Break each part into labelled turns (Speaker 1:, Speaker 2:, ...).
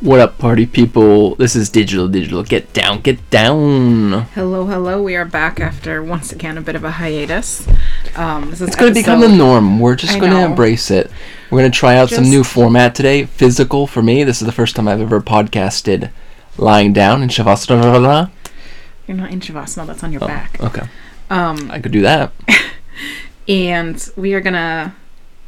Speaker 1: What up, party people? This is Digital Digital. Get down, get down.
Speaker 2: Hello, hello. We are back after once again a bit of a hiatus. Um, this is
Speaker 1: It's going to become the norm. We're just
Speaker 2: I
Speaker 1: going to
Speaker 2: know.
Speaker 1: embrace it. We're going to try out some
Speaker 2: Just-
Speaker 1: new format today. Physical for me. This is the first time I've ever podcasted lying down in Shavasana.
Speaker 2: You're not in Shavasana. That's on your
Speaker 1: Oh,
Speaker 2: back.
Speaker 1: Okay.
Speaker 2: Um,
Speaker 1: I could do that.
Speaker 2: and we are gonna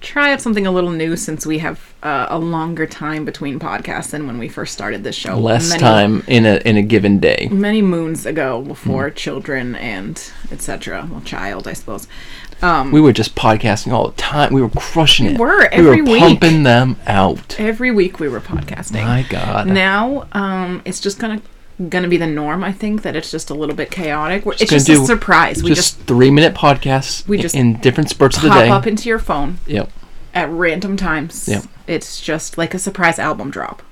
Speaker 2: try out something a little new since we have uh, a longer time between podcasts than when we first started this show.
Speaker 1: Less
Speaker 2: Oh, Many-
Speaker 1: time in a in a given day.
Speaker 2: Many moons ago, before
Speaker 1: Mm-hmm.
Speaker 2: children and etc. Well, child, I suppose. Um,
Speaker 1: We were just podcasting all the time. We were crushing it.
Speaker 2: were,
Speaker 1: we
Speaker 2: every
Speaker 1: were
Speaker 2: week.
Speaker 1: pumping them out.
Speaker 2: every week we were podcasting.
Speaker 1: My God.
Speaker 2: now um, it's just gonna gonna be the norm i think that it's just a little bit chaotic We're it's
Speaker 1: gonna
Speaker 2: just
Speaker 1: do-
Speaker 2: a surprise we just
Speaker 1: just, three minute podcasts
Speaker 2: We just
Speaker 1: in different spurts of the
Speaker 2: pop
Speaker 1: day.
Speaker 2: up into your phone
Speaker 1: yep.
Speaker 2: at random times
Speaker 1: Yep.
Speaker 2: it's just like a surprise album drop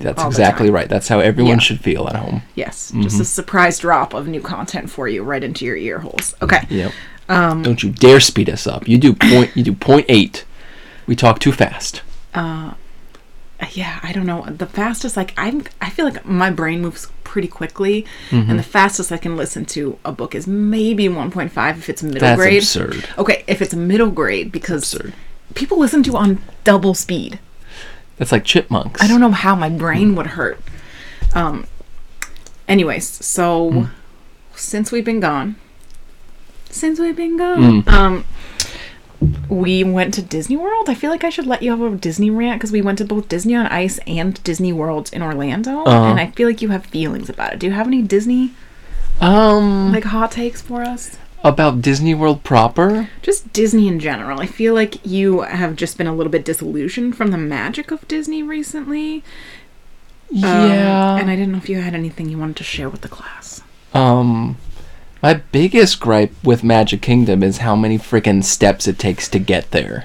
Speaker 1: That's
Speaker 2: all the
Speaker 1: exactly right. That's how everyone
Speaker 2: Yeah.
Speaker 1: should feel at home.
Speaker 2: yes
Speaker 1: Mm-hmm.
Speaker 2: just a surprise drop of new content for you right into your ear holes okay
Speaker 1: Yep.
Speaker 2: Um,
Speaker 1: Don't you dare speed us up. You do point. You do point eight. We talk too fast.
Speaker 2: Uh, yeah i don't know the fastest like i'm i feel like my brain moves pretty quickly
Speaker 1: Mm-hmm.
Speaker 2: and the fastest i can listen to a book is maybe 1.5 if it's middle
Speaker 1: That's
Speaker 2: grade
Speaker 1: absurd.
Speaker 2: okay if it's middle grade because
Speaker 1: Absurd.
Speaker 2: people listen to on double speed
Speaker 1: That's like chipmunks.
Speaker 2: I don't know how my brain would hurt. Um. Anyways, so since we've been gone, since we've been gone, um, we went to Disney World. I feel like I should let you have a Disney rant because we went to both Disney on Ice and Disney World in Orlando,
Speaker 1: Uh-huh.
Speaker 2: and I feel like you have feelings about it. Do you have any Disney
Speaker 1: Um,
Speaker 2: like hot takes for us?
Speaker 1: about Disney World proper.
Speaker 2: Just Disney in general. I feel like you have just been a little bit disillusioned from the magic of Disney recently. Um,
Speaker 1: yeah.
Speaker 2: And I didn't know if you had anything you wanted to share with the class.
Speaker 1: um, my biggest gripe with Magic Kingdom is how many freaking steps it takes to get there.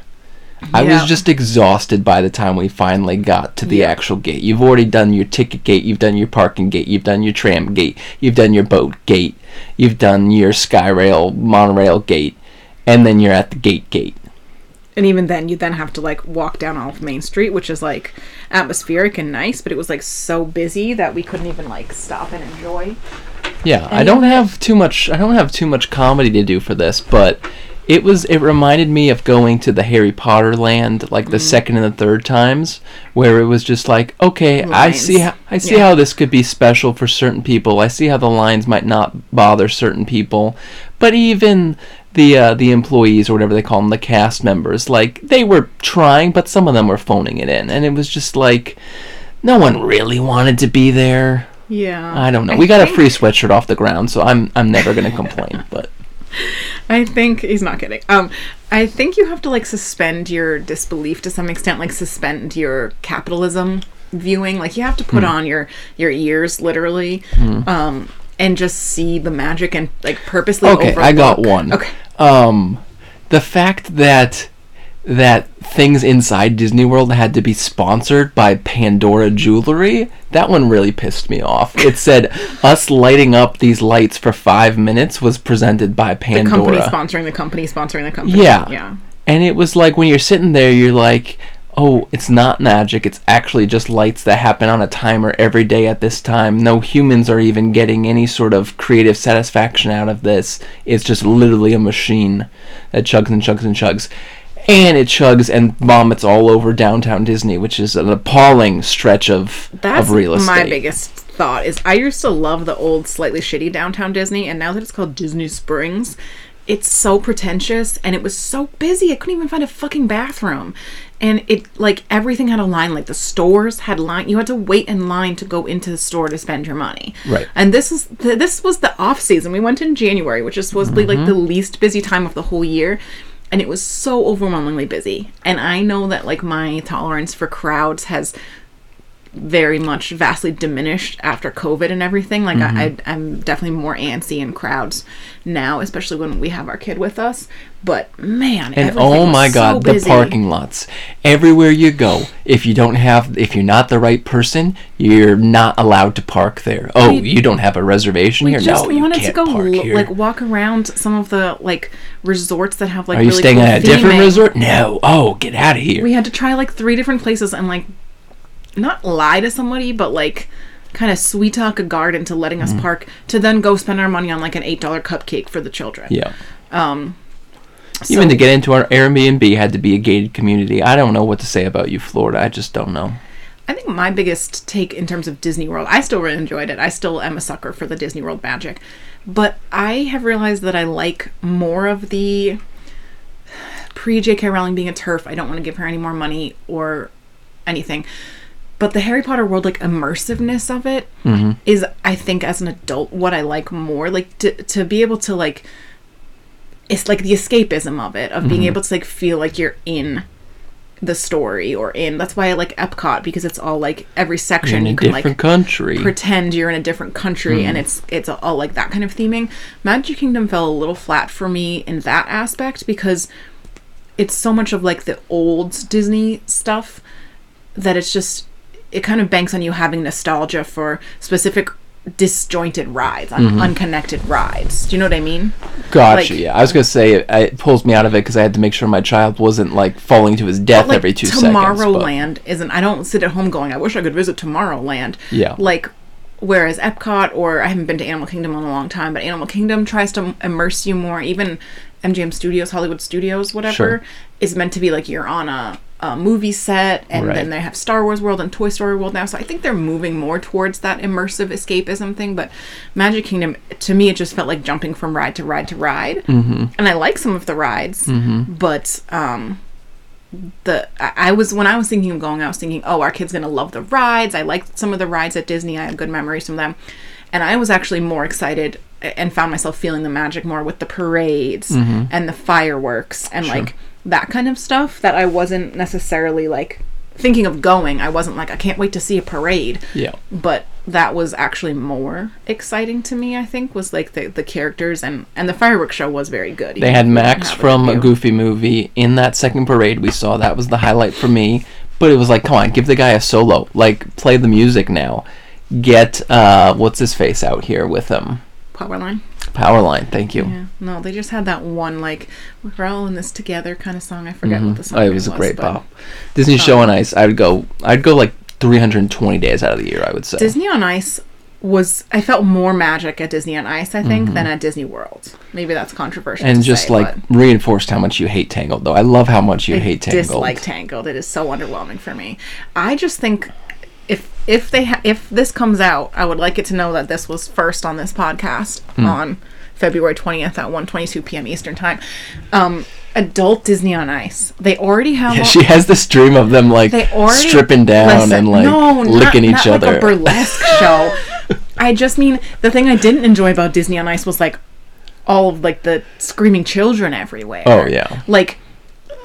Speaker 1: I
Speaker 2: Yeah.
Speaker 1: was just exhausted by the time we finally got to the
Speaker 2: Yeah.
Speaker 1: actual gate. You've already done your ticket gate, you've done your parking gate, you've done your tram gate, you've done your boat gate, you've done your skyrail monorail gate, and then you're at the gate gate.
Speaker 2: And even then, you then have to like walk down off Main Street, which is like atmospheric and nice, but it was like so busy that we couldn't even like stop and enjoy.
Speaker 1: Yeah, I
Speaker 2: Any
Speaker 1: don't have too much. I don't have too much comedy to do for this, but it was. It reminded me of going to the Harry Potter land, like
Speaker 2: Mm.
Speaker 1: the second and the third times, where it was just like, okay, I
Speaker 2: Lines.
Speaker 1: see. How, I see
Speaker 2: Yeah.
Speaker 1: how this could be special for certain people. I see how the lines might not bother certain people, but even the uh, the employees or whatever they call them, the cast members, like they were trying, but some of them were phoning it in, and it was just like, no one really wanted to be there.
Speaker 2: Yeah.
Speaker 1: I don't know. We got a
Speaker 2: think-
Speaker 1: free sweatshirt off the ground, so I'm I'm never gonna complain. But
Speaker 2: I think he's not kidding. Um, I think you have to like suspend your disbelief to some extent, like suspend your capitalism viewing. Like you have to put
Speaker 1: Hmm.
Speaker 2: on your your ears, literally, um, and just see the magic and like purposely.
Speaker 1: okay, I got
Speaker 2: overlook-
Speaker 1: one.
Speaker 2: Okay.
Speaker 1: Um, the fact that that things inside Disney World had to be sponsored by Pandora Jewelry, that one really pissed me off. It said us lighting up these lights for five minutes was presented by
Speaker 2: The company
Speaker 1: Pandora.
Speaker 2: sponsoring the company sponsoring the company.
Speaker 1: Yeah.
Speaker 2: Yeah.
Speaker 1: And it was like when you're sitting there, you're like, oh, it's not magic. It's actually just lights that happen on a timer every day at this time. No humans are even getting any sort of creative satisfaction out of this. It's just literally a machine that chugs and chugs and chugs. And it chugs and vomits all over downtown Disney, which is an appalling stretch of,
Speaker 2: That's
Speaker 1: of real estate.
Speaker 2: my biggest thought is I used to love the old slightly shitty downtown Disney and now that it's called Disney Springs, it's so pretentious and it was so busy I couldn't even find a fucking bathroom. And it like everything had a line, like the stores had line. You had to wait in line to go into the store to spend your money.
Speaker 1: Right.
Speaker 2: And this is th- this was the off season. We went in January, which is supposedly like the
Speaker 1: Mm-hmm.
Speaker 2: least busy time of the whole year, and it was so overwhelmingly busy. And I know that like my tolerance for crowds has very much vastly diminished after COVID and everything. Like I,
Speaker 1: Mm-hmm.
Speaker 2: I, I'm definitely more antsy in crowds now, especially when we have our kid with us. But man,
Speaker 1: And
Speaker 2: everything
Speaker 1: oh
Speaker 2: was
Speaker 1: my
Speaker 2: so
Speaker 1: god, the
Speaker 2: busy.
Speaker 1: parking lots. Everywhere you go, if you don't have if you're not the right person, you're not allowed to park there. Oh, you don't have a reservation
Speaker 2: We
Speaker 1: here?
Speaker 2: just
Speaker 1: No, you
Speaker 2: wanted
Speaker 1: can't
Speaker 2: to go
Speaker 1: park
Speaker 2: lo-
Speaker 1: here.
Speaker 2: like walk around some of the like resorts that have like
Speaker 1: Are you
Speaker 2: really
Speaker 1: staying
Speaker 2: cool
Speaker 1: at a different
Speaker 2: theming.
Speaker 1: resort? No. Oh, get out of here.
Speaker 2: We had to try like three different places and like not lie to somebody, but like kind of sweet talk a guard into letting
Speaker 1: Mm-hmm.
Speaker 2: us park to then go spend our money on like an eight dollar cupcake for the children.
Speaker 1: Yeah.
Speaker 2: Um,
Speaker 1: Even
Speaker 2: so-
Speaker 1: to get into our Airbnb had to be a gated community. I don't know what to say about you, Florida. I just don't know.
Speaker 2: I think my biggest take in terms of Disney World, I still really enjoyed it. I still am a sucker for the Disney World magic. But I have realized that I like more of the pre JK Rowling being a turf. I don't want to give her any more money or anything. But the Harry Potter world, like immersiveness of it, is
Speaker 1: Mm-hmm.
Speaker 2: I think, as an adult, what I like more. Like to, to be able to like, it's like the escapism of it, of being
Speaker 1: Mm-hmm.
Speaker 2: able to like feel like you're in the story or in. That's why I like Epcot because it's all like every
Speaker 1: You're
Speaker 2: section
Speaker 1: in a
Speaker 2: you can
Speaker 1: different
Speaker 2: like
Speaker 1: country.
Speaker 2: pretend you're in a different country
Speaker 1: Hmm.
Speaker 2: and it's it's all like that kind of theming. Magic Kingdom fell a little flat for me in that aspect because it's so much of like the old Disney stuff that it's just it kind of banks on you having nostalgia for specific disjointed rides, un-
Speaker 1: Mm-hmm.
Speaker 2: unconnected rides. Do you know what I mean?
Speaker 1: gotcha.
Speaker 2: like-
Speaker 1: yeah, I was gonna say it, it pulls me out of it because I had to make sure my child wasn't like falling to his death every two seconds. but-
Speaker 2: Tomorrowland isn't. I don't sit at home going, I wish I could visit Tomorrowland.
Speaker 1: Yeah.
Speaker 2: Like, whereas Epcot or I haven't been to Animal Kingdom in a long time, but Animal Kingdom tries to immerse you more. Even MGM Studios, Hollywood Studios, whatever,
Speaker 1: Sure.
Speaker 2: is meant to be like you're on a, a movie set, and
Speaker 1: Right.
Speaker 2: then they have Star Wars World and Toy Story World now. So I think they're moving more towards that immersive escapism thing. But Magic Kingdom, to me, it just felt like jumping from ride to ride to ride. Mm-hmm. And I like some of the rides,
Speaker 1: Mm-hmm.
Speaker 2: but um, the I I was when I was thinking of going, I was thinking, oh, our kid's gonna love the rides. I liked some of the rides at Disney. I have good memories from them, and I was actually more excited a- and found myself feeling the magic more with the parades
Speaker 1: Mm-hmm.
Speaker 2: and the fireworks and like that kind of stuff that I wasn't necessarily like thinking of going. I wasn't like I can't wait to see a parade
Speaker 1: Yeah.
Speaker 2: but that was actually more exciting to me i think was like the, the characters and and the fireworks show was very good
Speaker 1: They had Max from a
Speaker 2: a
Speaker 1: Goofy movie in that second parade we saw. That was the highlight for me. But it was like, come on, give the guy a solo. Like, play the music now. Get uh, what's his face out here with him.
Speaker 2: power line
Speaker 1: Powerline, thank you.
Speaker 2: yeah no they just had that one like we're all in this together kind of song i forget what the song
Speaker 1: Oh, it was a great
Speaker 2: but-
Speaker 1: pop. Disney Show on Ice. I'd go. I'd go like 320 days out of the year. I would say.
Speaker 2: disney on ice was i felt more magic at disney on ice i think than at disney world maybe that's controversial
Speaker 1: Mm-hmm. and
Speaker 2: to
Speaker 1: just
Speaker 2: say,
Speaker 1: like
Speaker 2: but
Speaker 1: reinforced how much you hate Tangled, though. I love how much you
Speaker 2: I
Speaker 1: hate Tangled.
Speaker 2: dislike Tangled. It is so underwhelming for me. I just think if if they ha- if this comes out, I would like it to know that this was first on this podcast
Speaker 1: Hmm.
Speaker 2: on February twentieth at one twenty two p.m. Eastern time. Um, adult Disney on Ice. They already have.
Speaker 1: Yeah,
Speaker 2: all-
Speaker 1: she has this dream of them like
Speaker 2: they already
Speaker 1: stripping down
Speaker 2: Listen,
Speaker 1: and like
Speaker 2: no, not-
Speaker 1: licking
Speaker 2: not
Speaker 1: each
Speaker 2: like
Speaker 1: other.
Speaker 2: a burlesque show. I just mean the thing I didn't enjoy about Disney on Ice was like all of like the screaming children everywhere.
Speaker 1: Oh, yeah.
Speaker 2: Like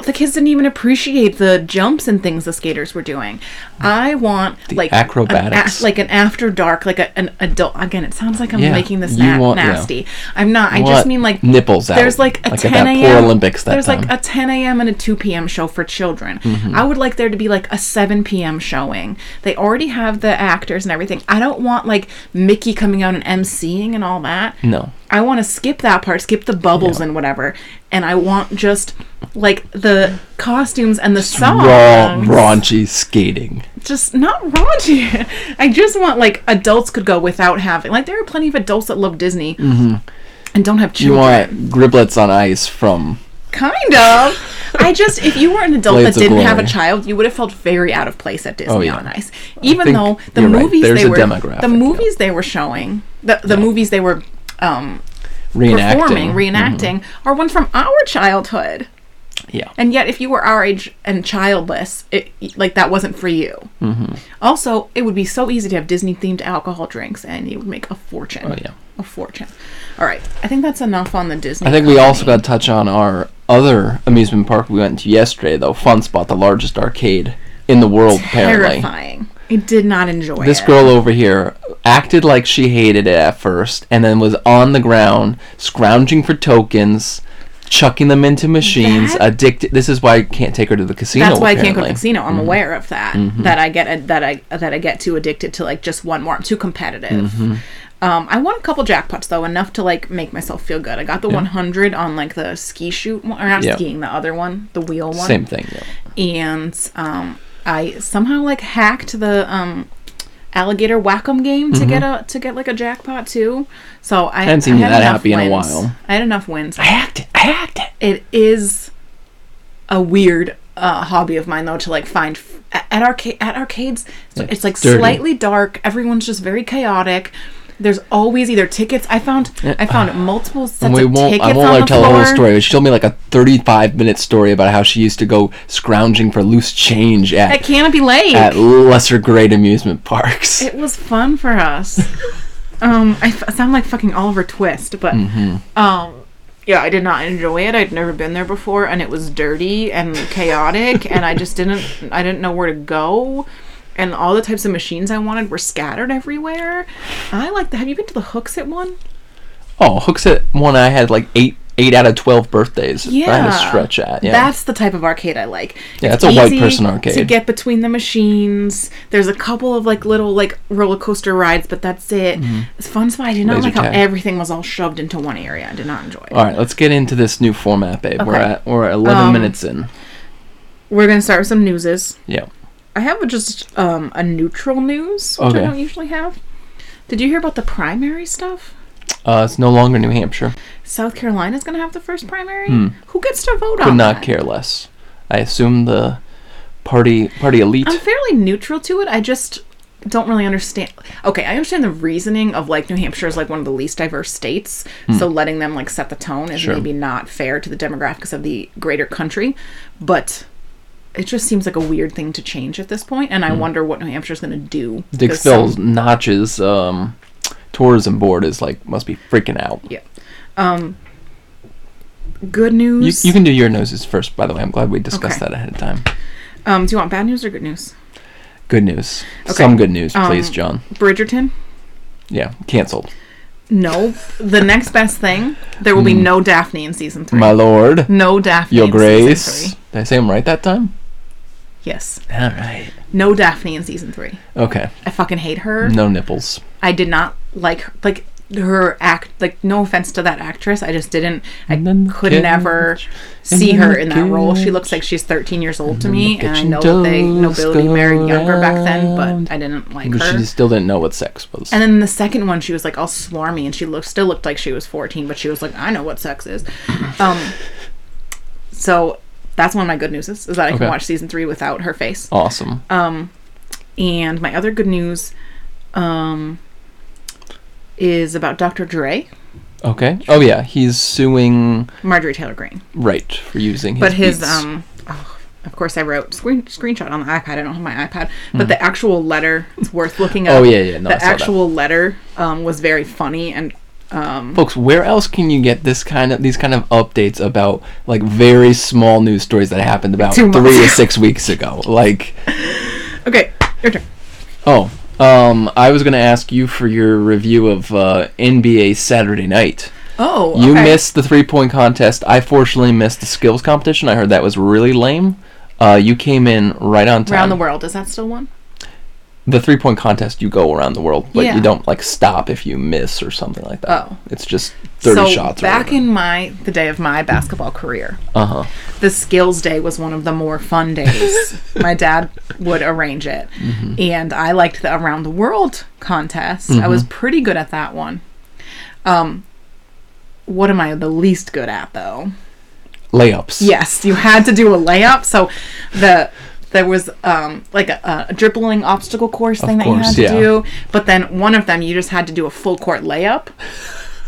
Speaker 2: the kids didn't even appreciate the jumps and things the skaters were doing. I want like an a-
Speaker 1: acrobatics.
Speaker 2: like an after dark, like a, an adult. Again, it sounds like I'm
Speaker 1: Yeah,
Speaker 2: making this
Speaker 1: you
Speaker 2: na-
Speaker 1: want- yeah.
Speaker 2: nasty. I'm not. I
Speaker 1: What?
Speaker 2: just mean like
Speaker 1: nipples out.
Speaker 2: there's like a
Speaker 1: like
Speaker 2: 10
Speaker 1: at that
Speaker 2: a.m.
Speaker 1: poor Olympics that
Speaker 2: there's
Speaker 1: time. Mm-hmm.
Speaker 2: like a 10 a.m. and a 2 p.m. show for children. I would like there to be like a 7 p.m. showing. They already have the actors and everything. I don't want like Mickey coming out and emceeing and all that.
Speaker 1: no.
Speaker 2: I want to skip that part, skip the bubbles and whatever, and I want just like the costumes and the songs.
Speaker 1: Raw, raunchy skating.
Speaker 2: Just not raunchy. I just want like adults could go without having like there are plenty of adults that love Disney and don't have
Speaker 1: Mm-hmm. You
Speaker 2: children.
Speaker 1: want griblets on ice from.
Speaker 2: Kind of. I just, if you were an adult
Speaker 1: Blades
Speaker 2: that
Speaker 1: of
Speaker 2: didn't have a
Speaker 1: Glory.
Speaker 2: child, you would have felt very out of place at Disney
Speaker 1: Oh, yeah.
Speaker 2: on Ice. Even
Speaker 1: think
Speaker 2: though the
Speaker 1: you're right.
Speaker 2: movies
Speaker 1: There's
Speaker 2: they
Speaker 1: a
Speaker 2: were,
Speaker 1: demographic,
Speaker 2: the
Speaker 1: yeah.
Speaker 2: movies they were showing, the the movies they were um,
Speaker 1: Reenacting.
Speaker 2: performing, reenacting, are ones from our childhood.
Speaker 1: yeah.
Speaker 2: And yet, if you were our age and childless, it like that wasn't for you.
Speaker 1: Mm-hmm.
Speaker 2: Also, it would be so easy to have Disney themed alcohol drinks, and you would make a fortune.
Speaker 1: Oh, yeah.
Speaker 2: a fortune. All right, I think that's enough on the Disney.
Speaker 1: I think we also
Speaker 2: economy.
Speaker 1: got to touch on our other amusement park we went to yesterday, though. Fun Spot, the largest arcade in the world, apparently.
Speaker 2: terrifying. I did not enjoy
Speaker 1: This
Speaker 2: it.
Speaker 1: girl over here acted like she hated it at first and then was on the ground scrounging for tokens, chucking them into machines,
Speaker 2: That-
Speaker 1: addicted. This is why I can't take her to the casino.
Speaker 2: That's why I can't go to
Speaker 1: apparently. Mm-hmm.
Speaker 2: the casino. I'm aware of that. That I get that I that I get too addicted to like just one more. I'm too competitive.
Speaker 1: Mm-hmm.
Speaker 2: Um, I won a couple jackpots though, enough to like make myself feel good. I got the 100 on like the ski shoot, one, or not
Speaker 1: Yeah.
Speaker 2: skiing, the other one, the wheel one,
Speaker 1: Same thing. Yeah.
Speaker 2: and um, I I somehow like hacked the um alligator whack'em game to get a to get like a jackpot too. So I,
Speaker 1: Mm-hmm. haven't seen
Speaker 2: I
Speaker 1: you
Speaker 2: had
Speaker 1: that
Speaker 2: enough
Speaker 1: happy in a
Speaker 2: wins.
Speaker 1: while.
Speaker 2: I had enough wins.
Speaker 1: I hacked it. I hacked it.
Speaker 2: It is a weird uh, hobby of mine though to like find f- a- at arcade at arcades. so
Speaker 1: It's
Speaker 2: it's like
Speaker 1: dirty.
Speaker 2: slightly dark. Everyone's just very chaotic. There's always either tickets. I found I found multiple sets
Speaker 1: And we
Speaker 2: of
Speaker 1: won't.
Speaker 2: tickets
Speaker 1: I won't
Speaker 2: on
Speaker 1: let
Speaker 2: the
Speaker 1: her tell
Speaker 2: floor.
Speaker 1: the whole story. But she told me like a 35 minute story about how she used to go scrounging for loose change
Speaker 2: At
Speaker 1: at
Speaker 2: Canopy Lake.
Speaker 1: at lesser grade amusement parks.
Speaker 2: It was fun for us. um, I f- sound like fucking Oliver Twist, but um, yeah, I did not enjoy it. I'd never been there before, and it was dirty and chaotic, and I just didn't. I didn't know where to go. And all the types of machines I wanted were scattered everywhere. I like that. Have you been to the Hooks at one?
Speaker 1: oh, hooks at one. I had like eight eight out of 12 birthdays. that I had
Speaker 2: Yeah.
Speaker 1: to stretch at. Yeah.
Speaker 2: That's the type of arcade I like.
Speaker 1: Yeah, it's a white
Speaker 2: easy
Speaker 1: person arcade.
Speaker 2: To get between the machines, there's a couple of like little like roller coaster rides, but that's it. It's fun spot. I did not
Speaker 1: Mm-hmm. Laser
Speaker 2: like
Speaker 1: tag.
Speaker 2: how everything was all shoved into one area. I did not enjoy it.
Speaker 1: All right, let's get into this new format, babe. We're
Speaker 2: Okay.
Speaker 1: at we're at 11
Speaker 2: Um,
Speaker 1: minutes in.
Speaker 2: We're gonna start with some newses.
Speaker 1: Yeah.
Speaker 2: I have just um, a neutral news, which
Speaker 1: Okay.
Speaker 2: I don't usually have. Did you hear about the primary stuff?
Speaker 1: Uh, it's no longer New Hampshire.
Speaker 2: South Carolina's gonna have the first primary. Who gets to vote
Speaker 1: Hmm. Could
Speaker 2: on
Speaker 1: not
Speaker 2: that?
Speaker 1: care less. I assume the party party elite.
Speaker 2: I'm fairly neutral to it. I just don't really understand. Okay, I understand the reasoning of like New Hampshire is like one of the least diverse states, so letting them like set the tone is
Speaker 1: Hmm. Sure.
Speaker 2: maybe not fair to the demographics of the greater country, but it just seems like a weird thing to change at this point, and I
Speaker 1: Hmm.
Speaker 2: wonder what New Hampshire's going to do. 'cause some-
Speaker 1: Dixville's Notch's um, tourism board is like must be freaking out.
Speaker 2: yeah. Um. Good
Speaker 1: You,
Speaker 2: news.
Speaker 1: you can do your noses first, by the way. I'm glad we discussed
Speaker 2: Okay.
Speaker 1: that ahead of time.
Speaker 2: um. Do you want bad news or good news?
Speaker 1: Good news.
Speaker 2: Okay.
Speaker 1: Some good news, please,
Speaker 2: Um,
Speaker 1: John.
Speaker 2: Bridgerton.
Speaker 1: Yeah, canceled.
Speaker 2: No. the next best thing. There will be no Daphne in season three.
Speaker 1: Hmm. My lord,
Speaker 2: no Daphne.
Speaker 1: your
Speaker 2: in season
Speaker 1: grace.
Speaker 2: three.
Speaker 1: Did I say them right that time?
Speaker 2: Yes.
Speaker 1: All right.
Speaker 2: No Daphne in season three.
Speaker 1: Okay.
Speaker 2: I fucking hate her.
Speaker 1: No nipples.
Speaker 2: I did not like her, like her act. Like no offense to that actress, I just didn't. I
Speaker 1: And then the
Speaker 2: could
Speaker 1: cage,
Speaker 2: never
Speaker 1: and
Speaker 2: see
Speaker 1: then
Speaker 2: her
Speaker 1: the
Speaker 2: in that role. She
Speaker 1: cage,
Speaker 2: looks like she's 13 years old to
Speaker 1: and
Speaker 2: me,
Speaker 1: the
Speaker 2: and I
Speaker 1: kitchen
Speaker 2: know that they
Speaker 1: doors
Speaker 2: nobility
Speaker 1: go
Speaker 2: married younger back then,
Speaker 1: round.
Speaker 2: but I didn't like
Speaker 1: But
Speaker 2: her.
Speaker 1: she still didn't know what sex was.
Speaker 2: And then the second one, she was like all swarmy, and she looked still looked like she was fourteen, but she was like, "I know what sex is." Um, so that's one of my good news is, is that I
Speaker 1: Okay.
Speaker 2: can watch season three without her face.
Speaker 1: awesome.
Speaker 2: Um, and my other good news, um, is about Dr. Dre,
Speaker 1: Okay. Oh yeah, he's suing
Speaker 2: Marjorie Taylor Greene.
Speaker 1: right for using his
Speaker 2: But his,
Speaker 1: beats.
Speaker 2: um, oh, of course, I wrote screen screenshot on the iPad. I don't have my iPad, but the actual letter it's worth looking up.
Speaker 1: Hmm. Oh, yeah, yeah, no, I
Speaker 2: the
Speaker 1: saw that.
Speaker 2: actual letter um, was very funny and um,
Speaker 1: folks where else can you get this kind of these kind of updates about like very small news stories that happened about
Speaker 2: Two months
Speaker 1: three to
Speaker 2: ago.
Speaker 1: six weeks ago like
Speaker 2: okay. Your turn.
Speaker 1: oh um i was going to ask you for your review of uh, nba saturday night
Speaker 2: Oh,
Speaker 1: you
Speaker 2: okay.
Speaker 1: missed the three point contest i fortunately missed the skills competition i heard that was really lame uh, you came in right on time.
Speaker 2: Around the World. Is that still one?
Speaker 1: The three point contest, you go around the world, but
Speaker 2: Yeah.
Speaker 1: you don't like stop if you miss or something like that.
Speaker 2: Oh.
Speaker 1: It's just thirty
Speaker 2: so
Speaker 1: shots.
Speaker 2: back in my the day of my basketball career,
Speaker 1: uh huh.
Speaker 2: the skills day was one of the more fun days. My dad would arrange it.
Speaker 1: Mm-hmm.
Speaker 2: And I liked the around the world contest. I
Speaker 1: Mm-hmm.
Speaker 2: was pretty good at that one. Um what am I the least good at though?
Speaker 1: Layups.
Speaker 2: Yes, you had to do a layup. So the there was um, like a, a dribbling obstacle course thing that
Speaker 1: course,
Speaker 2: you had to
Speaker 1: yeah.
Speaker 2: do, but then one of them you just had to do a full court layup.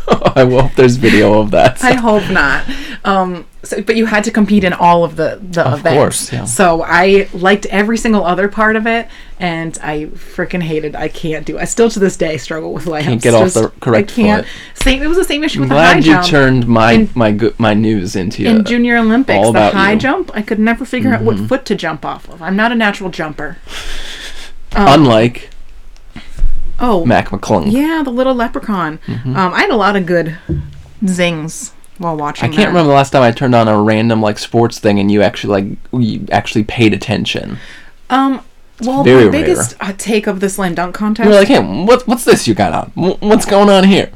Speaker 1: I hope there's video of that.
Speaker 2: I hope not. Um, so, but you had to compete in all of the the
Speaker 1: Of
Speaker 2: events.
Speaker 1: course, yeah.
Speaker 2: So I liked every single other part of it, and I freaking hated. I can't do. I still to this day struggle with layups.
Speaker 1: Can't get off the correct
Speaker 2: I can't.
Speaker 1: foot.
Speaker 2: Same. It was the same issue
Speaker 1: I'm
Speaker 2: with the high
Speaker 1: glad you
Speaker 2: jump.
Speaker 1: turned my
Speaker 2: In-
Speaker 1: my good my news into
Speaker 2: in
Speaker 1: a-
Speaker 2: Junior Olympics,
Speaker 1: all
Speaker 2: the
Speaker 1: about
Speaker 2: high
Speaker 1: you. Mm-hmm.
Speaker 2: jump, I could never figure out what foot to jump off of. I'm not a natural jumper.
Speaker 1: unlike
Speaker 2: Oh,
Speaker 1: Mac McClung.
Speaker 2: yeah, the little leprechaun.
Speaker 1: Mm-hmm.
Speaker 2: Um, I had a lot of good zings while watching.
Speaker 1: I can't
Speaker 2: that.
Speaker 1: remember the last time I turned on a random like sports thing and you actually like you actually paid attention.
Speaker 2: Um, well,
Speaker 1: very
Speaker 2: the biggest uh, take of the slam dunk contest.
Speaker 1: You were like, hey, what what's this you got on? Wh- What's going on here?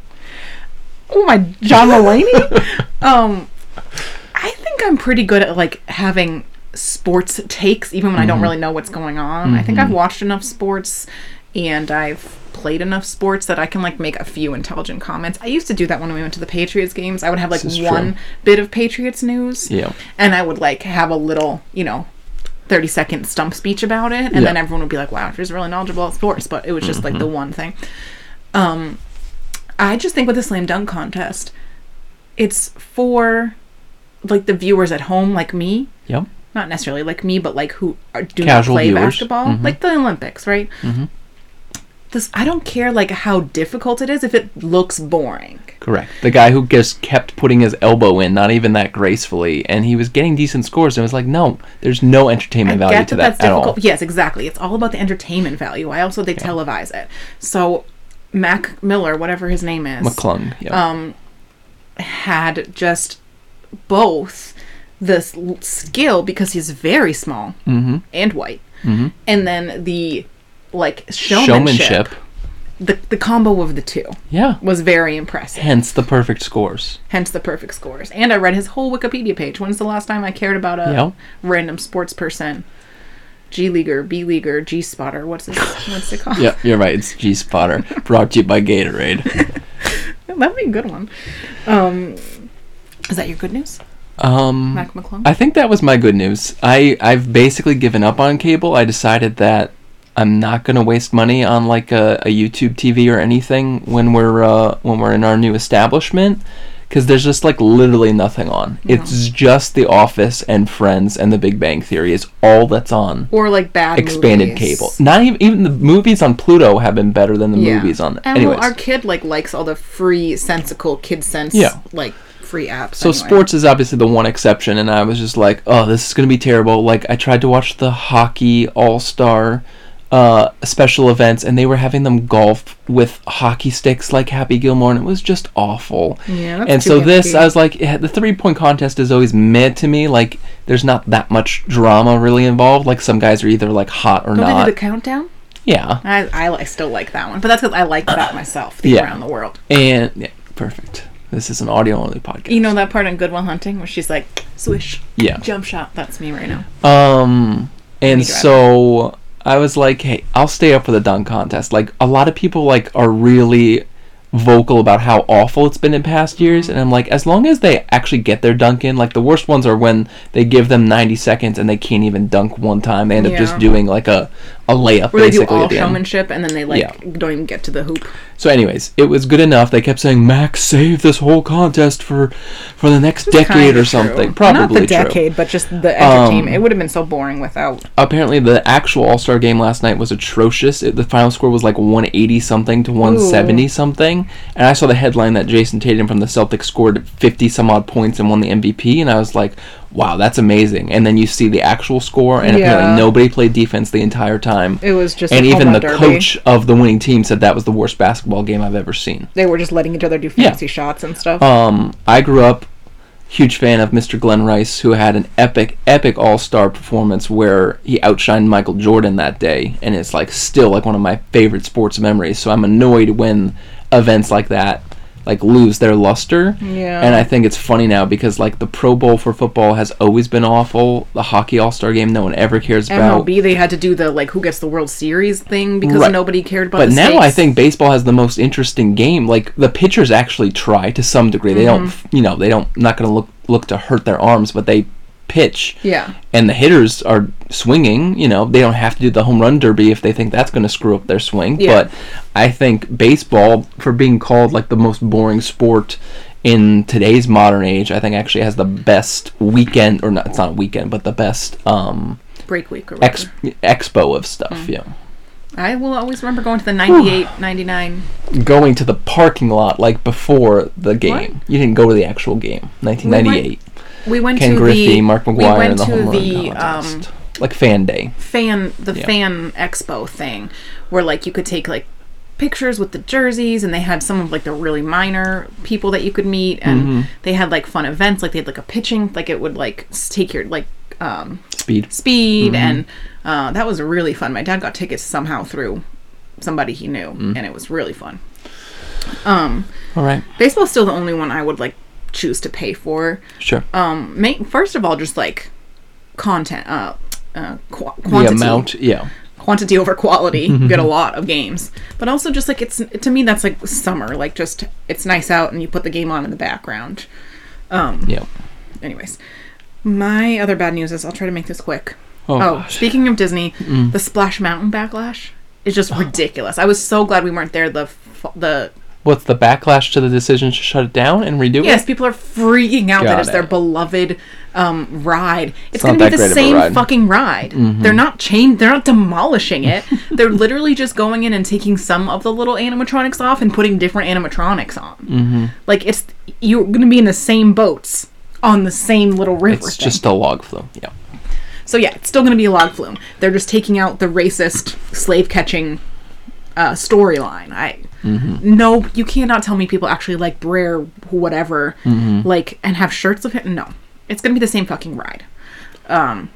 Speaker 2: oh my, John Mulaney. um, I think I'm pretty good at like having sports takes, even when I
Speaker 1: Mm-hmm.
Speaker 2: don't really know what's going on. I think I've watched enough sports and I've played enough sports that I can like make a few intelligent comments. I used to do that when we went to the Patriots games. I would have like
Speaker 1: This is
Speaker 2: one
Speaker 1: true.
Speaker 2: bit of Patriots news.
Speaker 1: Yeah.
Speaker 2: And I would like have a little, you know, 30 second stump speech about it. And
Speaker 1: Yeah. Mm-hmm.
Speaker 2: then everyone would be like, wow, she's really knowledgeable about sports. But it was just like the one thing. Um, I just think with the slam dunk contest, it's for like the viewers at home, like me,
Speaker 1: Yep.
Speaker 2: not necessarily like me, but like who are, do
Speaker 1: Casual
Speaker 2: not play
Speaker 1: viewers. Mm-hmm.
Speaker 2: basketball, like the Olympics, right? This I don't care like how difficult it is if it looks boring.
Speaker 1: Correct. The guy who just kept putting his elbow in, not even that gracefully, and he was getting decent scores. And it was like, no, there's no entertainment
Speaker 2: I
Speaker 1: value
Speaker 2: get
Speaker 1: to
Speaker 2: that
Speaker 1: that
Speaker 2: that's
Speaker 1: at
Speaker 2: difficult.
Speaker 1: all.
Speaker 2: Yes, exactly. It's all about the entertainment value. I also they televise it, so Mac Miller, whatever his name is,
Speaker 1: McClung. Yeah.
Speaker 2: um, had just both this l- skill because he's very small
Speaker 1: Mm-hmm.
Speaker 2: and white, and then the like showmanship,
Speaker 1: Showmanship.
Speaker 2: the the combo of the two
Speaker 1: Yeah.
Speaker 2: was very impressive.
Speaker 1: Hence the perfect scores.
Speaker 2: Hence the perfect scores. And I read his whole Wikipedia page. When's the last time I cared about a
Speaker 1: Yeah.
Speaker 2: random sports person? G leaguer, B leaguer, G spotter. What's it? What's it called?
Speaker 1: Yeah, you're right. It's G Spotter, brought to you by Gatorade.
Speaker 2: That'd be a good one. Um, is that your good news,
Speaker 1: Um,
Speaker 2: Mac McClung?
Speaker 1: I think that was my good news. I I've basically given up on cable. I decided that I'm not gonna waste money on like a, a YouTube TV or anything when we're uh, when we're in our new establishment, because there's just like literally nothing on. It's just The Office and Friends and The Big Bang Theory is all that's on.
Speaker 2: or like bad
Speaker 1: Expanded
Speaker 2: movies.
Speaker 1: cable. Not even even the movies on Pluto have been better than the
Speaker 2: Yeah.
Speaker 1: movies on.
Speaker 2: And
Speaker 1: Anyways,
Speaker 2: well, our kid like likes all the free sensical kid sense
Speaker 1: Yeah.
Speaker 2: like free apps.
Speaker 1: So
Speaker 2: anyway.
Speaker 1: sports is obviously the one exception, and I was just like, "Oh, this is gonna be terrible." Like I tried to watch the hockey All Star uh, special events, and they were having them golf with hockey sticks like Happy Gilmore, and it was just awful.
Speaker 2: Yeah, that's
Speaker 1: and
Speaker 2: too
Speaker 1: so this,
Speaker 2: gimmicky.
Speaker 1: I was like, yeah, the three point contest is always mid to me. Like there's not that much drama really involved. Like some guys are either like hot or
Speaker 2: Don't
Speaker 1: not.
Speaker 2: they do the countdown?
Speaker 1: yeah,
Speaker 2: I, I li- still like that one, but that's because I like that myself. The
Speaker 1: Yeah.
Speaker 2: around the world.
Speaker 1: and yeah, perfect. This is an audio only podcast.
Speaker 2: You know that part in Good Will Hunting where she's like, swish,
Speaker 1: Yeah.
Speaker 2: jump shot. That's me right now.
Speaker 1: Um, and
Speaker 2: drive.
Speaker 1: so I was like, hey, I'll stay up for the dunk contest. Like a lot of people like are really vocal about how awful it's been in
Speaker 2: Mm-hmm.
Speaker 1: past years, and I'm like, as long as they actually get their dunk in, like the worst ones are when they give them 90 seconds and they can't even dunk one time. They end up just
Speaker 2: Yeah.
Speaker 1: doing like a a layup
Speaker 2: Where they do
Speaker 1: basically
Speaker 2: all
Speaker 1: at the end.
Speaker 2: showmanship and then they like
Speaker 1: Yeah.
Speaker 2: don't even get to the hoop.
Speaker 1: So, anyways, it was good enough. They kept saying, Max, save this whole contest for for the next decade
Speaker 2: Kinda
Speaker 1: or
Speaker 2: true.
Speaker 1: something. Probably
Speaker 2: not the
Speaker 1: true. Um,
Speaker 2: decade, but just the entertainment. it would have been so boring without.
Speaker 1: apparently the actual All Star game last night was atrocious. It, the final score was like 180 something to 170 something. And I saw the headline that Jason Tatum from the Celtics scored 50 some odd points and won the MVP. And I was like, wow, that's amazing. And then you see the actual score, and
Speaker 2: Yeah.
Speaker 1: apparently nobody played defense the entire time.
Speaker 2: It was just
Speaker 1: and
Speaker 2: a home
Speaker 1: even the
Speaker 2: run derby.
Speaker 1: coach of the winning team said that was the worst basketball game I've ever seen.
Speaker 2: They were just letting each other do
Speaker 1: Yeah.
Speaker 2: fancy shots and stuff.
Speaker 1: Um, I grew up huge fan of Mr. Glenn Rice, who had an epic, epic All Star performance where he outshined Michael Jordan that day, and it's like still like one of my favorite sports memories. So I'm annoyed when events like that like lose their luster.
Speaker 2: Yeah.
Speaker 1: And I think it's funny now because like the Pro Bowl for football has always been awful. The hockey All Star game no one ever cares about.
Speaker 2: MLB, they had to do the like who gets the World Series thing because
Speaker 1: Right.
Speaker 2: nobody cared about.
Speaker 1: But
Speaker 2: the
Speaker 1: now I
Speaker 2: stakes.
Speaker 1: think baseball has the most interesting game. Like the pitchers actually try to some degree. They don't, f-
Speaker 2: Mm-hmm.
Speaker 1: you know, they don't not going to look look to hurt their arms, but they pitch.
Speaker 2: Yeah.
Speaker 1: And the hitters are swinging. You know, they don't have to do the home run derby if they think that's going to screw up their swing.
Speaker 2: Yeah.
Speaker 1: But I think baseball, for being called like the most boring sport in today's modern age, I think actually has the best weekend, or not, it's not a weekend, but the best um,
Speaker 2: break week or whatever.
Speaker 1: ex- expo of stuff.
Speaker 2: Mm-hmm.
Speaker 1: Yeah.
Speaker 2: I will always remember going to the 98, 99.
Speaker 1: going to the parking lot like before the game. You didn't go to the actual game. 1998.
Speaker 2: We went
Speaker 1: Ken
Speaker 2: to
Speaker 1: Griffey,
Speaker 2: the
Speaker 1: Mark
Speaker 2: we
Speaker 1: McGuire,
Speaker 2: went
Speaker 1: and the
Speaker 2: to
Speaker 1: home run
Speaker 2: the um,
Speaker 1: contest. like fan day.
Speaker 2: fan the
Speaker 1: Yeah.
Speaker 2: fan expo thing where like you could take like pictures with the jerseys and they had some of like the really minor people that you could meet and
Speaker 1: Mm-hmm.
Speaker 2: they had like fun events like they had like a pitching like it would like s- take your like um
Speaker 1: Speed.
Speaker 2: speed
Speaker 1: Mm-hmm.
Speaker 2: and uh, that was really fun my dad got tickets somehow through somebody he knew
Speaker 1: Mm.
Speaker 2: and it was really fun um
Speaker 1: All right.
Speaker 2: baseball's still the only one i would like choose to pay for
Speaker 1: Sure.
Speaker 2: um ma- first of all just like content, uh, uh, qu-
Speaker 1: the
Speaker 2: quantity,
Speaker 1: amount, yeah.
Speaker 2: quantity over quality. you get a lot of games, but also just like it's to me that's like summer. Like just it's nice out and you put the game on in the background.
Speaker 1: Yeah.
Speaker 2: Anyways, my other bad news is I'll try to make this quick.
Speaker 1: Oh,
Speaker 2: Oh,
Speaker 1: gosh.
Speaker 2: speaking of Disney, the Splash Mountain backlash is just ridiculous. I was so glad we weren't there. The f- the
Speaker 1: What's the backlash to the decision to shut it down and redo
Speaker 2: yes,
Speaker 1: it?
Speaker 2: people are freaking out that
Speaker 1: Got
Speaker 2: it's their
Speaker 1: it.
Speaker 2: beloved um, ride. It's,
Speaker 1: not
Speaker 2: going
Speaker 1: that great
Speaker 2: to be the
Speaker 1: of a
Speaker 2: same
Speaker 1: ride. Mm-hmm.
Speaker 2: fucking ride. They're not chained. They're not demolishing it. they're literally just going in and taking some of the little animatronics off and putting different animatronics on.
Speaker 1: Mm-hmm.
Speaker 2: Like it's you're going to be in the same boats on the same little river.
Speaker 1: It's
Speaker 2: thing.
Speaker 1: just a log flume. Yeah.
Speaker 2: So yeah, it's still going to be a log flume. They're just taking out the racist slave catching uh, storyline. I no, you cannot tell me people actually like Brer whatever, like and have shirts of him. No, it's going to be the same fucking ride. Um,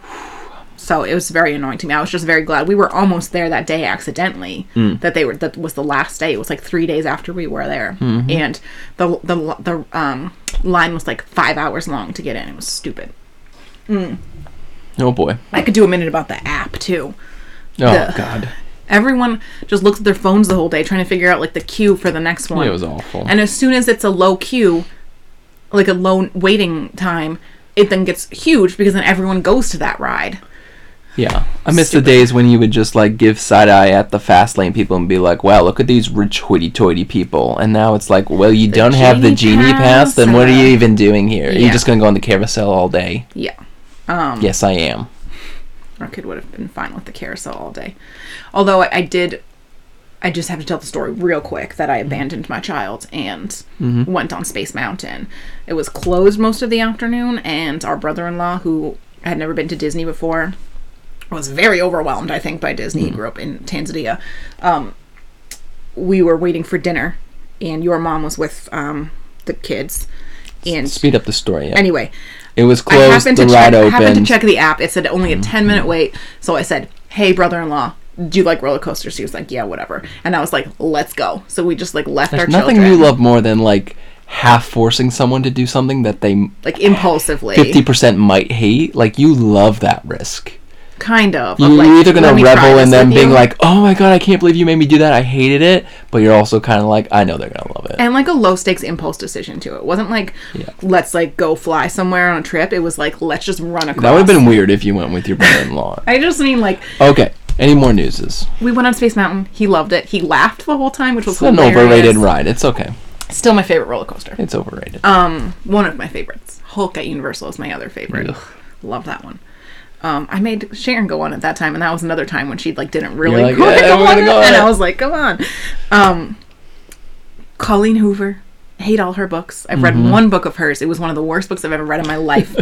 Speaker 2: so it was very annoying to me. I was just very glad we were almost there that day accidentally. That they were that was the last day. It was like three days after we were there, and the the the um line was like five hours long to get in. It was stupid.
Speaker 1: Oh boy.
Speaker 2: I could do a minute about the app too.
Speaker 1: Oh
Speaker 2: Ugh.
Speaker 1: god.
Speaker 2: Everyone just looks at their phones the whole day trying to figure out like the queue for the next one.
Speaker 1: It was awful.
Speaker 2: And as soon as it's a low queue, like a low waiting time, it then gets huge because then everyone goes to that ride.
Speaker 1: Yeah. I miss
Speaker 2: Stupid.
Speaker 1: the days when you would just like give side eye at the fast lane people and be like, wow, look at these rich hoity toity people. And now it's like, well, you don't have the
Speaker 2: genie
Speaker 1: genie pass,
Speaker 2: pass
Speaker 1: then what are
Speaker 2: and
Speaker 1: you
Speaker 2: the-
Speaker 1: even doing here? Are you
Speaker 2: Yeah. Um,
Speaker 1: just going to go on the carousel all day?
Speaker 2: Yeah.
Speaker 1: Yes, I am.
Speaker 2: Our kid would have been fine with the carousel all day. Although I, I did, I just have to tell the story real quick that I abandoned my child and went on Space Mountain. It was closed most of the afternoon, and our brother in law, who had never been to Disney before, was very overwhelmed, I think, by Disney. He grew up in Tanzania. Um, we were waiting for dinner, and your mom was with um, the kids. And
Speaker 1: Speed up the story. Yeah.
Speaker 2: anyway,
Speaker 1: it was
Speaker 2: I
Speaker 1: closed,
Speaker 2: happened
Speaker 1: the Mm-hmm.
Speaker 2: to
Speaker 1: ride
Speaker 2: check, I happened to
Speaker 1: opened.
Speaker 2: check the app. It said only a 10 minute wait. So I said, Hey, brother in law, do you like roller coasters? He was like, Yeah, whatever. And I was like, Let's go. So we just like left our
Speaker 1: There's nothing
Speaker 2: children.
Speaker 1: you love more than like half forcing someone to do something that they
Speaker 2: like impulsively.
Speaker 1: 50% might hate. Like, you love that risk.
Speaker 2: kind of.
Speaker 1: You're
Speaker 2: of, like,
Speaker 1: either
Speaker 2: let
Speaker 1: going
Speaker 2: me
Speaker 1: to
Speaker 2: try
Speaker 1: revel in
Speaker 2: this
Speaker 1: them
Speaker 2: with
Speaker 1: being
Speaker 2: you.
Speaker 1: like, oh my god, I can't believe you made me do that. I hated it. But you're also kind of like, I know they're going to love it.
Speaker 2: And like a low stakes impulse decision to it. It wasn't like, Let's like go fly somewhere on a trip. It was like, Let's just run across.
Speaker 1: That would have been weird if you went with your brother in law.
Speaker 2: I just mean like
Speaker 1: okay. Any more newses?
Speaker 2: we went on Space Mountain. He loved it. He laughed the whole time, which was
Speaker 1: It's an
Speaker 2: hilarious.
Speaker 1: overrated ride. It's okay.
Speaker 2: Still my favorite roller coaster.
Speaker 1: It's overrated.
Speaker 2: Um, one of my favorites. Hulk at Universal is my other favorite.
Speaker 1: Ugh.
Speaker 2: Love that one. Um, I made Sharon go on at that time, and that was another time when she like didn't really
Speaker 1: You're like,
Speaker 2: wanna
Speaker 1: "Yeah,
Speaker 2: go
Speaker 1: we're
Speaker 2: on
Speaker 1: gonna
Speaker 2: it,"
Speaker 1: go on
Speaker 2: and
Speaker 1: it.
Speaker 2: I was like, "Come on." Um, Colleen Hoover. I Hate all her books. I've read
Speaker 1: Mm-hmm.
Speaker 2: one book of hers. It was one of the worst books I've ever read in my life.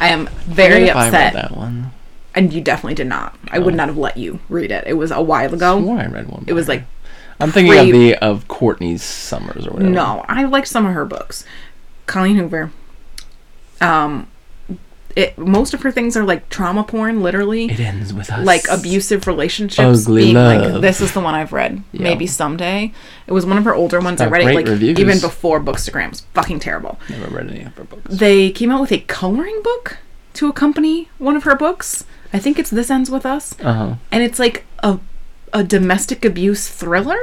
Speaker 2: I am very
Speaker 1: If I read
Speaker 2: upset.
Speaker 1: that Oh. one.
Speaker 2: And you definitely did not. I would not have let you read it. It was a while ago.
Speaker 1: More I read one.
Speaker 2: It was like
Speaker 1: I'm thinking of
Speaker 2: pre-
Speaker 1: the of Courtney's Summers or whatever.
Speaker 2: No, I liked some of her books. Colleen Hoover. Um, it most of her things are like trauma porn, literally,
Speaker 1: It ends with us.
Speaker 2: like abusive relationships.
Speaker 1: Ugly love.
Speaker 2: Like, this is the one I've read.
Speaker 1: Yeah.
Speaker 2: Maybe someday. It was one of her older ones. I
Speaker 1: got
Speaker 2: read it
Speaker 1: great
Speaker 2: like
Speaker 1: reviews.
Speaker 2: even before Bookstagram. It's fucking terrible.
Speaker 1: Never read any of her books.
Speaker 2: They came out with a coloring book to accompany one of her books. I think it's This Ends with Us
Speaker 1: Uh huh.
Speaker 2: and it's like a a domestic abuse thriller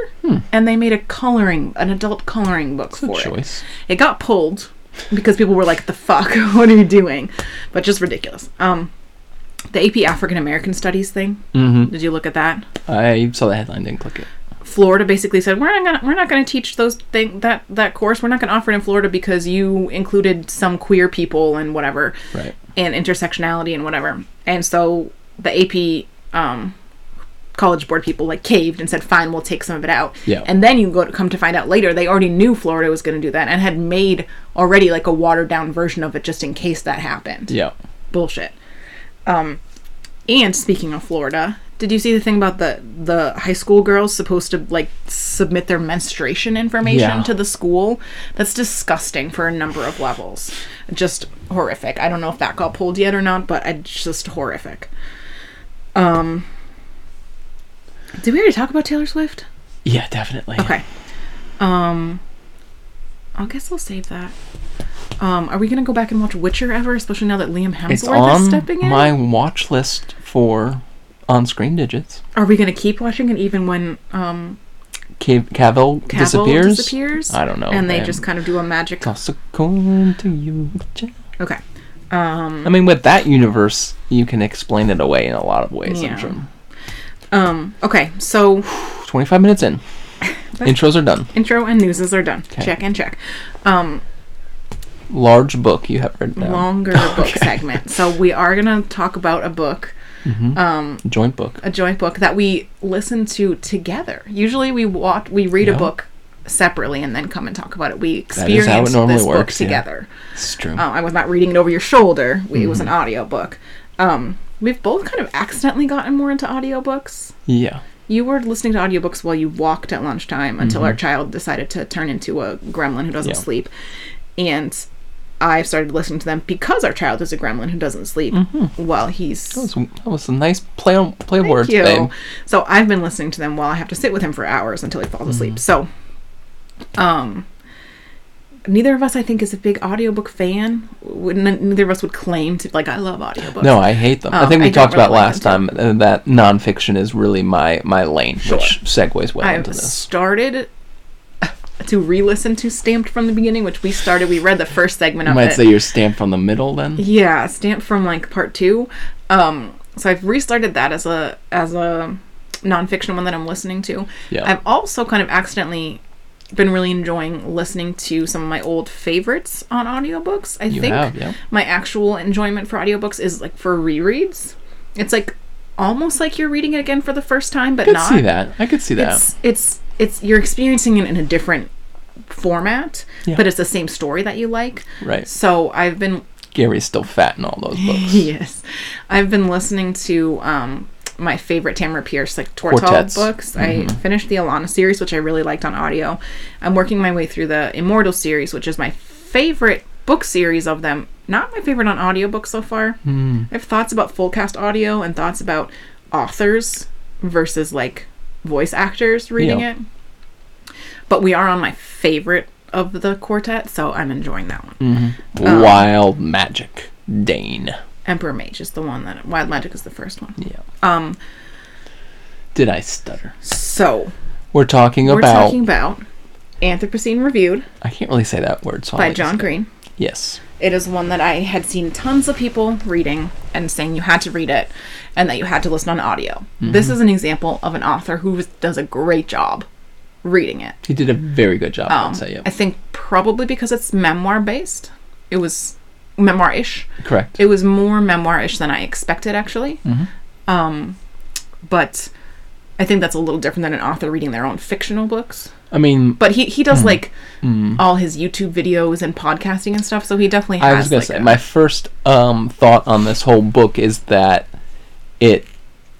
Speaker 2: and they made a coloring an adult coloring book
Speaker 1: Good
Speaker 2: for it
Speaker 1: Hmm. choice.
Speaker 2: it got pulled because people were like the fuck what are you doing but just ridiculous um the ap african american studies thing
Speaker 1: Mm-hmm.
Speaker 2: did you look at that
Speaker 1: I saw the headline, didn't click it.
Speaker 2: Florida basically said we're not gonna we're not gonna teach those thing that that course we're not gonna offer it in Florida because you included some queer people and whatever
Speaker 1: Right.
Speaker 2: and intersectionality and whatever and so the AP um, college board people like caved and said fine we'll take some of it out
Speaker 1: Yeah.
Speaker 2: and then you go to come to find out later they already knew Florida was gonna do that and had made already like a watered down version of it just in case that happened
Speaker 1: Yeah.
Speaker 2: bullshit. Um, and speaking of Florida, did you see the thing about the the high school girls supposed to like submit their menstruation information
Speaker 1: Yeah.
Speaker 2: to the school? That's disgusting for a number of levels. Just horrific. I don't know if that got pulled yet or not, but I just horrific. Um, did we already talk about Taylor Swift?
Speaker 1: Yeah, definitely.
Speaker 2: Okay. Um, I guess I'll save that. Um, are we gonna go back and watch Witcher ever? Especially now that Liam
Speaker 1: It's
Speaker 2: Hemsworth is
Speaker 1: on
Speaker 2: stepping in.
Speaker 1: my watch list for on-screen digits.
Speaker 2: Are we gonna keep watching it even when um,
Speaker 1: Cav- Cavill,
Speaker 2: Cavill
Speaker 1: disappears.
Speaker 2: disappears?
Speaker 1: I don't know.
Speaker 2: and they
Speaker 1: man.
Speaker 2: just kind of do a magic.
Speaker 1: toss a coin to you.
Speaker 2: Okay. Um,
Speaker 1: I mean, with that universe, you can explain it away in a lot of ways.
Speaker 2: Yeah.
Speaker 1: I'm sure.
Speaker 2: um, okay. So
Speaker 1: 25 minutes in. Intros are done.
Speaker 2: intro and newses are done.
Speaker 1: 'Kay.
Speaker 2: Check and check. Um,
Speaker 1: Large book you have written down.
Speaker 2: longer book segment. So we are gonna talk about a book, um,
Speaker 1: Mm-hmm. Joint book.
Speaker 2: a joint book that we listen to together. Usually we watch, we read
Speaker 1: Yeah.
Speaker 2: a book separately and then come and talk about it. We
Speaker 1: That is
Speaker 2: experience
Speaker 1: how it normally
Speaker 2: this
Speaker 1: works, yeah.
Speaker 2: book together.
Speaker 1: It's true.
Speaker 2: Um, I was not reading it over your shoulder. We, It was
Speaker 1: Mm-hmm.
Speaker 2: an audiobook. Um, we've both kind of accidentally gotten more into audiobooks.
Speaker 1: Yeah.
Speaker 2: You were listening to audiobooks while you walked at lunchtime until our child decided to turn into a gremlin who doesn't
Speaker 1: Mm-hmm. Yeah.
Speaker 2: sleep. And I've started listening to them because our child is a gremlin who doesn't sleep while he's.
Speaker 1: Mm. Mm-hmm. That was, that was a nice play on play
Speaker 2: Thank
Speaker 1: words,
Speaker 2: you.
Speaker 1: babe.
Speaker 2: So I've been listening to them while I have to sit with him for hours until he
Speaker 1: Mm.
Speaker 2: falls asleep. So, um, neither of us, I think, is a big audiobook fan. Would- n- Neither of us would claim to like I love audiobooks.
Speaker 1: No, I hate them. I
Speaker 2: Um,
Speaker 1: think we
Speaker 2: I don't
Speaker 1: talked about
Speaker 2: really like
Speaker 1: last time uh, that nonfiction is really my my lane, which segues well
Speaker 2: I've
Speaker 1: into this.
Speaker 2: started to re-listen to Stamped from the beginning, which we started. We read the first segment
Speaker 1: You
Speaker 2: of
Speaker 1: might
Speaker 2: it.
Speaker 1: say you're stamped from the middle then.
Speaker 2: yeah, Stamped from like part two. Um, so I've restarted that as a as a nonfiction one that I'm listening to.
Speaker 1: Yeah.
Speaker 2: I've also kind of accidentally been really enjoying listening to some of my old favorites on audiobooks. I
Speaker 1: You
Speaker 2: think
Speaker 1: have, yeah.
Speaker 2: my actual enjoyment for audiobooks is like for rereads. It's like almost like you're reading it again for the first time, but
Speaker 1: I could
Speaker 2: not
Speaker 1: see that. I could see that.
Speaker 2: it's it's it's you're experiencing it in a different format
Speaker 1: Yeah.
Speaker 2: but it's the same story that you like
Speaker 1: right.
Speaker 2: so i've been
Speaker 1: Gary's still fat in all those books.
Speaker 2: yes i've been listening to um my favorite Tamara Pierce like Tortal
Speaker 1: Quartets. Mm-hmm.
Speaker 2: books. I finished the Alana series, which I really liked on audio. I'm working my way through the Immortal series, which is my favorite book series of them. Not my favorite on audiobook so far.
Speaker 1: Hmm.
Speaker 2: I have thoughts about full cast audio and thoughts about authors versus like voice actors reading
Speaker 1: Yeah.
Speaker 2: it. But we are on my favorite of the quartet, so I'm enjoying that
Speaker 1: Hmm.
Speaker 2: one.
Speaker 1: Wild magic, Dane.
Speaker 2: Emperor Mage is the one that Wild Magic is the first one.
Speaker 1: Yeah.
Speaker 2: Um,
Speaker 1: Did I stutter?
Speaker 2: so
Speaker 1: We're talking
Speaker 2: we're
Speaker 1: about.
Speaker 2: talking about Anthropocene Reviewed
Speaker 1: I can't really say that word. So I'll
Speaker 2: by
Speaker 1: just-
Speaker 2: John Green.
Speaker 1: Yes.
Speaker 2: It is one that I had seen tons of people reading and saying you had to read it and that you had to listen on audio. This
Speaker 1: Mm-hmm.
Speaker 2: is an example of an author who was- does a great job reading it.
Speaker 1: He did a very good job.
Speaker 2: Um,
Speaker 1: I'd say. Yeah.
Speaker 2: I think probably because it's memoir based, it was memoir ish.
Speaker 1: Correct. Mm-hmm.
Speaker 2: It was more memoir ish than I expected, actually. Um, but I think that's a little different than an author reading their own fictional books.
Speaker 1: I mean,
Speaker 2: But he, he does
Speaker 1: Mm.
Speaker 2: like all his YouTube videos and podcasting and stuff, so he definitely has.
Speaker 1: I was gonna
Speaker 2: like,
Speaker 1: say
Speaker 2: a-
Speaker 1: my first um, thought on this whole book is that it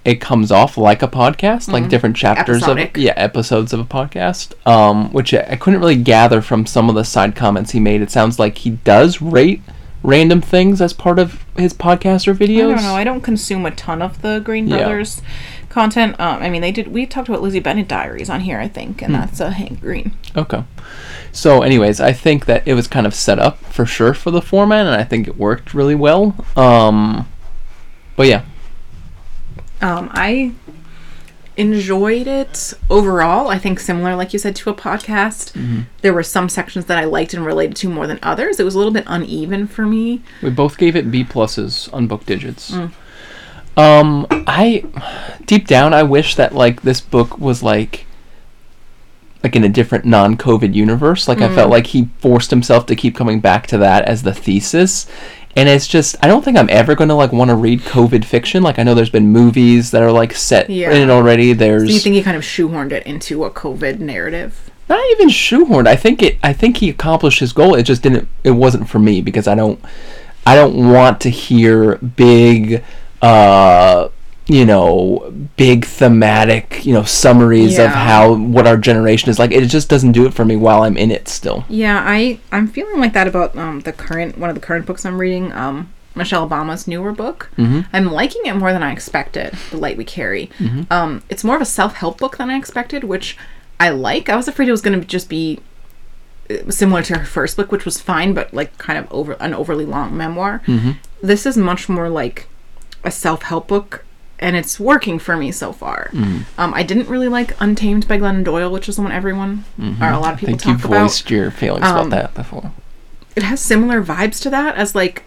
Speaker 1: it comes off like a podcast, like different chapters
Speaker 2: Mm-hmm. Episodic.
Speaker 1: of yeah episodes of a podcast, um, which I, I couldn't really gather from some of the side comments he made. It sounds like he does rate random things as part of his podcast or videos.
Speaker 2: I don't know. I don't consume a ton of the Green
Speaker 1: Yeah.
Speaker 2: Brothers content. Um, I mean, they did. We talked about Lizzie Bennett diaries on here, I think,
Speaker 1: Mm.
Speaker 2: and that's uh, Hank Green.
Speaker 1: Okay. So, anyways, I think that it was kind of set up for sure for the format, and I think it worked really well. Um, but yeah,
Speaker 2: Um, I enjoyed it overall. I think similar, like you said, to a podcast.
Speaker 1: Mm-hmm.
Speaker 2: There were some sections that I liked and related to more than others. It was a little bit uneven for me.
Speaker 1: we both gave it B pluses on book digits. Um, I deep down I wish that like this book was like like in a different non-COVID universe. Like I felt like he forced himself to keep coming back to that as the thesis. And it's just I don't think I'm ever gonna like want to read COVID fiction. Like I know there's been movies that are like set
Speaker 2: Yeah.
Speaker 1: in it already. There's
Speaker 2: Do you think he kind of shoehorned it into a COVID narrative?
Speaker 1: not even shoehorned. I think it. I think he accomplished his goal. It just didn't. It wasn't for me because I don't. I don't want to hear big, uh, you know, big thematic, you know, summaries of
Speaker 2: Yeah.
Speaker 1: how what our generation is like. It just doesn't do it for me while I'm in it still.
Speaker 2: Yeah, I I'm feeling like that about um the current one of the current books I'm reading, um Michelle Obama's newer book. I'm liking it more than I expected. The Light We Carry. Um, it's more of a self help book than I expected, which I like. I was afraid it was going to just be uh, similar to her first book, which was fine, but like kind of over an overly long memoir. This is much more like a self help book, and it's working for me so far. Um, I didn't really like Untamed by Glennon Doyle, which is the one everyone or a lot
Speaker 1: I
Speaker 2: of people
Speaker 1: think you
Speaker 2: talk about.
Speaker 1: voiced your feelings
Speaker 2: um,
Speaker 1: about that before.
Speaker 2: It has similar vibes to that as like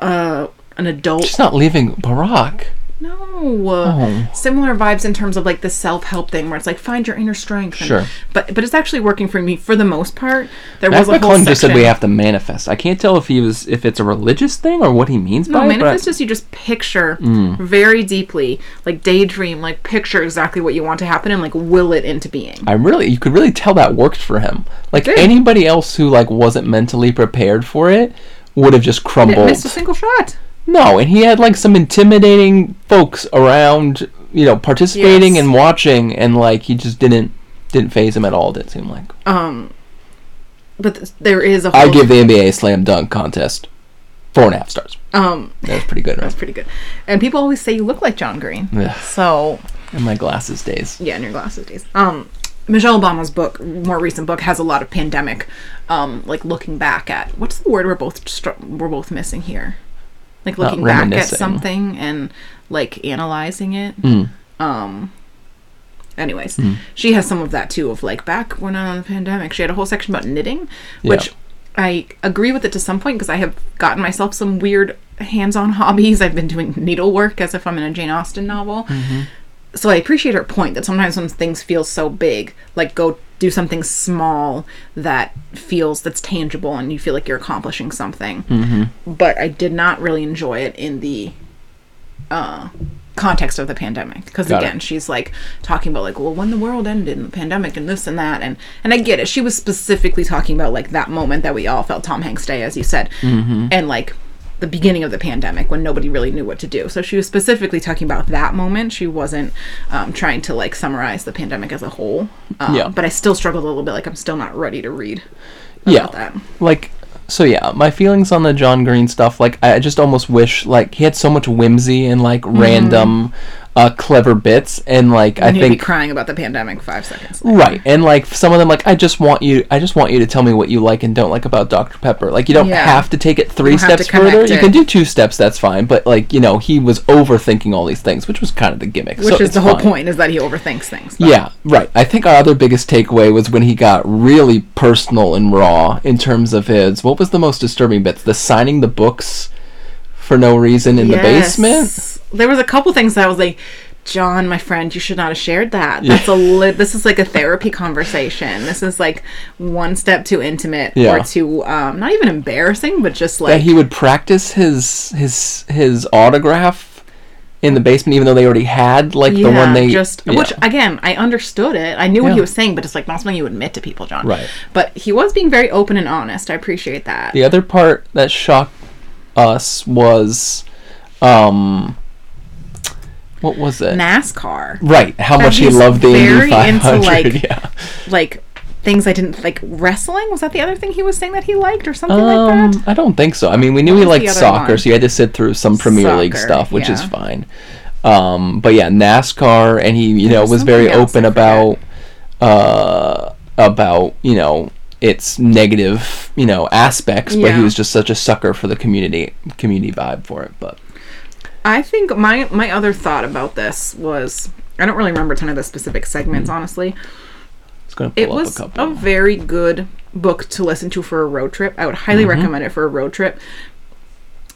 Speaker 2: uh, an adult
Speaker 1: She's not leaving Barack.
Speaker 2: No.
Speaker 1: Oh.
Speaker 2: Similar vibes in terms of like the self help thing where it's like find your inner strength. and-
Speaker 1: Sure.
Speaker 2: But but it's actually working for me for the most part. There
Speaker 1: Matt
Speaker 2: was a whole
Speaker 1: McClung
Speaker 2: section.
Speaker 1: just said we have to manifest. I can't tell if he was if it's a religious thing or what he means
Speaker 2: no,
Speaker 1: by
Speaker 2: manifest
Speaker 1: it.
Speaker 2: is you just picture
Speaker 1: Mm.
Speaker 2: very deeply, like daydream, like picture exactly what you want to happen and like will it into being.
Speaker 1: But I really you could really tell that worked for him. Like
Speaker 2: did.
Speaker 1: anybody else who like wasn't mentally prepared for it would have just
Speaker 2: Didn't
Speaker 1: crumbled.
Speaker 2: miss a single shot.
Speaker 1: No, and he had like some intimidating folks around, you know, participating
Speaker 2: Yes.
Speaker 1: and watching, and like he just didn't didn't phase him at all. It seemed like
Speaker 2: Oh. But th- there is a whole
Speaker 1: I give the NBA a slam dunk contest four and a half stars.
Speaker 2: um
Speaker 1: That was pretty good,
Speaker 2: that's
Speaker 1: right?
Speaker 2: pretty good. And people always say you look like John Green.
Speaker 1: Ugh.
Speaker 2: So
Speaker 1: In my glasses days,
Speaker 2: yeah, in your glasses days. Um, Michelle Obama's book, more recent book, has a lot of pandemic, um, like looking back at what's the word we're both str- we're both missing here, like
Speaker 1: Not
Speaker 2: looking back at
Speaker 1: Uh, reminiscing. Hmm.
Speaker 2: something and like analyzing it. Um. Anyways, she has some of that too of like back when on the pandemic. She had a whole section about knitting,
Speaker 1: Yeah.
Speaker 2: which I agree with it to some point because I have gotten myself some weird hands-on hobbies. I've been doing needlework as if I'm in a Jane Austen novel
Speaker 1: Mm-hmm.
Speaker 2: so I appreciate her point that sometimes when things feel so big, like go do something small that feels that's tangible and you feel like you're accomplishing something.
Speaker 1: Mm-hmm.
Speaker 2: But I did not really enjoy it in the uh, context of the pandemic because
Speaker 1: Got it.
Speaker 2: again, she's like talking about like well when the world ended and the pandemic and this and that and and I get it. She was specifically talking about like that moment that we all felt Tom Hanks Day, as you said,
Speaker 1: Mm-hmm.
Speaker 2: and like the beginning of the pandemic when nobody really knew what to do. So she was specifically talking about that moment. She wasn't um, trying to like summarize the pandemic as a whole. Um,
Speaker 1: Yeah.
Speaker 2: But I still struggled a little bit. Like I'm still not ready to read. About
Speaker 1: yeah.
Speaker 2: That.
Speaker 1: Like so, yeah. My feelings on the John Green stuff, like I just almost wish like he had so much whimsy and like random, uh, clever bits, and like I
Speaker 2: Mm-hmm. And you'd be
Speaker 1: think
Speaker 2: crying about the pandemic five seconds.
Speaker 1: Right, and like some of them, like I just want you, I just want you to tell me what you like and don't like about Dr Pepper. Like you don't
Speaker 2: Yeah.
Speaker 1: have to take it three
Speaker 2: You don't have to
Speaker 1: steps further.
Speaker 2: connect
Speaker 1: You
Speaker 2: it.
Speaker 1: can do two steps, that's fine. But like you know, he was overthinking all these things, which was kind of the gimmick.
Speaker 2: Which
Speaker 1: so
Speaker 2: is
Speaker 1: it's
Speaker 2: the whole
Speaker 1: fine.
Speaker 2: point is that he overthinks things. but-
Speaker 1: Yeah, right. I think our other biggest takeaway was when he got really personal and raw in terms of his. What was the most disturbing bits? The signing the books for no reason in
Speaker 2: Yes.
Speaker 1: the basement.
Speaker 2: There was a couple things that I was like, John, my friend, you should not have shared that. That's a li- this is like a therapy conversation. This is like one step too intimate
Speaker 1: Yeah.
Speaker 2: or too um, not even embarrassing, but just
Speaker 1: that
Speaker 2: like
Speaker 1: he would practice his his his autograph in the basement, even though they already had like the one they
Speaker 2: just
Speaker 1: yeah.
Speaker 2: which again I understood it. I knew what he
Speaker 1: Yeah.
Speaker 2: was saying, but it's like not something you admit to people, John.
Speaker 1: Right.
Speaker 2: But he was being very open and honest. I appreciate that.
Speaker 1: the other part that shocked us was, um, what was it?
Speaker 2: NASCAR,
Speaker 1: Right, how
Speaker 2: That
Speaker 1: much he
Speaker 2: he's
Speaker 1: loved the Indy
Speaker 2: very into,
Speaker 1: 500.
Speaker 2: like,
Speaker 1: yeah.
Speaker 2: like things I didn't like. Wrestling was that the other thing he was saying that he liked or something like that.
Speaker 1: Um, I don't think so. I mean, we knew he
Speaker 2: was the
Speaker 1: liked
Speaker 2: other
Speaker 1: soccer,
Speaker 2: one?
Speaker 1: so you had to sit through some Premier League
Speaker 2: Soccer,
Speaker 1: stuff, which is
Speaker 2: yeah.
Speaker 1: fine. Um, but yeah, NASCAR, and he, you know,
Speaker 2: was
Speaker 1: was very
Speaker 2: something else,
Speaker 1: open
Speaker 2: I
Speaker 1: about uh, about you know its negative you know aspects, but
Speaker 2: Yeah.
Speaker 1: he was just such a sucker for the community community vibe for it. But
Speaker 2: I think my my other thought about this was I don't really remember a ton of the specific segments, honestly.
Speaker 1: it's gonna Mm-hmm. pull
Speaker 2: It
Speaker 1: up
Speaker 2: was
Speaker 1: a
Speaker 2: a,
Speaker 1: couple.
Speaker 2: very good book to listen to for a road trip. I would highly
Speaker 1: Mm-hmm.
Speaker 2: recommend it for a road trip.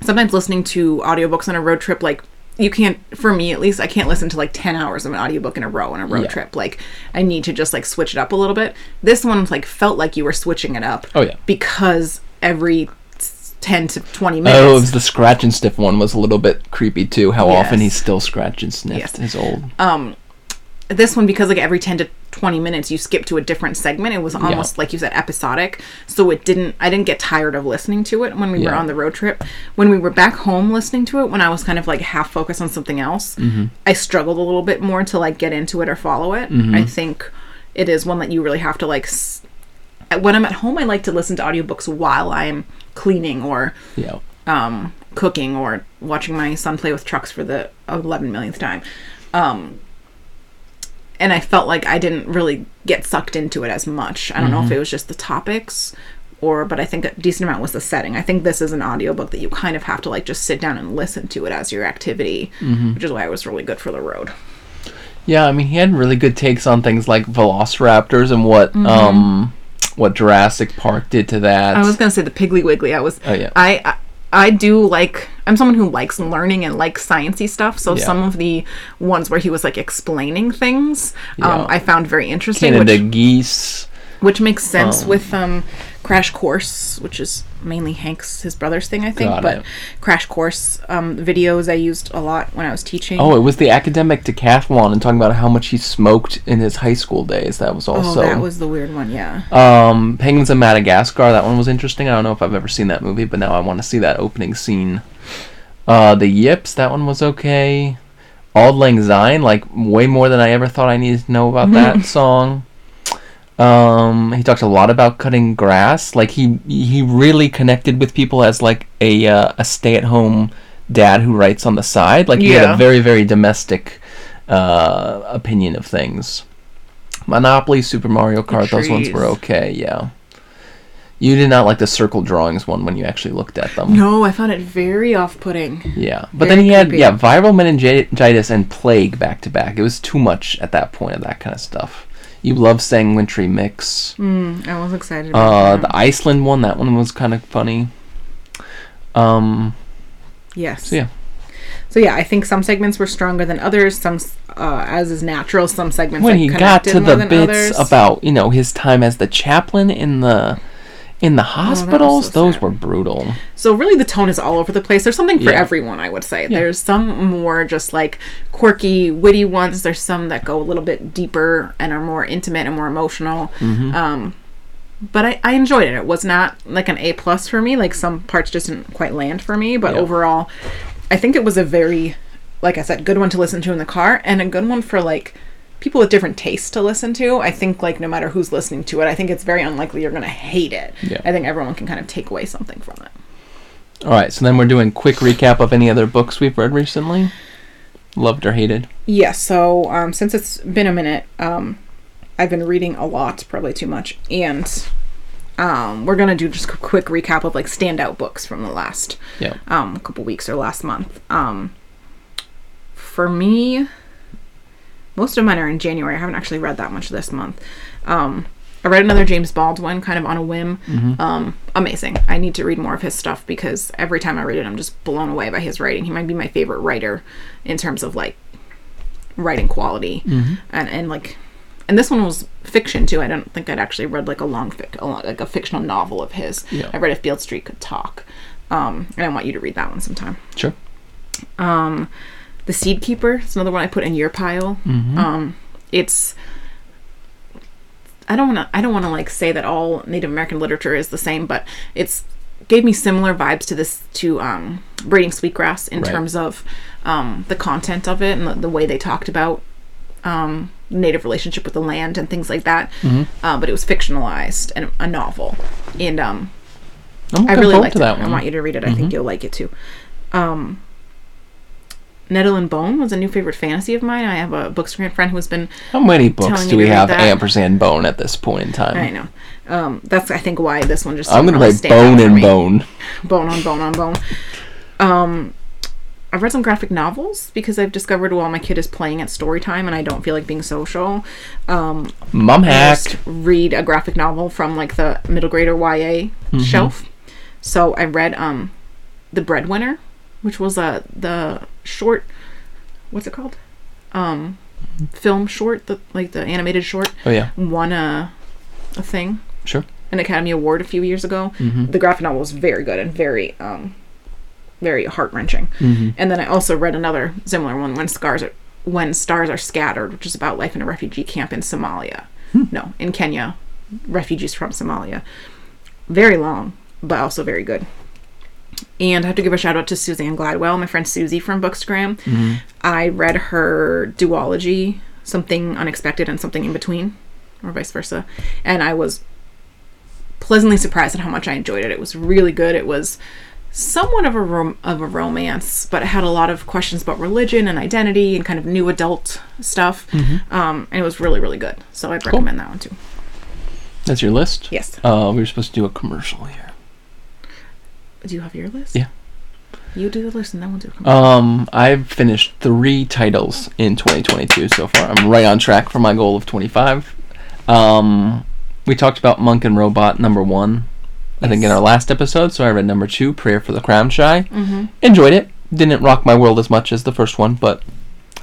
Speaker 2: Sometimes listening to audiobooks on a road trip, like you can't for me at least, I can't listen to like ten hours of an audiobook in a row on a road
Speaker 1: Yeah.
Speaker 2: trip. Like I need to just like switch it up a little bit. This one like felt like you were switching it up.
Speaker 1: Oh, yeah.
Speaker 2: Because every s- ten to twenty minutes
Speaker 1: Oh, it was the scratch and sniff one was a little bit creepy too. How often he
Speaker 2: Yes.
Speaker 1: still scratch and sniffed
Speaker 2: Yes.
Speaker 1: his old.
Speaker 2: um this one because like every 10 to 20 minutes you skip to a different segment it was almost like you said episodic so it didn't i didn't get tired of listening to it when we were
Speaker 1: Yeah.
Speaker 2: on the road trip when we were back home listening to it when i was kind of like half focused on something else i struggled a little bit more to like get into it or follow it i think it is one that you really have to like s- when i'm at home i like to listen to audiobooks while i'm cleaning or
Speaker 1: yeah.
Speaker 2: um, cooking or watching my son play with trucks for the 11 millionth time. Um, and I felt like I didn't really get sucked into it as much. I don't know if it was just the topics or but I think a decent amount was the setting. I think this is an audiobook that you kind of have to like just sit down and listen to it as your activity, which is why it was really good for the road.
Speaker 1: Yeah, I mean, he had really good takes on things like velociraptors and what um what Jurassic Park did to that.
Speaker 2: Mm-hmm. I was gonna say the Piggly Wiggly. I was.
Speaker 1: Oh, yeah.
Speaker 2: I, I I do like. I'm someone who likes learning and likes sciency stuff. So
Speaker 1: Yeah.
Speaker 2: some of the ones where he was like explaining things,
Speaker 1: Yeah.
Speaker 2: um, I found very interesting,
Speaker 1: Canada
Speaker 2: which
Speaker 1: geese.
Speaker 2: which makes sense with um, Crash Course, which is mainly Hank's his brother's thing, I think.
Speaker 1: Got
Speaker 2: but
Speaker 1: it.
Speaker 2: Crash Course um, videos I used a lot when I was teaching.
Speaker 1: Oh, it was the academic decathlon and talking about how much he smoked in his high school days. That was
Speaker 2: Oh,
Speaker 1: also
Speaker 2: that was the weird one. Yeah.
Speaker 1: um, Penguins of Madagascar. That one was interesting. I don't know if I've ever seen that movie, but now I want to see that opening scene. Uh, the Yips. That one was okay. Auld Lang Syne. Like way more than I ever thought I needed to know about that song. Um, he talked a lot about cutting grass. Like he he really connected with people as like a uh, a stay at home dad who writes on the side. Like he had a
Speaker 2: Yeah.
Speaker 1: very very domestic uh, opinion of things. Monopoly, Super Mario Kart. Those ones were
Speaker 2: trees.
Speaker 1: okay. Yeah. You did not like the circle drawings one when you actually looked at them.
Speaker 2: No, I found it very off-putting.
Speaker 1: Yeah, but
Speaker 2: Very
Speaker 1: then he had
Speaker 2: creepy.
Speaker 1: yeah viral meningitis and plague back to back. It was too much at that point of that kind of stuff. You love saying wintry mix.
Speaker 2: Mm, I was excited. About
Speaker 1: Uh,
Speaker 2: that.
Speaker 1: the Iceland one, that one was kind of funny. Um,
Speaker 2: Yes.
Speaker 1: So, yeah.
Speaker 2: So yeah, I think some segments were stronger than others. Some, s- uh, as is natural, some segments
Speaker 1: when
Speaker 2: like,
Speaker 1: he got
Speaker 2: connected
Speaker 1: to
Speaker 2: more
Speaker 1: the
Speaker 2: than
Speaker 1: bits
Speaker 2: others.
Speaker 1: about you know his time as the chaplain in the in the
Speaker 2: Oh, was so
Speaker 1: hospitals, those
Speaker 2: sad.
Speaker 1: were brutal.
Speaker 2: So really, the tone is all over the place. There's something for
Speaker 1: Yeah.
Speaker 2: everyone, I would say. There's some more just like quirky, witty ones. There's some that go a little bit deeper and are more intimate and more emotional.
Speaker 1: Mm-hmm.
Speaker 2: Um, but I, I enjoyed it. It was not like an A plus for me. Like some parts just didn't quite land for me. But
Speaker 1: Yeah.
Speaker 2: overall, I think it was a very, like I said, good one to listen to in the car and a good one for like people with different tastes to listen to. I think like no matter who's listening to it, I think it's very unlikely you're gonna hate it.
Speaker 1: Yeah.
Speaker 2: I think everyone can kind of take away something from it.
Speaker 1: All right, so then we're doing quick recap of any other books we've read recently, loved or hated.
Speaker 2: Yeah, so um, since it's been a minute, um, I've been reading a lot, probably too much, and um, we're gonna do just a quick recap of like standout books from the last
Speaker 1: Yeah.
Speaker 2: um, couple weeks or last month. Um, for me, most of mine are in January. I haven't actually read that much this month. Um, I read another James Baldwin kind of on a whim. Um, amazing. I need to read more of his stuff because every time I read it, I'm just blown away by his writing. He might be my favorite writer in terms of like writing quality and and like and this one was fiction too. I don't think I'd actually read like a long fic, a long, like a fictional novel of his.
Speaker 1: Yeah.
Speaker 2: I read if Beale Street could talk, um, and I want you to read that one sometime.
Speaker 1: Sure.
Speaker 2: Um, the Seed Keeper is another one I put in your pile. Um, it's I don't want to I don't want to like say that all Native American literature is the same, but it's gave me similar vibes to this to um, Braiding Sweetgrass in
Speaker 1: Right.
Speaker 2: terms of um, the content of it and the, the way they talked about um, native relationship with the land and things like that. Uh, but it was fictionalized and a novel, and um,
Speaker 1: I'm
Speaker 2: I
Speaker 1: looking
Speaker 2: really
Speaker 1: forward
Speaker 2: liked
Speaker 1: to that
Speaker 2: it.
Speaker 1: one. Mm-hmm.
Speaker 2: I want you to read it. I think you'll like it too. Um, Nettle and Bone was a new favorite fantasy of mine. I have a bookstagram friend who's been.
Speaker 1: How many books
Speaker 2: telling
Speaker 1: do
Speaker 2: you
Speaker 1: we
Speaker 2: to read
Speaker 1: have
Speaker 2: that.
Speaker 1: ampersand bone at this point in time?
Speaker 2: I know. Um, that's I think why this one just.
Speaker 1: Oh. I'm
Speaker 2: didn't
Speaker 1: gonna
Speaker 2: really
Speaker 1: write
Speaker 2: stand out
Speaker 1: bone
Speaker 2: for
Speaker 1: and
Speaker 2: me.
Speaker 1: bone.
Speaker 2: Bone on bone on bone. Um, I've read some graphic novels because I've discovered while my kid is playing at story time and I don't feel like being social. Um,
Speaker 1: Mum hack.
Speaker 2: just read a graphic novel from like the middle grader YA shelf. So I read um The Breadwinner, which was uh, the short what's it called? Um film short, the like the animated short
Speaker 1: Oh yeah,
Speaker 2: won a a thing,
Speaker 1: sure.
Speaker 2: an Academy Award a few years ago. The graphic novel was very good and very um very heart wrenching. And then I also read another similar one, When Scars Are When Stars Are Scattered, which is about life in a refugee camp in Somalia. No, in Kenya. Refugees from Somalia. Very long, but also very good. And I have to give a shout out to Suzanne Gladwell, my friend Susie from Bookstagram. I read her duology, Something Unexpected and Something in Between, or vice versa. And I was pleasantly surprised at how much I enjoyed it. It was really good. It was somewhat of a rom- of a romance, but it had a lot of questions about religion and identity and kind of new adult stuff.
Speaker 1: Mm.
Speaker 2: Um, and it was really really good. So I'd recommend that one too.
Speaker 1: That's your list?
Speaker 2: Yes.
Speaker 1: Uh, we were supposed to do a commercial here.
Speaker 2: Do you have your list?
Speaker 1: Yeah.
Speaker 2: You do the list, and that one do.
Speaker 1: Um, I've finished three titles in 2022 so far. I'm right on track for my goal of 25. Um, we talked about Monk and Robot number one, I think, in
Speaker 2: Yes.
Speaker 1: our last episode. So I read number two, Prayer for the Crown Shy.
Speaker 2: hmm
Speaker 1: Enjoyed it. Didn't rock my world as much as the first one, but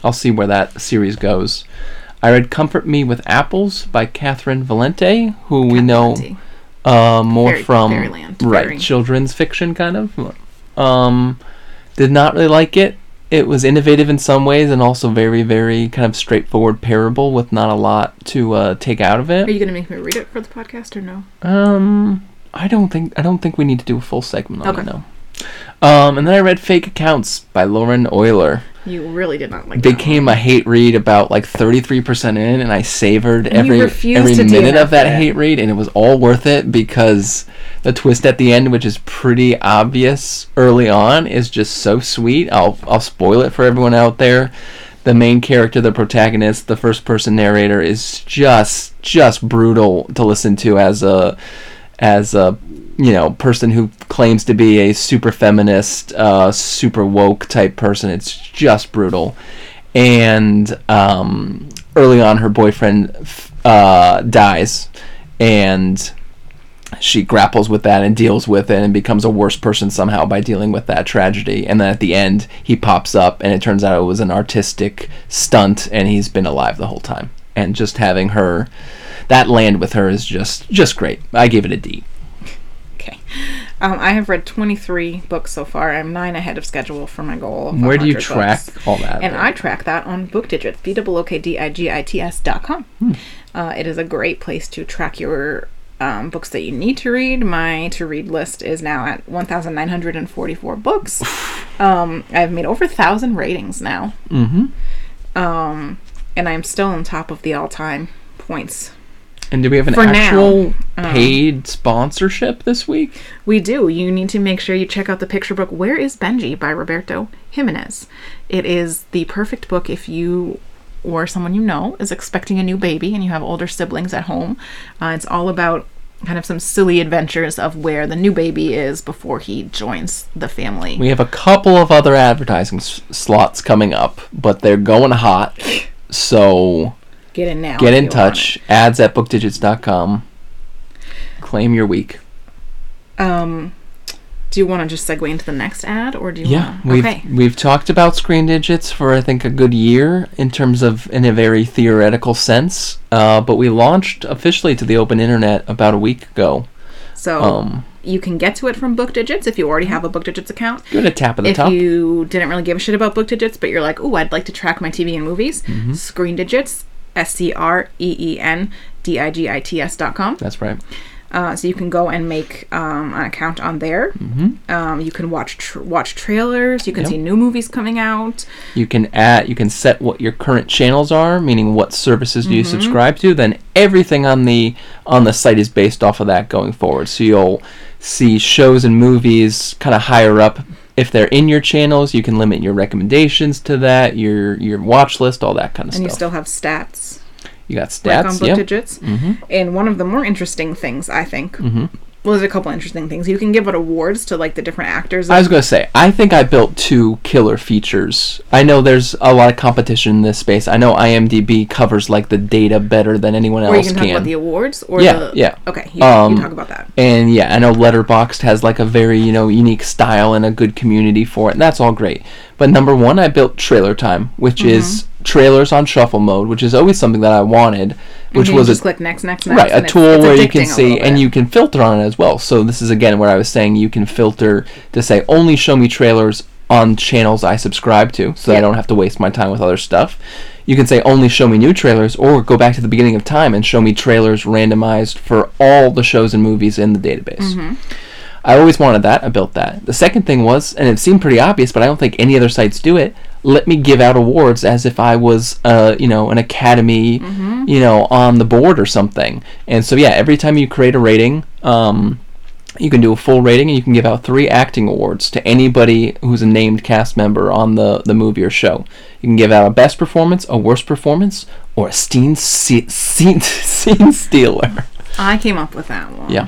Speaker 1: I'll see where that series goes. I read Comfort Me with Apples by Catherine Valente, who we know uh, more
Speaker 2: Fairy-
Speaker 1: from
Speaker 2: Fairyland,
Speaker 1: right
Speaker 2: fairy.
Speaker 1: children's fiction kind of um did not really like it it was innovative in some ways and also very very kind of straightforward parable with not a lot to uh, take out of
Speaker 2: Are
Speaker 1: it
Speaker 2: you gonna make me read it for the podcast or no?
Speaker 1: um i don't think i don't think we need to do a full segment on
Speaker 2: Okay.
Speaker 1: it no um, and then I read Fake Accounts by Lauren Euler.
Speaker 2: You really did not like. that
Speaker 1: Became a hate read about like 33% in, and I savored
Speaker 2: And you
Speaker 1: every
Speaker 2: refused
Speaker 1: every
Speaker 2: to do
Speaker 1: minute
Speaker 2: that
Speaker 1: of that
Speaker 2: for it.
Speaker 1: hate read, and it was all worth it because the twist at the end, which is pretty obvious early on, is just so sweet. I'll I'll spoil it for everyone out there. The main character, the protagonist, the first person narrator, is just just brutal to listen to as a as a you know person who claims to be a super feminist, uh, super woke type person. It's just brutal. And um, early on, her boyfriend f- uh, dies, and she grapples with that and deals with it and becomes a worse person somehow by dealing with that tragedy. And then at the end, he pops up, and it turns out it was an artistic stunt, and he's been alive the whole time. And just having her, that land with her is just just great. I gave it a D.
Speaker 2: Okay. Um, I have read 23 books so far. I'm nine ahead of schedule for my goal. of
Speaker 1: Where do you
Speaker 2: 100
Speaker 1: track
Speaker 2: books.
Speaker 1: all that?
Speaker 2: And I track that on BookDigits, B-O-O-K-D-I-G-I-T-S dot com. Uh, it is a great place to track your um, books that you need to read. My to-read list is now at 1,944 books. um, I've made over 1,000 ratings now.
Speaker 1: Mm-hmm.
Speaker 2: Um, and I'm still on top of the all-time points
Speaker 1: And do we have an
Speaker 2: For now,
Speaker 1: actual
Speaker 2: um,
Speaker 1: paid sponsorship this week?
Speaker 2: We do. You need to make sure you check out the picture book Where is Benji by Roberto Jimenez. It is the perfect book if you or someone you know is expecting a new baby and you have older siblings at home. Uh, it's all about kind of some silly adventures of where the new baby is before he joins the family.
Speaker 1: We have a couple of other advertising s- slots coming up, but they're going hot. So
Speaker 2: get in now.
Speaker 1: get
Speaker 2: if
Speaker 1: in
Speaker 2: you want
Speaker 1: touch. Ads at bookdigits.com. Claim your week.
Speaker 2: it. Um, do you want to just segue into the next ad or do you
Speaker 1: Yeah,
Speaker 2: want
Speaker 1: we've
Speaker 2: Okay.
Speaker 1: we've talked about screen digits for I think a good year in terms of in a very theoretical sense. Uh, but we launched officially to the open internet about a week ago.
Speaker 2: So
Speaker 1: Um,
Speaker 2: you can get to it from Book Digits if you already have a Book Digits account.
Speaker 1: give it a tap at the
Speaker 2: if
Speaker 1: top.
Speaker 2: you didn't really give a shit about book digits, but you're like, oh, I'd like to track my TV and movies,
Speaker 1: Mm-hmm.
Speaker 2: Screen Digits, S C R E E N D I G I T S dot com.
Speaker 1: That's right.
Speaker 2: Uh, so you can go and make um, an account on there. Um, you can watch tr- watch trailers. You can
Speaker 1: Mm-hmm. Yep.
Speaker 2: see new movies coming out.
Speaker 1: You can add, you can set what your current channels are, meaning what services do you
Speaker 2: Mm-hmm.
Speaker 1: subscribe to. Then everything on the on the site is based off of that going forward. So you'll see shows and movies kind of higher up if they're in your channels. You can limit your recommendations to that, your your watch list, all that kind of
Speaker 2: And you
Speaker 1: stuff.
Speaker 2: still have stats,
Speaker 1: you got
Speaker 2: like on
Speaker 1: stats, Mm-hmm.
Speaker 2: book
Speaker 1: yeah.
Speaker 2: digits. And one of the more interesting things, I think,
Speaker 1: Mm-hmm.
Speaker 2: well, there's a couple interesting things. You can give out awards to like the different actors.
Speaker 1: I was gonna say, I think I built two killer features. I know there's a lot of competition in this space. I know IMDb covers like the data better than anyone
Speaker 2: or you
Speaker 1: else
Speaker 2: can
Speaker 1: can.
Speaker 2: talk about the awards or
Speaker 1: Yeah,
Speaker 2: the
Speaker 1: yeah.
Speaker 2: okay you,
Speaker 1: Um,
Speaker 2: you talk about that
Speaker 1: And yeah, I know Letterboxd has like a very, you know, unique style and a good community for it, and that's all great. But number one, I built Trailer Time, which is trailers on shuffle mode, which is always something that I wanted, which
Speaker 2: And
Speaker 1: was
Speaker 2: you
Speaker 1: a
Speaker 2: just click next, next, next.
Speaker 1: right
Speaker 2: and
Speaker 1: a
Speaker 2: it's-
Speaker 1: tool
Speaker 2: it's
Speaker 1: where you can
Speaker 2: addicting a
Speaker 1: see
Speaker 2: little
Speaker 1: and
Speaker 2: bit.
Speaker 1: you can filter on it as well so this is again where i was saying you can filter to say only show me trailers on channels i subscribe to so that i
Speaker 2: Yeah.
Speaker 1: don't have to waste my time with other stuff you can say only show me new trailers or go back to the beginning of time and show me trailers randomized for all the shows and movies in the database
Speaker 2: Mm-hmm.
Speaker 1: I always wanted that. I built that. The second thing was, and it seemed pretty obvious, but I don't think any other sites do it. Let me give out awards as if I was, uh, you know, an academy,
Speaker 2: Mm-hmm.
Speaker 1: you know, on the board or something. And so yeah, every time you create a rating, um, You can do a full rating and you can give out three acting awards to anybody who's a named cast member on the, the movie or show. You can give out a best performance, a worst performance, or a scene, se- scene, scene stealer.
Speaker 2: I came up with that one.
Speaker 1: Yeah.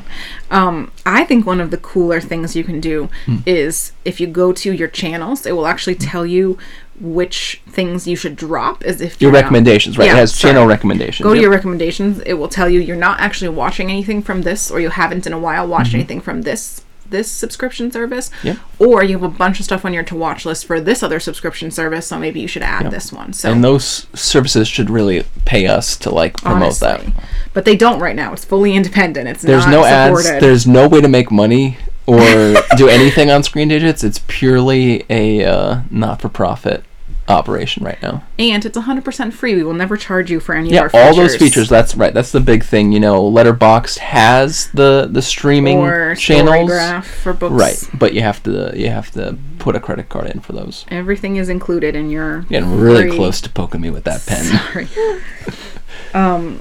Speaker 2: Um, I think one of the cooler things you can do
Speaker 1: Hmm.
Speaker 2: is if you go to your channels, it will actually tell you which things you should drop as if
Speaker 1: Your
Speaker 2: you're not-
Speaker 1: recommendations, right?
Speaker 2: Yeah,
Speaker 1: it has
Speaker 2: sorry.
Speaker 1: channel recommendations.
Speaker 2: Go to
Speaker 1: Yep.
Speaker 2: your recommendations. It will tell you you're not actually watching anything from this, or you haven't in a while watched anything from this this subscription service,
Speaker 1: Mm-hmm. Yep.
Speaker 2: or you have a bunch of stuff on your to watch list for this other subscription service. So maybe you should add this one. So
Speaker 1: and those services should really pay us to like promote that.
Speaker 2: honestly. but they don't right now. It's fully independent. It's
Speaker 1: There's
Speaker 2: not
Speaker 1: no ads.
Speaker 2: supported.
Speaker 1: There's no way to make money or do anything on Screen Digits. It's purely a uh, not-for-profit operation right now.
Speaker 2: and it's 100% free. We will never charge you for any
Speaker 1: Yeah,
Speaker 2: of our
Speaker 1: all
Speaker 2: features.
Speaker 1: those features. That's right. That's the big thing. You know, Letterboxd has the the streaming
Speaker 2: or
Speaker 1: channels.
Speaker 2: Storygraph for books.
Speaker 1: Right, but you have to you have to put a credit card in for those.
Speaker 2: Everything is included in your
Speaker 1: Getting really
Speaker 2: free-
Speaker 1: close to poking me with that pen.
Speaker 2: Sorry. um,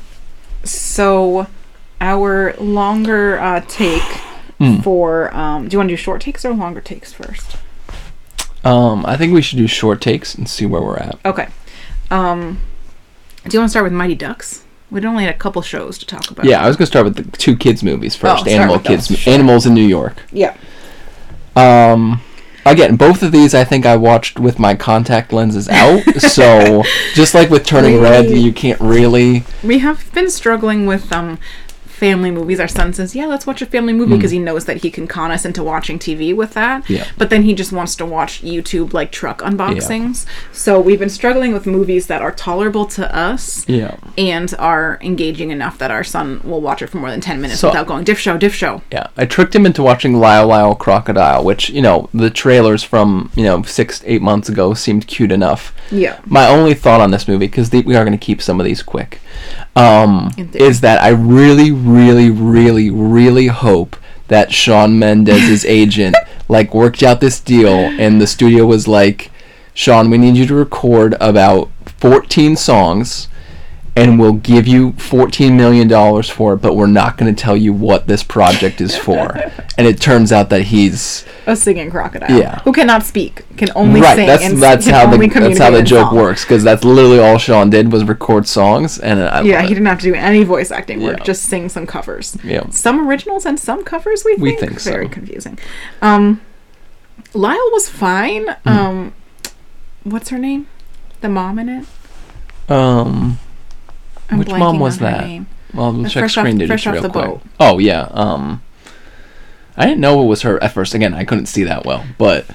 Speaker 2: so our longer uh, take
Speaker 1: Hmm.
Speaker 2: for um, do you want to do short takes or longer takes first?
Speaker 1: Um, I think we should do short takes and see where we're at.
Speaker 2: Okay. Um, do you want to start with Mighty Ducks? We'd only had a couple shows to talk about.
Speaker 1: Yeah, I was gonna start with the two kids movies first.
Speaker 2: Oh, start
Speaker 1: Animal
Speaker 2: with those.
Speaker 1: kids, animals in New York.
Speaker 2: Yeah.
Speaker 1: Um, again, both of these I think I watched with my contact lenses out. so just like with Turning Red,
Speaker 2: Really?
Speaker 1: you can't really.
Speaker 2: We have been struggling with um family movies. Our son says, "Yeah, let's watch a family movie" because he knows that he can con us into watching TV with that.
Speaker 1: Hmm. Yeah.
Speaker 2: But then he just wants to watch YouTube like truck unboxings. So we've been struggling with movies that are tolerable to us
Speaker 1: Yeah.
Speaker 2: and are engaging enough that our son will watch it for more than 10 minutes
Speaker 1: So-
Speaker 2: without going diff show, diff show.
Speaker 1: Yeah, I tricked him into watching Lyle Lyle Crocodile, which you know the trailers from you know six eight months ago seemed cute enough.
Speaker 2: Yeah.
Speaker 1: My only thought on this movie, because we are going to keep some of these quick, um,
Speaker 2: In theory.
Speaker 1: is that I really, really, really, really hope that Sean Mendez's agent like worked out this deal, and the studio was like, "Sean, we need you to record about 14 songs." And we'll give you fourteen million dollars for it, but we're not going to tell you what this project is for. and it turns out that he's
Speaker 2: A singing crocodile.
Speaker 1: Yeah.
Speaker 2: Who cannot speak, can only
Speaker 1: right.
Speaker 2: sing.
Speaker 1: That's
Speaker 2: and s-
Speaker 1: that's
Speaker 2: can
Speaker 1: how the
Speaker 2: only
Speaker 1: that's how
Speaker 2: communicate
Speaker 1: the
Speaker 2: in
Speaker 1: joke
Speaker 2: song.
Speaker 1: works because that's literally all Sean did was record songs and I
Speaker 2: Yeah,
Speaker 1: love
Speaker 2: he
Speaker 1: it.
Speaker 2: did not have to do any voice acting work,
Speaker 1: Yeah.
Speaker 2: just sing some covers.
Speaker 1: Yeah.
Speaker 2: Some originals and some covers, we think.
Speaker 1: We think so.
Speaker 2: Very confusing. Um, Lyle was fine.
Speaker 1: Hmm.
Speaker 2: Um, what's her name? The mom in it?
Speaker 1: Um, Which mom
Speaker 2: blanking
Speaker 1: was
Speaker 2: on her
Speaker 1: that?
Speaker 2: name.
Speaker 1: well, we'll check
Speaker 2: Fresh off-
Speaker 1: screen digits
Speaker 2: fresh off
Speaker 1: real
Speaker 2: the
Speaker 1: quick.
Speaker 2: boat.
Speaker 1: Oh yeah. Um, I didn't know it was her at first. Again, I couldn't see that well, but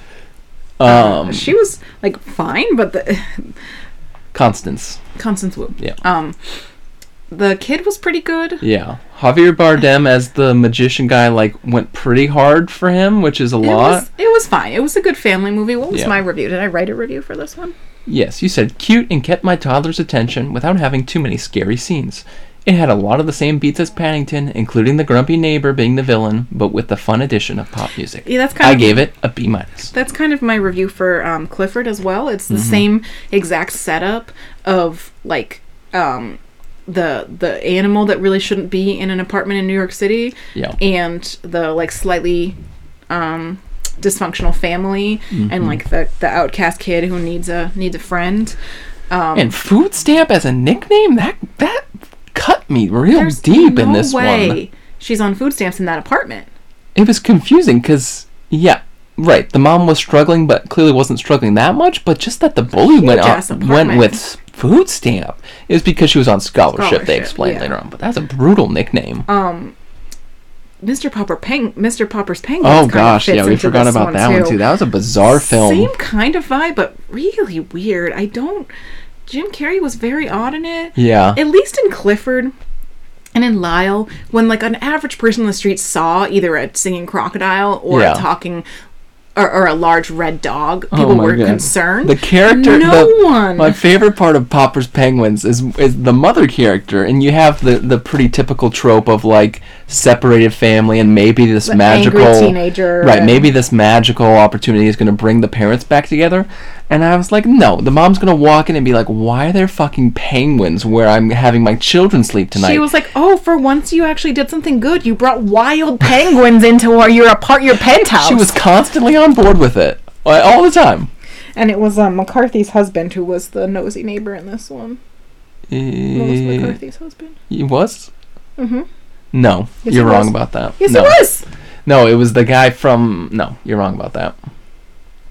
Speaker 1: um,
Speaker 2: Uh, she was like fine, but the
Speaker 1: Constance.
Speaker 2: Constance Wu.
Speaker 1: Yeah.
Speaker 2: Um, the kid was pretty good.
Speaker 1: Yeah, Javier Bardem as the magician guy like went pretty hard for him, which is a
Speaker 2: It
Speaker 1: lot.
Speaker 2: was, it was fine. It was a good family movie. What was
Speaker 1: Yeah.
Speaker 2: my review? Did I write a review for this one?
Speaker 1: Yes, you said cute and kept my toddler's attention without having too many scary scenes. It had a lot of the same beats as Paddington, including the grumpy neighbor being the villain, but with the fun addition of pop music.
Speaker 2: Yeah, that's kind
Speaker 1: I
Speaker 2: of
Speaker 1: gave it a B minus.
Speaker 2: That's kind of my review for um, Clifford as well. It's the
Speaker 1: Mm-hmm.
Speaker 2: same exact setup of like um, the the animal that really shouldn't be in an apartment in New York City,
Speaker 1: Yeah.
Speaker 2: and the like slightly um, dysfunctional family,
Speaker 1: Mm-hmm.
Speaker 2: and like the the outcast kid who needs a needs a friend. Um,
Speaker 1: And food stamp as a nickname that that cut me real deep in this one.
Speaker 2: she's on food stamps in that apartment.
Speaker 1: It was confusing because yeah, right. The mom was struggling, but clearly wasn't struggling that much. But just that the bully went
Speaker 2: huge-ass
Speaker 1: on, went
Speaker 2: apartment.
Speaker 1: with s- food stamp is because she was on scholarship. they
Speaker 2: Scholarship,
Speaker 1: explained
Speaker 2: yeah.
Speaker 1: later on. But that's a brutal nickname.
Speaker 2: Um, Mr. Popper Peng, Mr. Popper's Penguins.
Speaker 1: Oh
Speaker 2: kind of
Speaker 1: gosh,
Speaker 2: fits
Speaker 1: yeah, we
Speaker 2: into
Speaker 1: forgot
Speaker 2: this
Speaker 1: about that one too. That was a bizarre film.
Speaker 2: Same kind of vibe, but really weird. I don't. Jim Carrey was very odd in it.
Speaker 1: Yeah.
Speaker 2: At least in Clifford and in Lyle, when like an average person on the street saw either a singing crocodile or
Speaker 1: Yeah. Oh
Speaker 2: a talking. Or, or a large red dog. People
Speaker 1: my
Speaker 2: were
Speaker 1: God.
Speaker 2: concerned.
Speaker 1: The character,
Speaker 2: No
Speaker 1: the-
Speaker 2: one.
Speaker 1: My favorite part of Popper's Penguins is is the mother character, and you have the the pretty typical trope of like separated family, and maybe this
Speaker 2: The angry
Speaker 1: magical
Speaker 2: teenager
Speaker 1: right,
Speaker 2: and-
Speaker 1: maybe this magical opportunity is going to bring the parents back together. And I was like, no, the mom's gonna walk in and be like, why are there fucking penguins where I'm having my children sleep tonight?
Speaker 2: She was like, "Oh, for once you actually did something good. You brought wild penguins into our, your apart your penthouse."
Speaker 1: she was constantly on board with it uh, all the time.
Speaker 2: and it was um, McCarthy's husband who was the nosy neighbor in this one. Melissa
Speaker 1: Eh,
Speaker 2: McCarthy's husband.
Speaker 1: He was?
Speaker 2: Mm-hmm.
Speaker 1: No,
Speaker 2: Yes,
Speaker 1: you're
Speaker 2: he
Speaker 1: wrong
Speaker 2: was.
Speaker 1: about that.
Speaker 2: Yes,
Speaker 1: no.
Speaker 2: it was.
Speaker 1: No, it was the guy from. No, you're wrong about that.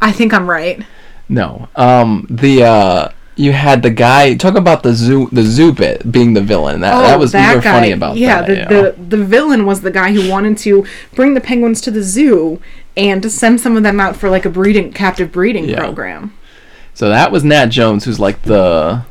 Speaker 2: I think I'm right.
Speaker 1: No. Um, the uh, you had the guy talk about the zoo, the zoo bit being the villain. That that was we were funny about
Speaker 2: Oh, yeah,
Speaker 1: that.
Speaker 2: The, the the villain was the guy who wanted to bring the penguins to the zoo and to send some of them out for like a breeding captive breeding
Speaker 1: Yeah.
Speaker 2: program.
Speaker 1: So that was Nat Jones, who's like the.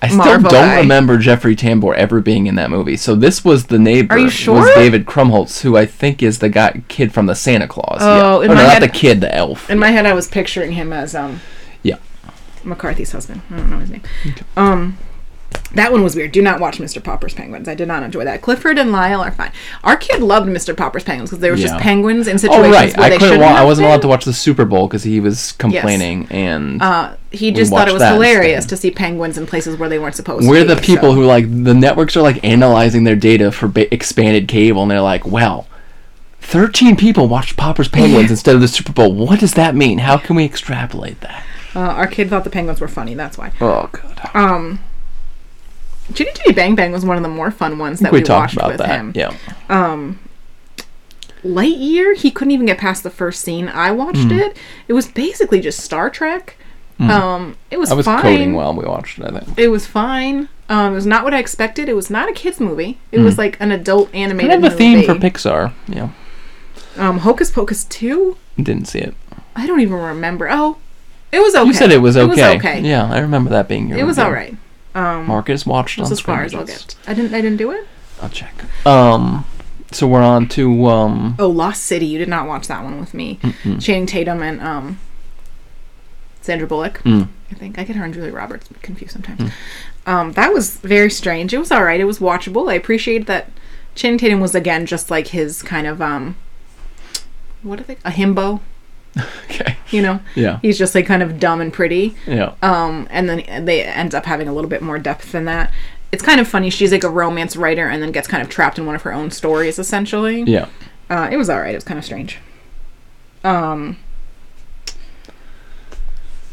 Speaker 1: I still
Speaker 2: Marvel
Speaker 1: don't
Speaker 2: guy.
Speaker 1: remember Jeffrey Tambor ever being in that movie. So this was the neighbor.
Speaker 2: Are you
Speaker 1: Was
Speaker 2: sure?
Speaker 1: David Krumholtz, who I think is the guy kid from the Santa Claus.
Speaker 2: Oh, in
Speaker 1: no,
Speaker 2: my
Speaker 1: not
Speaker 2: head-
Speaker 1: the kid, the elf.
Speaker 2: In my head, I was picturing him as um
Speaker 1: Yeah.
Speaker 2: McCarthy's husband. I don't know his name. Um. That one was weird. Do not watch Mr. Popper's Penguins. I did not enjoy that. Clifford and Lyle are fine. Our kid loved Mr. Popper's Penguins because there was
Speaker 1: Yeah.
Speaker 2: just penguins in situations
Speaker 1: Oh right,
Speaker 2: where
Speaker 1: I
Speaker 2: they
Speaker 1: couldn't.
Speaker 2: shouldn't.
Speaker 1: Wa-
Speaker 2: have
Speaker 1: I wasn't
Speaker 2: been.
Speaker 1: allowed to watch the Super Bowl because he was complaining, and
Speaker 2: Uh, he just thought
Speaker 1: watched
Speaker 2: it was
Speaker 1: that
Speaker 2: hilarious
Speaker 1: instead.
Speaker 2: to see penguins in places where they weren't supposed
Speaker 1: we're
Speaker 2: to.
Speaker 1: the
Speaker 2: be,
Speaker 1: people
Speaker 2: so-
Speaker 1: who like the networks are like analyzing their data for ba- expanded cable, and they're like, well. 13 people watched Popper's Penguins instead of the Super Bowl. What does that mean? How can we extrapolate that?
Speaker 2: Uh, our kid thought the penguins were funny. That's why.
Speaker 1: Oh, God.
Speaker 2: Um, Chitty Chitty Bang Bang was one of the more fun ones that
Speaker 1: we,
Speaker 2: we,
Speaker 1: talked
Speaker 2: watched
Speaker 1: about
Speaker 2: with
Speaker 1: that.
Speaker 2: him.
Speaker 1: Yeah.
Speaker 2: Um, Lightyear, he couldn't even get past the first scene. I watched
Speaker 1: Mm.
Speaker 2: it. It was basically just Star Trek. Um, it was,
Speaker 1: I was
Speaker 2: fine.
Speaker 1: coding while we watched it, I think.
Speaker 2: It was fine. Um, it was not what I expected. It was not a kids movie. It was like an adult animated
Speaker 1: Mm. Kind of a theme for
Speaker 2: movie.
Speaker 1: Pixar. Yeah.
Speaker 2: um, Hocus Pocus two.
Speaker 1: Didn't see it.
Speaker 2: I don't even remember. Oh, it was okay.
Speaker 1: You said it was okay.
Speaker 2: It was okay.
Speaker 1: Yeah, I remember that being your
Speaker 2: It was
Speaker 1: review.
Speaker 2: all right. Um,
Speaker 1: Marcus watched it
Speaker 2: that's
Speaker 1: on
Speaker 2: as far
Speaker 1: Screen
Speaker 2: as I'll
Speaker 1: Rants.
Speaker 2: get. I didn't. I didn't do it.
Speaker 1: I'll check. Um, so we're on to um, mm,
Speaker 2: Oh, Lost City. You did not watch that one with me. Channing Tatum and um, Sandra Bullock.
Speaker 1: Mm.
Speaker 2: I think I get her and Julie Roberts confused sometimes. Um, that was very strange. It was all right. It was watchable. I appreciate that. Channing Tatum was again just like his kind of um, what are they? A himbo.
Speaker 1: okay,
Speaker 2: You know,
Speaker 1: yeah,
Speaker 2: he's just like kind of dumb and pretty.
Speaker 1: yeah,
Speaker 2: um, and then they end up having a little bit more depth than that. It's kind of funny. She's like a romance writer and then gets kind of trapped in one of her own stories, essentially.
Speaker 1: yeah.
Speaker 2: Uh, it was all right. It was kind of strange. Um,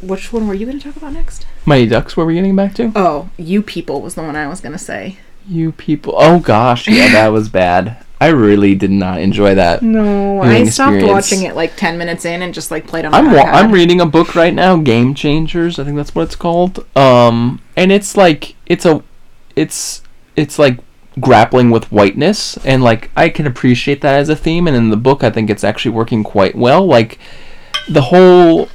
Speaker 2: which one were you going to talk about next?
Speaker 1: Mighty Ducks. Were we getting back to
Speaker 2: Oh, You People was the one I was going to say.
Speaker 1: you people? Oh gosh, yeah, that was bad. I really did not enjoy that.
Speaker 2: No, I
Speaker 1: Viewing
Speaker 2: stopped
Speaker 1: experience.
Speaker 2: watching it like 10 minutes in and just like played on my
Speaker 1: I'm wa-
Speaker 2: iPad.
Speaker 1: I'm reading a book right now, Game Changers. I think that's what it's called. Um, and it's like it's a, it's it's like grappling with whiteness, and like I can appreciate that as a theme. And in the book, I think it's actually working quite well. Like the whole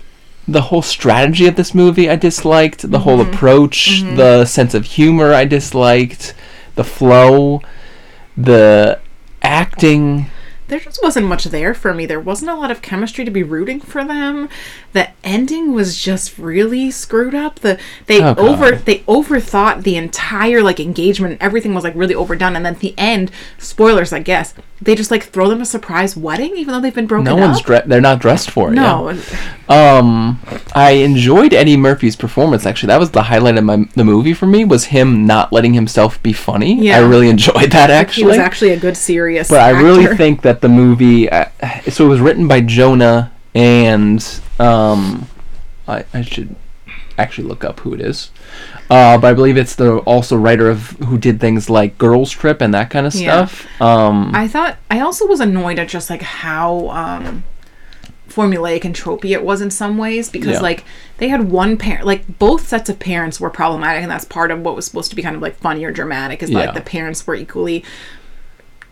Speaker 1: the whole strategy of this movie I disliked, the whole approach, the sense of humor I disliked, the flow, the acting.
Speaker 2: there just wasn't much there for me. There wasn't a lot of chemistry to be rooting for them. The ending was just really screwed up. The they
Speaker 1: Oh, God.
Speaker 2: over they overthought the entire like engagement and everything was like really overdone. And then at the end, spoilers, I guess, they just like throw them a surprise wedding, even though they've been broken
Speaker 1: No
Speaker 2: up.
Speaker 1: one's dre- they're not dressed for it. yeah.
Speaker 2: no,
Speaker 1: Um, I enjoyed Eddie Murphy's performance. Actually, that was the highlight of my, the movie for me was him not letting himself be funny.
Speaker 2: Yeah.
Speaker 1: I really enjoyed that
Speaker 2: he
Speaker 1: actually.
Speaker 2: was actually a good serious.
Speaker 1: but I
Speaker 2: actor.
Speaker 1: really think that the movie. Uh, so it was written by Jonah and um, I, I should actually look up who it is. Uh, but I believe it's the also writer of who did things like Girls Trip and that kind of
Speaker 2: Yeah.
Speaker 1: stuff. Um,
Speaker 2: I thought I also was annoyed at just like how um formulaic and tropey it was in some ways because
Speaker 1: Yeah.
Speaker 2: like they had one parent like both sets of parents were problematic and that's part of what was supposed to be kind of like funny or dramatic is that
Speaker 1: Yeah.
Speaker 2: like the parents were equally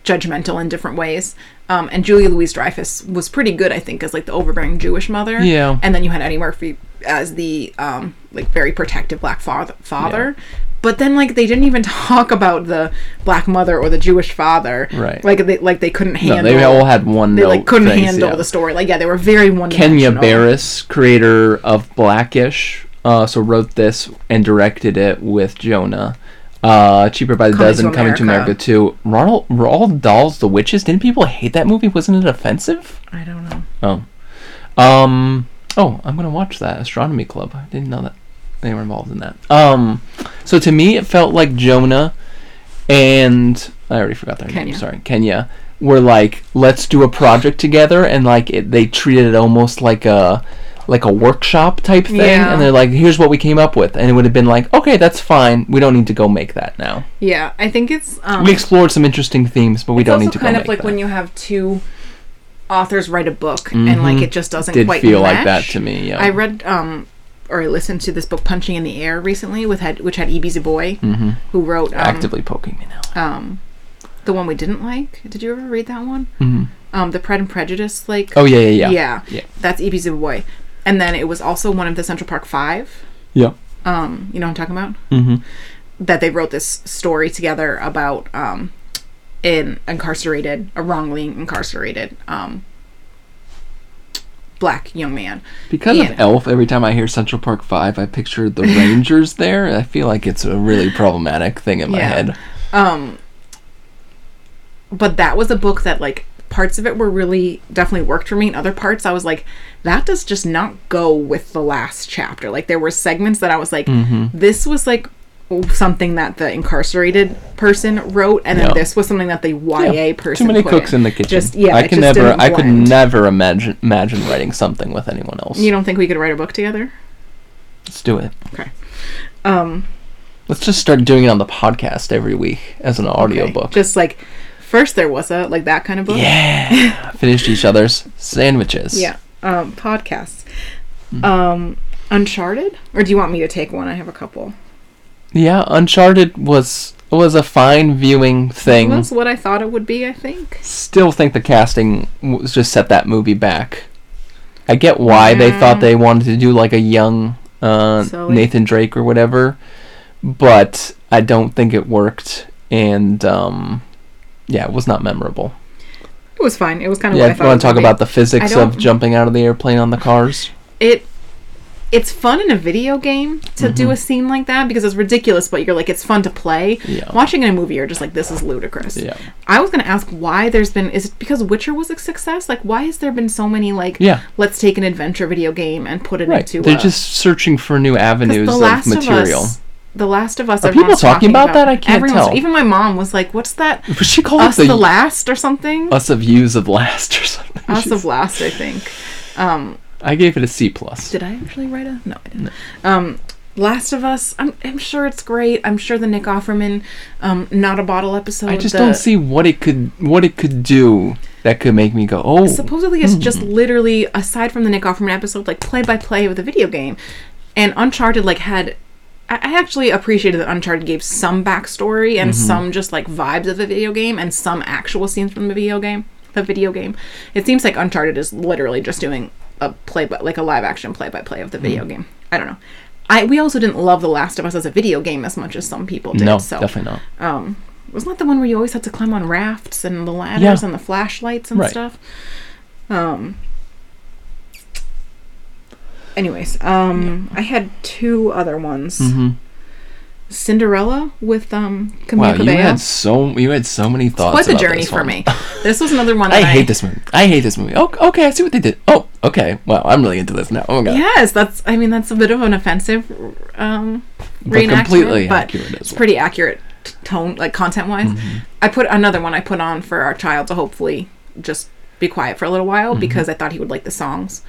Speaker 2: judgmental in different ways um and Julia Louise Dreyfus was pretty good I think as like the overbearing Jewish mother
Speaker 1: Yeah.
Speaker 2: and then you had Eddie Murphy as the um like very protective black father father but then like they didn't even talk about the black mother or the Jewish father
Speaker 1: Right.
Speaker 2: like they like they couldn't handle
Speaker 1: no, they all had one.
Speaker 2: they like
Speaker 1: note
Speaker 2: couldn't
Speaker 1: things,
Speaker 2: handle
Speaker 1: yeah.
Speaker 2: the story like yeah they were very one
Speaker 1: Kenya Barris, creator of Blackish, uh, so wrote this and directed it with Jonah. Uh, Cheaper by the
Speaker 2: Coming
Speaker 1: Dozen,
Speaker 2: to
Speaker 1: Coming to
Speaker 2: America.
Speaker 1: America too. Ronald, Roald Dahl's The Witches. Didn't people hate that movie? Wasn't it offensive?
Speaker 2: I don't know
Speaker 1: Oh, um, Oh, I'm gonna watch that astronomy club. I didn't know that they were involved in that. Um, so to me, it felt like Jonah and I already forgot their
Speaker 2: Kenya.
Speaker 1: name. Sorry, Kenya were like, let's do a project together, and like it, they treated it almost like a like a workshop type thing,
Speaker 2: Yeah.
Speaker 1: and they're like, here's what we came up with, and it would have been like, okay, that's fine. We don't need to go make that now.
Speaker 2: Yeah, I think it's. Um,
Speaker 1: We explored some interesting themes, but we
Speaker 2: it's
Speaker 1: don't
Speaker 2: also
Speaker 1: need to go
Speaker 2: kind
Speaker 1: make
Speaker 2: of like
Speaker 1: that.
Speaker 2: when you have two authors write a book and like
Speaker 1: Mhm.
Speaker 2: it just doesn't
Speaker 1: Did
Speaker 2: quite
Speaker 1: feel
Speaker 2: match.
Speaker 1: like that to me. Yeah.
Speaker 2: I read um or I listened to this book Punching in the Air recently with had which had E E.B. Zaboy
Speaker 1: hmm
Speaker 2: who wrote um,
Speaker 1: Actively poking me now.
Speaker 2: um the one we didn't like. Did you ever read that one?
Speaker 1: hmm
Speaker 2: Um The Pride and Prejudice like
Speaker 1: Oh yeah, yeah, yeah.
Speaker 2: yeah.
Speaker 1: Yeah.
Speaker 2: That's E E.B. Zaboy. And then it was also one of the Central Park 5.
Speaker 1: Yeah.
Speaker 2: Um you know what I'm talking about?
Speaker 1: hmm
Speaker 2: that they wrote this story together about um, an incarcerated, a wrongly incarcerated um, black young man.
Speaker 1: Because
Speaker 2: Yeah.
Speaker 1: of Elf, every time I hear Central Park Five, I picture the Rangers there. I feel like it's a really problematic thing in my
Speaker 2: Yeah.
Speaker 1: head.
Speaker 2: Um, but that was a book that like parts of it were really definitely worked for me and other parts i was like that does just not go with the last chapter like there were segments that i was like
Speaker 1: Mm-hmm.
Speaker 2: this was like something that the incarcerated person wrote and then
Speaker 1: Yeah.
Speaker 2: this was something that the ya
Speaker 1: Yeah.
Speaker 2: person
Speaker 1: Too many
Speaker 2: put
Speaker 1: cooks in the kitchen.
Speaker 2: just yeah
Speaker 1: I
Speaker 2: it
Speaker 1: can
Speaker 2: just
Speaker 1: never.
Speaker 2: didn't
Speaker 1: I could
Speaker 2: blend.
Speaker 1: never imagine imagine writing something with anyone else.
Speaker 2: You don't think we could write a book together?
Speaker 1: Let's do it.
Speaker 2: Um,
Speaker 1: Let's just start doing it on the podcast every week as an
Speaker 2: okay.
Speaker 1: audiobook.
Speaker 2: Just like first there was a like that kind of book.
Speaker 1: Yeah, finished each other's sandwiches.
Speaker 2: Yeah. Um, podcasts.
Speaker 1: Mm-hmm.
Speaker 2: Um, Uncharted, or do you want me to take one? I have a couple.
Speaker 1: yeah. Uncharted was was a fine viewing thing.
Speaker 2: That's what I thought it would be. I think.
Speaker 1: still think the casting w- just set that movie back. I get why they thought they wanted to do like a young uh,
Speaker 2: Sully.
Speaker 1: Nathan Drake or whatever, but I don't think it worked. And um, yeah, it was not memorable.
Speaker 2: It was fine. It was kind of
Speaker 1: yeah,
Speaker 2: what I
Speaker 1: if
Speaker 2: thought.
Speaker 1: you want to talk about
Speaker 2: the
Speaker 1: the physics of
Speaker 2: don't-
Speaker 1: jumping out of the airplane on the cars?
Speaker 2: it. It's fun in a video game to
Speaker 1: Mm-hmm.
Speaker 2: do a scene like that because it's ridiculous, but you're like it's fun to play.
Speaker 1: Yeah.
Speaker 2: Watching it in a movie, you're just like this is ludicrous.
Speaker 1: Oh. Yeah,
Speaker 2: I was gonna ask why there's been is it because Witcher was a success? Like why has there been so many like
Speaker 1: Yeah.
Speaker 2: let's take an adventure video game and put it
Speaker 1: right.
Speaker 2: into
Speaker 1: They're
Speaker 2: a-
Speaker 1: just searching for new
Speaker 2: 'cause
Speaker 1: avenues
Speaker 2: the
Speaker 1: of
Speaker 2: Last
Speaker 1: material.
Speaker 2: of Us The Last of Us
Speaker 1: Are
Speaker 2: everyone's
Speaker 1: people talking about that? I can't
Speaker 2: everyone's-
Speaker 1: tell.
Speaker 2: Even my mom was like, What's that?
Speaker 1: Was she called
Speaker 2: Us
Speaker 1: the,
Speaker 2: the, Last or something?
Speaker 1: Us of Use of Last or something?
Speaker 2: Us
Speaker 1: Uh, She's-
Speaker 2: of Last, I think. Um
Speaker 1: I gave it a C plus.
Speaker 2: did I actually write a no I didn't. Um Last of Us, I'm, I'm sure it's great. I'm sure the Nick Offerman, um, not a bottle episode.
Speaker 1: I just
Speaker 2: Oh, the-
Speaker 1: don't see what it could what it could do that could make me go, oh,
Speaker 2: supposedly it's just literally aside from the Nick Offerman episode, like play by play with a video game. And Uncharted like had I I actually appreciated that Uncharted gave some backstory and some just like vibes of the video game and some actual scenes from the video game. The video game. It seems like Uncharted is literally just doing a play by like a live action play by play of the video game. I don't know. I we also didn't love The Last of Us as a video game as much as some people did.
Speaker 1: no,
Speaker 2: so
Speaker 1: definitely not.
Speaker 2: um wasn't that the one where you always had to climb on rafts and the ladders
Speaker 1: Yeah.
Speaker 2: and the flashlights and
Speaker 1: Right.
Speaker 2: stuff um anyways um i had two other ones
Speaker 1: hmm
Speaker 2: cinderella with um Camila
Speaker 1: Wow, you
Speaker 2: Cabello.
Speaker 1: had so you had so many thoughts.
Speaker 2: quite the
Speaker 1: about
Speaker 2: journey
Speaker 1: this
Speaker 2: for
Speaker 1: one.
Speaker 2: me this was another one that
Speaker 1: I hate this movie. I hate this movie. Oh, okay, I see what they did. Oh, okay. Wow, I'm really into this now. Oh my god,
Speaker 2: yes that's i mean that's a bit of an offensive um
Speaker 1: but
Speaker 2: reenactment,
Speaker 1: completely
Speaker 2: but
Speaker 1: accurate as
Speaker 2: it's
Speaker 1: well. Mm-hmm.
Speaker 2: pretty accurate t- tone like content wise i put another one i put on for our child to hopefully just be quiet for a little while
Speaker 1: Mm-hmm.
Speaker 2: because i thought he would like the songs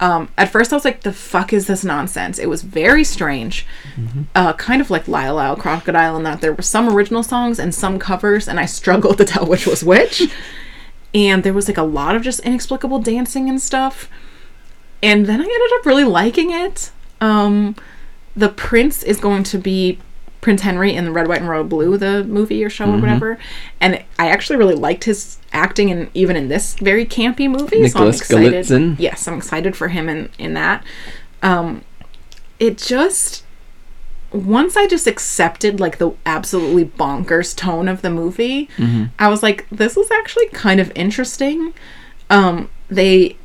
Speaker 2: um, at first i was like the fuck is this nonsense it was very strange
Speaker 1: Mm-hmm.
Speaker 2: uh, kind of like lyle lyle crocodile in that there were some original songs and some covers and i struggled to tell which was which and there was like a lot of just inexplicable dancing and stuff and then i ended up really liking it um, the prince is going to be prince henry in the red white and royal blue the movie or show or whatever and i actually really liked his acting and even in this very campy movie
Speaker 1: Nicholas
Speaker 2: so i'm excited
Speaker 1: Galitzin.
Speaker 2: yes i'm excited for him in in that um it just once i just accepted like the absolutely bonkers tone of the movie i was like this is actually kind of interesting um they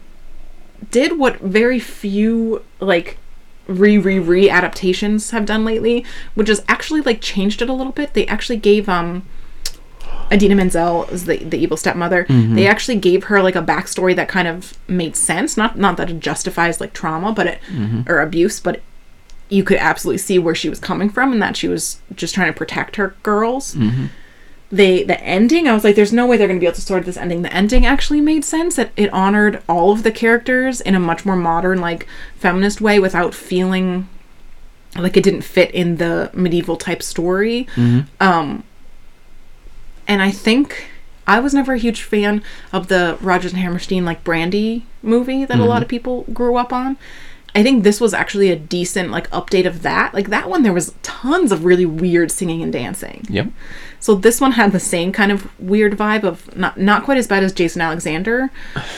Speaker 2: did what very few like re re re adaptations have done lately, which is actually like changed it a little bit. They actually gave um Adina Menzel is the, the evil stepmother. They actually gave her like a backstory that kind of made sense. Not not that it justifies like trauma, but it or abuse, but you could absolutely see where she was coming from and that she was just trying to protect her girls. They the ending, I was like, there's no way they're going to be able to sort this ending. The ending actually made sense. It it honored all of the characters in a much more modern, like feminist way, without feeling like it didn't fit in the medieval type story. Um, and I think I was never a huge fan of the Rogers and Hammerstein like Brandy movie that a lot of people grew up on. I think this was actually a decent like update of that. Like that one, there was tons of really weird singing and dancing.
Speaker 1: Yep.
Speaker 2: So this one had the same kind of weird vibe of not not quite as bad as Jason Alexander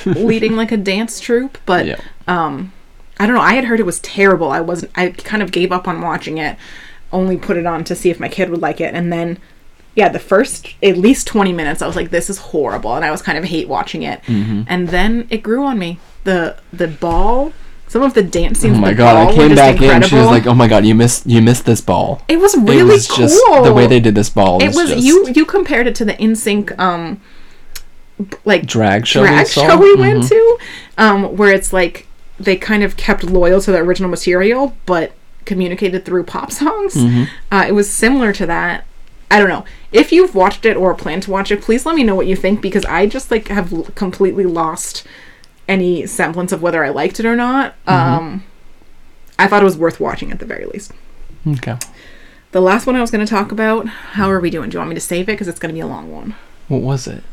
Speaker 2: leading like a dance troupe, but
Speaker 1: Yeah.
Speaker 2: um I don't know, I had heard it was terrible. I wasn't I kind of gave up on watching it. Only put it on to see if my kid would like it and then yeah, the first at least 20 minutes I was like this is horrible and I was kind of hate watching it.
Speaker 1: Mm-hmm.
Speaker 2: And then it grew on me. The the ball some of the dance scenes.
Speaker 1: Oh my
Speaker 2: the
Speaker 1: god!
Speaker 2: ball
Speaker 1: I
Speaker 2: were
Speaker 1: came
Speaker 2: just
Speaker 1: back in. She was
Speaker 2: incredible.
Speaker 1: like, "Oh my god, you missed you missed this ball."
Speaker 2: it was really
Speaker 1: it was
Speaker 2: cool.
Speaker 1: just the way they did this ball.
Speaker 2: It was
Speaker 1: just
Speaker 2: you. You compared it to the InSync, um, b- like
Speaker 1: drag show.
Speaker 2: drag
Speaker 1: we saw? Mm-hmm.
Speaker 2: show we went to, um, where it's like they kind of kept loyal to the original material, but communicated through pop songs.
Speaker 1: Mm-hmm.
Speaker 2: Uh, it was similar to that. I don't know if you've watched it or plan to watch it. Please let me know what you think because I just like have l- completely lost any semblance of whether I liked it or not.
Speaker 1: Mm-hmm.
Speaker 2: Um, I thought it was worth watching at the very least.
Speaker 1: Okay.
Speaker 2: The last one I was going to talk about. How are we doing? Do you want me to save it because it's going to be a long one?
Speaker 1: What was it?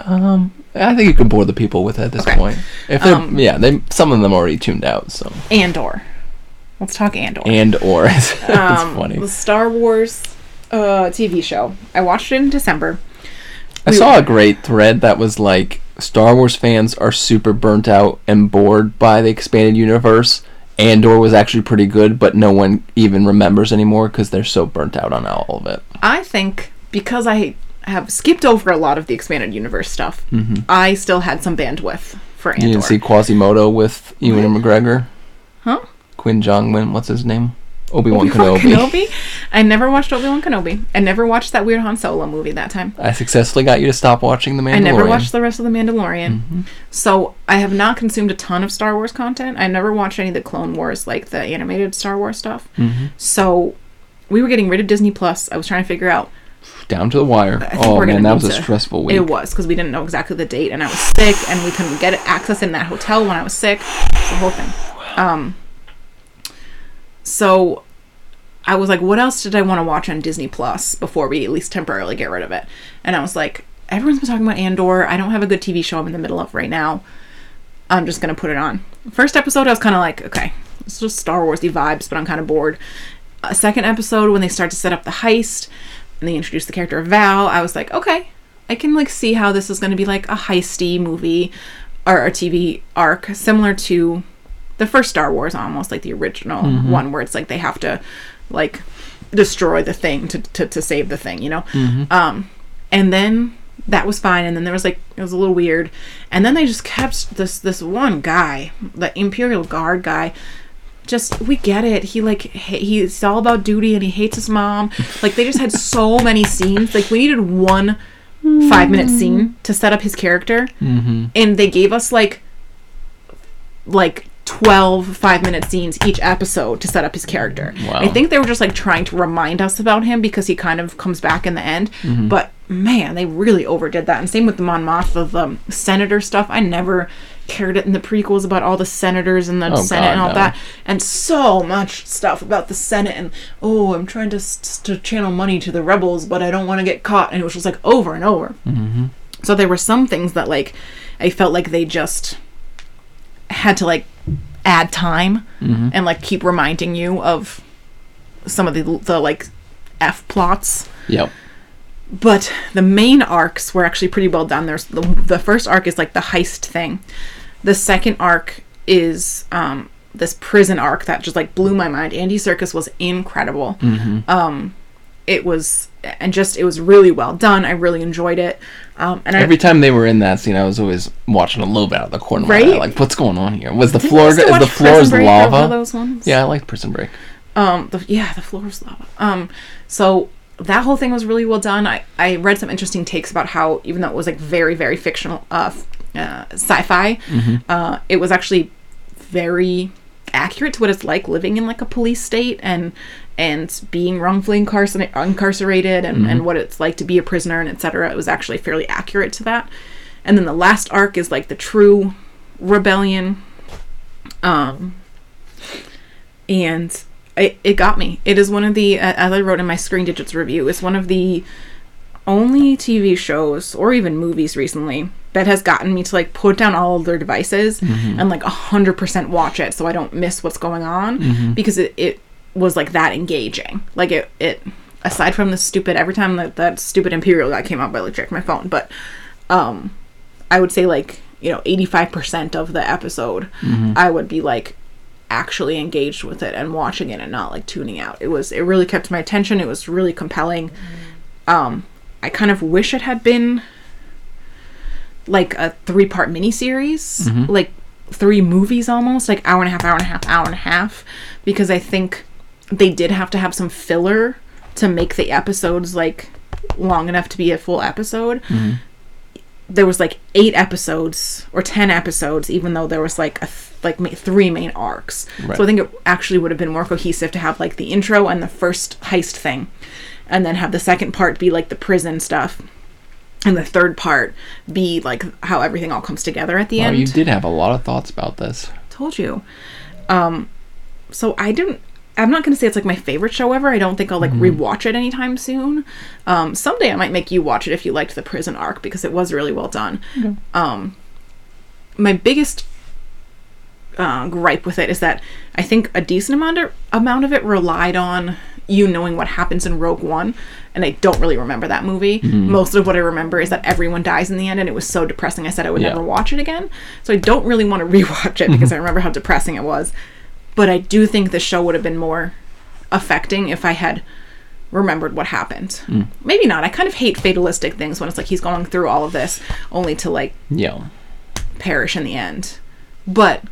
Speaker 1: Um, I think you can bore the people with it at this
Speaker 2: Okay.
Speaker 1: point. If they're,
Speaker 2: Um,
Speaker 1: yeah, they some of them already tuned out. So
Speaker 2: Andor. Let's talk Andor.
Speaker 1: and or it's, it's
Speaker 2: um,
Speaker 1: funny.
Speaker 2: The Star Wars uh, TV show. I watched it in December.
Speaker 1: I
Speaker 2: we-
Speaker 1: saw a great thread that was like Star Wars fans are super burnt out and bored by the expanded universe. Andor was actually pretty good, but no one even remembers anymore because they're so burnt out on all of it.
Speaker 2: I think because I have skipped over a lot of the expanded universe stuff, I still had some bandwidth for Andor.
Speaker 1: You didn't see Quasimodo with Ewan McGregor,
Speaker 2: huh?
Speaker 1: Quinn Jong Win, what's his name? Obi Wan
Speaker 2: Obi-Wan
Speaker 1: Kenobi.
Speaker 2: Kenobi. I never watched Obi Wan Kenobi. I never watched that weird Han Solo movie that time.
Speaker 1: I successfully got you to stop watching The Mandalorian.
Speaker 2: I never watched the rest of The Mandalorian. So I have not consumed a ton of Star Wars content. I never watched any of the Clone Wars, like the animated Star Wars stuff. So we were getting rid of Disney Plus. I was trying to figure out.
Speaker 1: Down to the wire.
Speaker 2: I think
Speaker 1: Oh
Speaker 2: we're gonna
Speaker 1: man, that
Speaker 2: need
Speaker 1: was a
Speaker 2: to-
Speaker 1: stressful week.
Speaker 2: It was because we didn't know exactly the date, and I was sick, and we couldn't get access in that hotel when I was sick. The whole thing. Um. So I was like, what else did I want to watch on Disney Plus before we at least temporarily get rid of it? And I was like, everyone's been talking about Andor. I don't have a good TV show I'm in the middle of right now. I'm just going to put it on. First episode, I was kind of like, okay, it's just Star Warsy vibes, but I'm kind of bored. Uh, second episode, when they start to set up the heist and they introduce the character of Val, I was like, okay, I can like see how this is going to be like a heisty movie or a TV arc similar to the first Star Wars almost like the original one where it's like they have to like destroy the thing to to, to save the thing, you know. Um and then that was fine and then there was like it was a little weird. And then they just kept this this one guy, the Imperial Guard guy just we get it. He like ha- he's all about duty and he hates his mom. Like they just had so many scenes. Like we needed one 5 minute scene to set up his character. And they gave us like like 12 five minute scenes each episode to set up his character.
Speaker 1: Wow.
Speaker 2: I think they were just like trying to remind us about him because he kind of comes back in the end. But man, they really overdid that. And same with the Mon Mothma, the um, senator stuff. I never cared it in the prequels about all the senators and the
Speaker 1: Oh,
Speaker 2: Senate
Speaker 1: God,
Speaker 2: and all
Speaker 1: no.
Speaker 2: that and so much stuff about the Senate and oh, I'm trying to s- to channel money to the rebels, but I don't want to get caught. And it was just like over and over. Mm-hmm. So there were some things that like I felt like they just had to like add time
Speaker 1: Mm-hmm.
Speaker 2: and like keep reminding you of some of the the like f plots
Speaker 1: Yep.
Speaker 2: but the main arcs were actually pretty well done. There's the, the first arc is like the heist thing. The second arc is um, this prison arc that just like blew my mind. Andy Circus was incredible.
Speaker 1: Mm-hmm.
Speaker 2: Um, it was and just it was really well done. I really enjoyed it. Um, and
Speaker 1: Every time they were in that scene, I was always watching a little bit out of the corner of my eye,
Speaker 2: Right?
Speaker 1: like what's going on here? Was the
Speaker 2: I think I
Speaker 1: floor
Speaker 2: used to
Speaker 1: is the
Speaker 2: watch
Speaker 1: floor
Speaker 2: Prison
Speaker 1: is
Speaker 2: Break or one of
Speaker 1: lava?
Speaker 2: those ones.
Speaker 1: Yeah, I liked Prison Break.
Speaker 2: Um. The, yeah, the floor is lava. Um. So that whole thing was really well done. I, I read some interesting takes about how even though it was like very very fictional uh, f- uh, sci-fi, uh, it was actually very accurate to what it's like living in like a police state and and being wrongfully incarcer- incarcerated and, and what it's like to be a prisoner and etc. It was actually fairly accurate to that. And then the last arc is like the true rebellion. Um, and it, it got me. It is one of the, uh, as I wrote in my Screen Digits review, it's one of the only TV shows or even movies recently that has gotten me to like put down all of their devices and like 100% watch it so I don't miss what's going on because it, it was like that engaging. Like it, it, aside from the stupid, every time that, that stupid Imperial guy came up, I like checked my phone, but um, I would say like, you know, 85% of the episode, I would be like, actually engaged with it and watching it and not like tuning out. It was it really kept my attention. It was really compelling. Um I kind of wish it had been like a three part miniseries, like three movies almost, like hour and a half, hour and a half, hour and a half, because I think they did have to have some filler to make the episodes like long enough to be a full episode. There was like eight episodes or ten episodes, even though there was like a th- like ma- three main arcs.
Speaker 1: Right.
Speaker 2: So I think it actually would have been more cohesive to have like the intro and the first heist thing, and then have the second part be like the prison stuff, and the third part be like how everything all comes together at the
Speaker 1: Wow,
Speaker 2: end.
Speaker 1: you did have a lot of thoughts about this.
Speaker 2: Told you. Um, so I didn't. I'm not gonna say it's like my favorite show ever. I don't think I'll like
Speaker 1: Mm-hmm.
Speaker 2: rewatch it anytime soon. Um, someday I might make you watch it if you liked the prison arc because it was really well done. Um, my biggest uh, gripe with it is that I think a decent amount of, amount of it relied on you knowing what happens in Rogue One, and I don't really remember that movie. Most of what I remember is that everyone dies in the end, and it was so depressing. I said I would
Speaker 1: Yeah.
Speaker 2: never watch it again, so I don't really want to rewatch it because I remember how depressing it was. But I do think the show would have been more affecting if I had remembered what happened. Maybe not. I kind of hate fatalistic things when it's like he's going through all of this only to like
Speaker 1: Yeah.
Speaker 2: perish in the end. But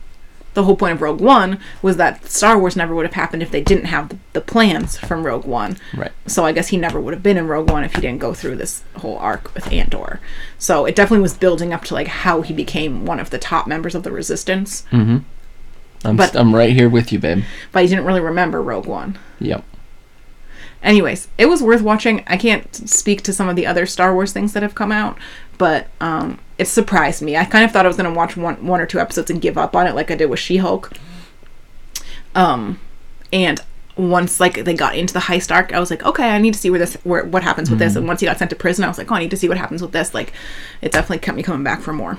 Speaker 2: the whole point of Rogue One was that Star Wars never would have happened if they didn't have the, the plans from Rogue One.
Speaker 1: Right.
Speaker 2: So I guess he never would have been in Rogue One if he didn't go through this whole arc with Andor. So it definitely was building up to like how he became one of the top members of the Resistance,
Speaker 1: Mm-hmm. I'm,
Speaker 2: But-
Speaker 1: st- I'm right here with you, babe.
Speaker 2: but he didn't really remember Rogue One.
Speaker 1: Yep.
Speaker 2: Anyways, it was worth watching. I can't speak to some of the other Star Wars things that have come out, but um, it surprised me. I kind of thought I was going to watch one, one or two episodes and give up on it, like I did with She Hulk. Um, and once like they got into the heist arc, I was like, okay, I need to see where this, where what happens with this. And once he got sent to prison, I was like, oh, I need to see what happens with this. Like, it definitely kept me coming back for more.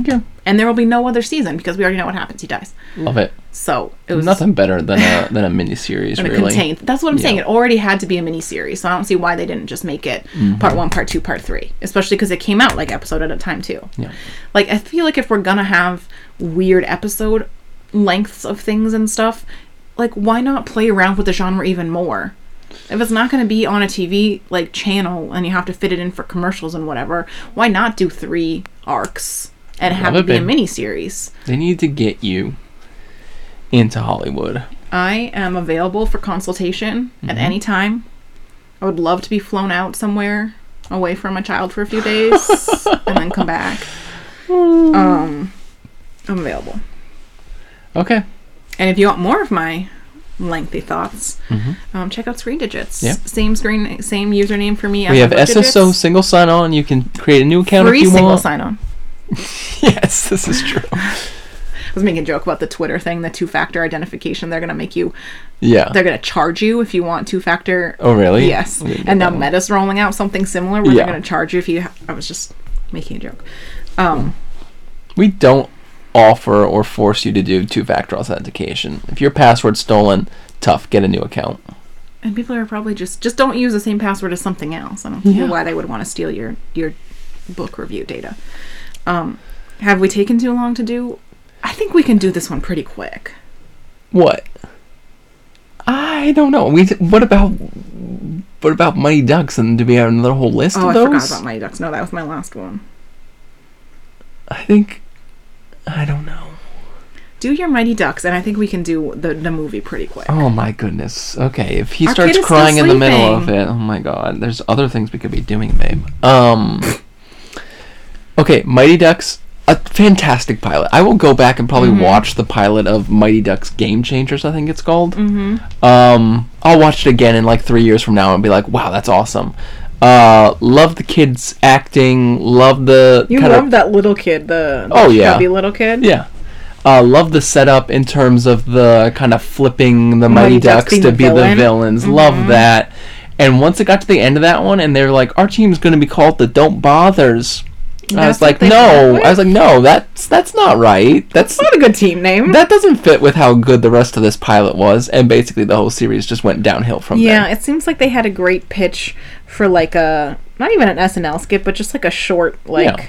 Speaker 1: Okay.
Speaker 2: And there will be no other season because we already know what happens. He dies.
Speaker 1: Love it.
Speaker 2: So it was
Speaker 1: Nothing better than a than a miniseries,
Speaker 2: and it
Speaker 1: really.
Speaker 2: contained. That's what I'm saying.
Speaker 1: Yeah.
Speaker 2: It already had to be a miniseries, so I don't see why they didn't just make it
Speaker 1: Mm-hmm.
Speaker 2: part one, part two, part three. Especially because it came out like episode at a time too.
Speaker 1: Yeah.
Speaker 2: Like I feel like if we're gonna have weird episode lengths of things and stuff, like why not play around with the genre even more? If it's not gonna be on a TV like channel and you have to fit it in for commercials and whatever, why not do three arcs and have
Speaker 1: Love
Speaker 2: it be
Speaker 1: it,
Speaker 2: a
Speaker 1: babe.
Speaker 2: miniseries?
Speaker 1: They need to get you into Hollywood.
Speaker 2: I am available for consultation
Speaker 1: Mm-hmm.
Speaker 2: at any time. I would love to be flown out somewhere away from my child for a few days and then come back. Um, I'm available.
Speaker 1: Okay.
Speaker 2: And if you want more of my lengthy thoughts,
Speaker 1: Mm-hmm.
Speaker 2: um, check out Screen Digits.
Speaker 1: Yeah.
Speaker 2: Same screen, same username for me.
Speaker 1: We have
Speaker 2: Digits.
Speaker 1: SSO single sign on. You can create a new account
Speaker 2: Free
Speaker 1: if you
Speaker 2: single
Speaker 1: want.
Speaker 2: sign on.
Speaker 1: yes, this is true.
Speaker 2: I was making a joke about the Twitter thing, the two factor identification. They're gonna make you.
Speaker 1: Yeah.
Speaker 2: They're gonna charge you if you want two factor
Speaker 1: oh, really?
Speaker 2: Yes.
Speaker 1: I didn't
Speaker 2: And
Speaker 1: know
Speaker 2: now
Speaker 1: that.
Speaker 2: Meta's rolling out something similar where
Speaker 1: Yeah.
Speaker 2: they're going to charge you if you. Ha- I was just making a joke. Um,
Speaker 1: We don't offer or force you to do two factor authentication. If your password's stolen, tough, get a new account.
Speaker 2: and people are probably just just don't use the same password as something else. I don't know
Speaker 1: Yeah.
Speaker 2: why they would want to steal your your book review data. Um, have we taken too long to do? I think we can do this one pretty quick.
Speaker 1: What? I don't know. We what about what about Mighty Ducks and do we have another whole list
Speaker 2: Oh,
Speaker 1: of
Speaker 2: I
Speaker 1: those?
Speaker 2: forgot about Mighty Ducks. No, that was my last one.
Speaker 1: I think I don't know.
Speaker 2: Do do your Mighty Ducks, and I think we can do the, the movie pretty quick.
Speaker 1: Oh my goodness. Okay, if he
Speaker 2: Our
Speaker 1: starts
Speaker 2: kid is still
Speaker 1: crying in the middle of
Speaker 2: sleeping.
Speaker 1: it, oh my god. There's other things we could be doing, babe. Um. Okay, Mighty Ducks, a fantastic pilot. I will go back and probably
Speaker 2: Mm-hmm.
Speaker 1: watch the pilot of Mighty Ducks Game Changers. I think it's called. Mm-hmm. Um, I'll watch it again in like three years from now and be like, wow, that's awesome. Uh, love the kids acting. Love the
Speaker 2: You
Speaker 1: kinda-
Speaker 2: love that little kid, the, the
Speaker 1: Oh, yeah.
Speaker 2: chubby little kid.
Speaker 1: yeah. Uh, love the setup in terms of the kind of flipping the Mighty,
Speaker 2: Mighty Ducks
Speaker 1: Ducks,
Speaker 2: being
Speaker 1: to
Speaker 2: the
Speaker 1: be the
Speaker 2: villain. Mm-hmm.
Speaker 1: villains. Love that. And once it got to the end of that one, and they're like, "Our team's going to be called the Don't Bothers," and I
Speaker 2: That's
Speaker 1: was like,
Speaker 2: what they went
Speaker 1: "No,"
Speaker 2: with?
Speaker 1: I was like, "No, that's that's not right. That's
Speaker 2: Not a good team name.
Speaker 1: that doesn't fit with how good the rest of this pilot was." And basically, the whole series just went downhill from
Speaker 2: yeah,
Speaker 1: there.
Speaker 2: it seems like they had a great pitch for like a not even an SNL skit, but just like a short like.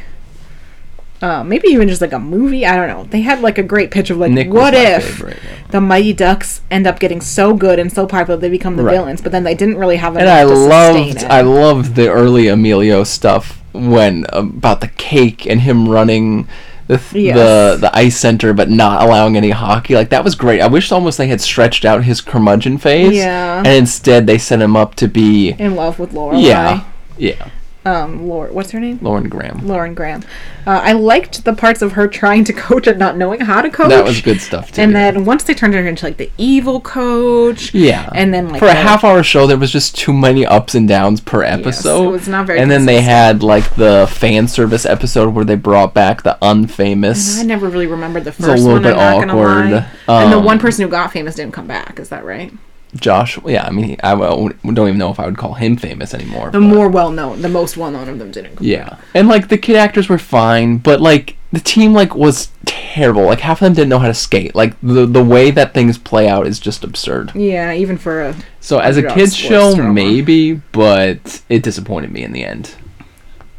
Speaker 2: Uh, maybe even just like a movie. I don't know. They had like a great pitch of like,
Speaker 1: Nick was
Speaker 2: what
Speaker 1: my
Speaker 2: if
Speaker 1: favorite.
Speaker 2: the Mighty Ducks end up getting so good and so popular they become the
Speaker 1: Right.
Speaker 2: villains? But then they didn't really have
Speaker 1: And
Speaker 2: enough
Speaker 1: I
Speaker 2: to
Speaker 1: loved,
Speaker 2: sustain it.
Speaker 1: I loved the early Emilio stuff when um, about the cake and him running the th- the
Speaker 2: Yes.
Speaker 1: the ice center, but not allowing any hockey. Like that was great. I wish almost they had stretched out his curmudgeon phase,
Speaker 2: Yeah. Oh,
Speaker 1: and instead they set him up to be,
Speaker 2: in love with Laura.
Speaker 1: yeah, yeah,
Speaker 2: Um, Laura, what's her name?
Speaker 1: Lauren Graham.
Speaker 2: Lauren Graham. Uh, I liked the parts of her trying to coach and not knowing how to coach.
Speaker 1: That was good stuff too.
Speaker 2: And
Speaker 1: yeah.
Speaker 2: then once they turned her into like the evil coach.
Speaker 1: Yeah.
Speaker 2: And then like
Speaker 1: for a
Speaker 2: the-
Speaker 1: half hour show there was just too many ups and downs per episode.
Speaker 2: was not very
Speaker 1: And then they
Speaker 2: consistent.
Speaker 1: had like the fan service episode where they brought back the unfamous
Speaker 2: I never really remembered the
Speaker 1: a
Speaker 2: first
Speaker 1: little
Speaker 2: one.
Speaker 1: bit
Speaker 2: I'm not gonna lie.
Speaker 1: awkward.
Speaker 2: and the
Speaker 1: Um,
Speaker 2: one person who got famous didn't come back. Is that right?
Speaker 1: Josh. Yeah, I mean he- I w- don't even know if I would call him famous anymore.
Speaker 2: The more well known, the most well known of them didn't. Come
Speaker 1: yeah. And like the kid actors were fine, but like the team like was terrible. Like half of them didn't know how to skate. Like the the way that things play out is just absurd.
Speaker 2: Yeah, even for a
Speaker 1: So as a
Speaker 2: Underdog
Speaker 1: kids
Speaker 2: sports
Speaker 1: show,
Speaker 2: drama.
Speaker 1: maybe, but it disappointed me in the end.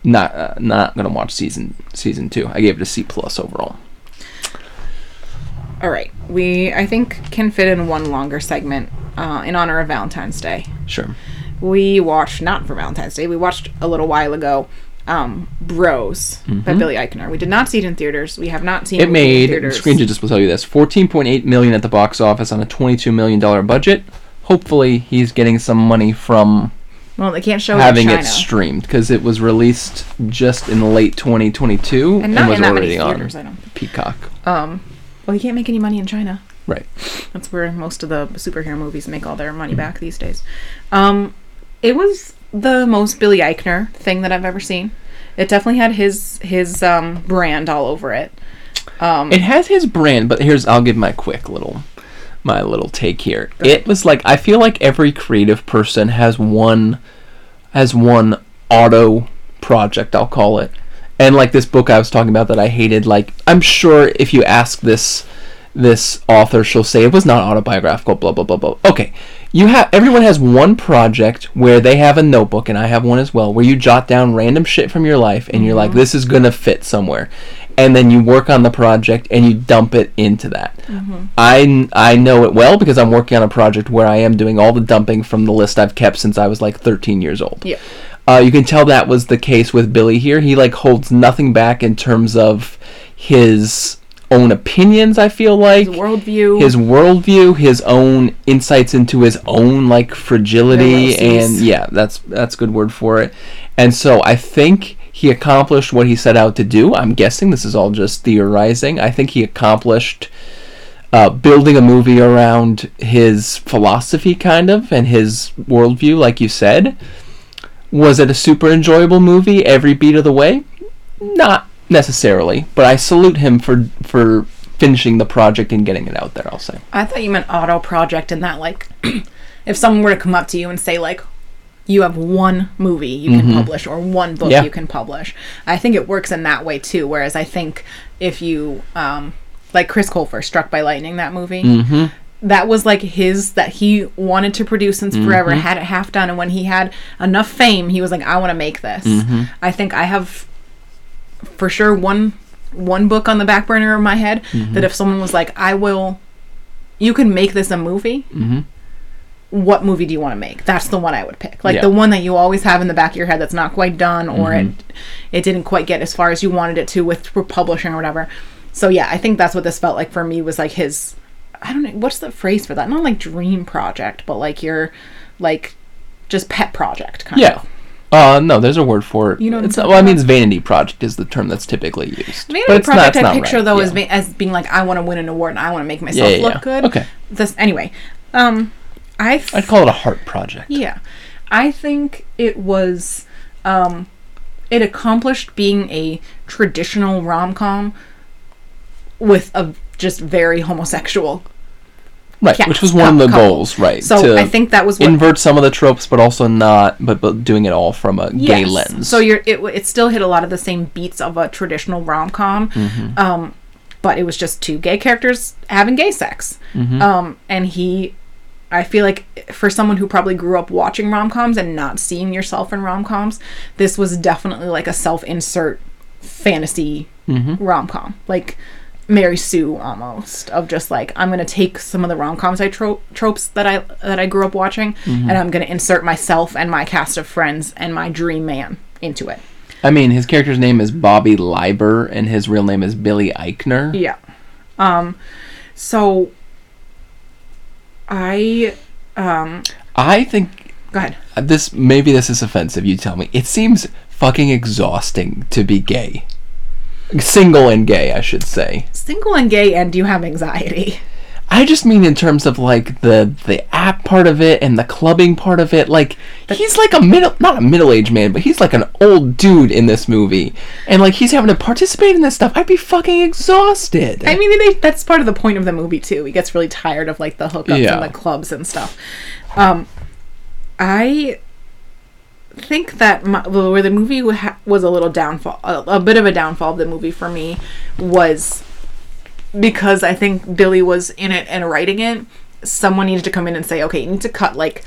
Speaker 1: Not uh, not gonna watch season season two. I gave it a C plus overall.
Speaker 2: all right, we I think can fit in one longer segment uh, in honor of Valentine's Day.
Speaker 1: Sure.
Speaker 2: we watched not for Valentine's Day. We watched a little while ago, um, Bros by Billy Eichner. We did not see it in theaters. We have not seen
Speaker 1: Mm-hmm. It
Speaker 2: movie in
Speaker 1: made Screen Digits will tell you this: fourteen point eight million at the box office on a twenty-two million dollar budget. Hopefully, he's getting some money from
Speaker 2: Well, they can't show
Speaker 1: having
Speaker 2: it Oh, in
Speaker 1: it
Speaker 2: China.
Speaker 1: streamed because it was released just in late twenty twenty-two
Speaker 2: and
Speaker 1: and,
Speaker 2: not
Speaker 1: was
Speaker 2: in that many
Speaker 1: already on
Speaker 2: theaters. I don't.
Speaker 1: Peacock.
Speaker 2: Um, well, you can't make any money in China.
Speaker 1: Right.
Speaker 2: That's where most of the superhero movies make all their money back these days. Um, it was the most Billy Eichner thing that I've ever seen. It definitely had his his um, brand all over it. Um,
Speaker 1: It has his brand, but here's I'll give my quick little my little take here. It was like I feel like every creative person has one has one auto project, I'll call it. And like this book I was talking about that I hated, like I'm sure if you ask this this author, she'll say it was not autobiographical, blah blah blah blah. Okay. You have everyone has one project where they have a notebook and I have one as well, where you jot down random shit from your life and you're like, this is gonna fit somewhere. And then you work on the project and you dump it into that.
Speaker 2: Mm-hmm.
Speaker 1: I, kn- I know it well because I'm working on a project where I am doing all the dumping from the list I've kept since I was like 13 years old.
Speaker 2: Yeah.
Speaker 1: Uh, you can tell that was the case with Billy here. He like holds nothing back in terms of his own opinions. I feel like
Speaker 2: his worldview.
Speaker 1: his worldview, his own insights into his own like fragility, and
Speaker 2: Neuroses.
Speaker 1: yeah, that's that's a good word for it. And so I think he accomplished what he set out to do. I'm guessing this is all just theorizing. I think he accomplished uh, building a movie around his philosophy, kind of, and his worldview, like you said. Was it a super enjoyable movie every beat of the way? Not necessarily, but I salute him for for finishing the project and getting it out there. I'll say.
Speaker 2: I thought you meant auto project and that like if someone were to come up to you and say like you have one movie you can publish or one book
Speaker 1: Mm-hmm. Yeah.
Speaker 2: you can publish. I think it works in that way too whereas I think if you um like Chris Colfer struck by lightning that movie that was like his that he wanted to produce since forever had it half done and when he had enough fame he was like I want to make this. I think I have for sure one one book on the back burner of my head that if someone was like I will you can make this a movie. What movie do you want to make? That's the one I would pick. Like
Speaker 1: Yeah. Mm-hmm.
Speaker 2: the one that you always have in the back of your head that's not quite done or it it didn't quite get as far as you wanted it to with for publishing or whatever. So yeah, I think that's what this felt like for me was like his I don't know what's the phrase for that? Not like dream project, but like your like just pet project kind
Speaker 1: Yeah.
Speaker 2: of.
Speaker 1: Uh, no, there's a word for it.
Speaker 2: You know what I'm
Speaker 1: it's not,
Speaker 2: talking
Speaker 1: well, I mean,
Speaker 2: about?
Speaker 1: it's vanity project is the term that's typically used.
Speaker 2: Vanity
Speaker 1: But it's not-
Speaker 2: project
Speaker 1: it's
Speaker 2: I
Speaker 1: not
Speaker 2: picture
Speaker 1: right,
Speaker 2: though as
Speaker 1: yeah.
Speaker 2: be- as being like I want to win an award and I want to make myself
Speaker 1: Yeah, yeah,
Speaker 2: look
Speaker 1: yeah.
Speaker 2: good.
Speaker 1: Okay.
Speaker 2: This anyway. Um I th-
Speaker 1: I'd call it a heart project.
Speaker 2: Yeah. I think it was um it accomplished being a traditional rom-com with a just very homosexual.
Speaker 1: right,
Speaker 2: cast,
Speaker 1: which was one of the
Speaker 2: cou- couple.
Speaker 1: goals, right?
Speaker 2: So
Speaker 1: to
Speaker 2: I think that was what
Speaker 1: invert some of the tropes, but also not, but, but doing it all from a gay lens.
Speaker 2: So you're it, it still hit a lot of the same beats of a traditional rom com,
Speaker 1: Mm-hmm.
Speaker 2: um, but it was just two gay characters having gay sex.
Speaker 1: Mm-hmm.
Speaker 2: Um, and he, I feel like for someone who probably grew up watching rom coms and not seeing yourself in rom coms, this was definitely like a self insert fantasy rom com, like Mary Sue almost of just like I'm gonna take some of the rom coms I tro- tropes that I that I grew up watching, and I'm gonna insert myself and my cast of friends and my dream man into it.
Speaker 1: I mean, his character's name is Bobby Leiber, and his real name is Billy Eichner.
Speaker 2: Yeah. Um. So. I. Um.
Speaker 1: I think
Speaker 2: Go ahead.
Speaker 1: this maybe this is offensive. You tell me. It seems fucking exhausting to be gay, single and gay, I should say.
Speaker 2: Single and gay, and do you have anxiety?
Speaker 1: I just mean in terms of like the the app part of it and the clubbing part of it. Like he's like a middle, not a middle aged man, but he's like an old dude in this movie, and like he's having to participate in this stuff. I'd be fucking exhausted.
Speaker 2: I mean, they, that's part of the point of the movie too. He gets really tired of like the hookups
Speaker 1: Yeah.
Speaker 2: and the clubs and stuff. Um, I think that my, where the movie wa- ha- was a little downfall, a, a bit of a downfall of the movie for me was because I think Billy was in it and writing it. Someone needed to come in and say, okay, you need to cut like.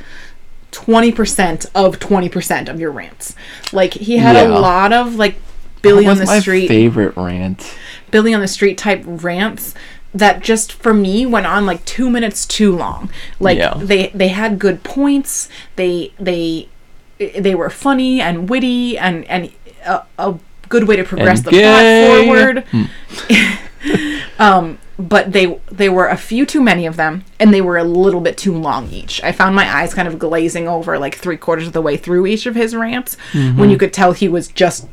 Speaker 2: 20% of 20% of your rants. Like he had
Speaker 1: Yeah.
Speaker 2: a lot of like
Speaker 1: That
Speaker 2: Billy on
Speaker 1: was
Speaker 2: the
Speaker 1: my
Speaker 2: street
Speaker 1: favorite rant.
Speaker 2: Billy on the Street type rants that just for me went on like two minutes too long. Like
Speaker 1: Yeah.
Speaker 2: they they had good points. They they they were funny and witty and and a, a good way to progress
Speaker 1: And Hmm.
Speaker 2: the
Speaker 1: gay.
Speaker 2: plot forward. um, but they they were a few too many of them, and they were a little bit too long each. I found my eyes kind of glazing over like three quarters of the way through each of his rants,
Speaker 1: Mm-hmm.
Speaker 2: when you could tell he was just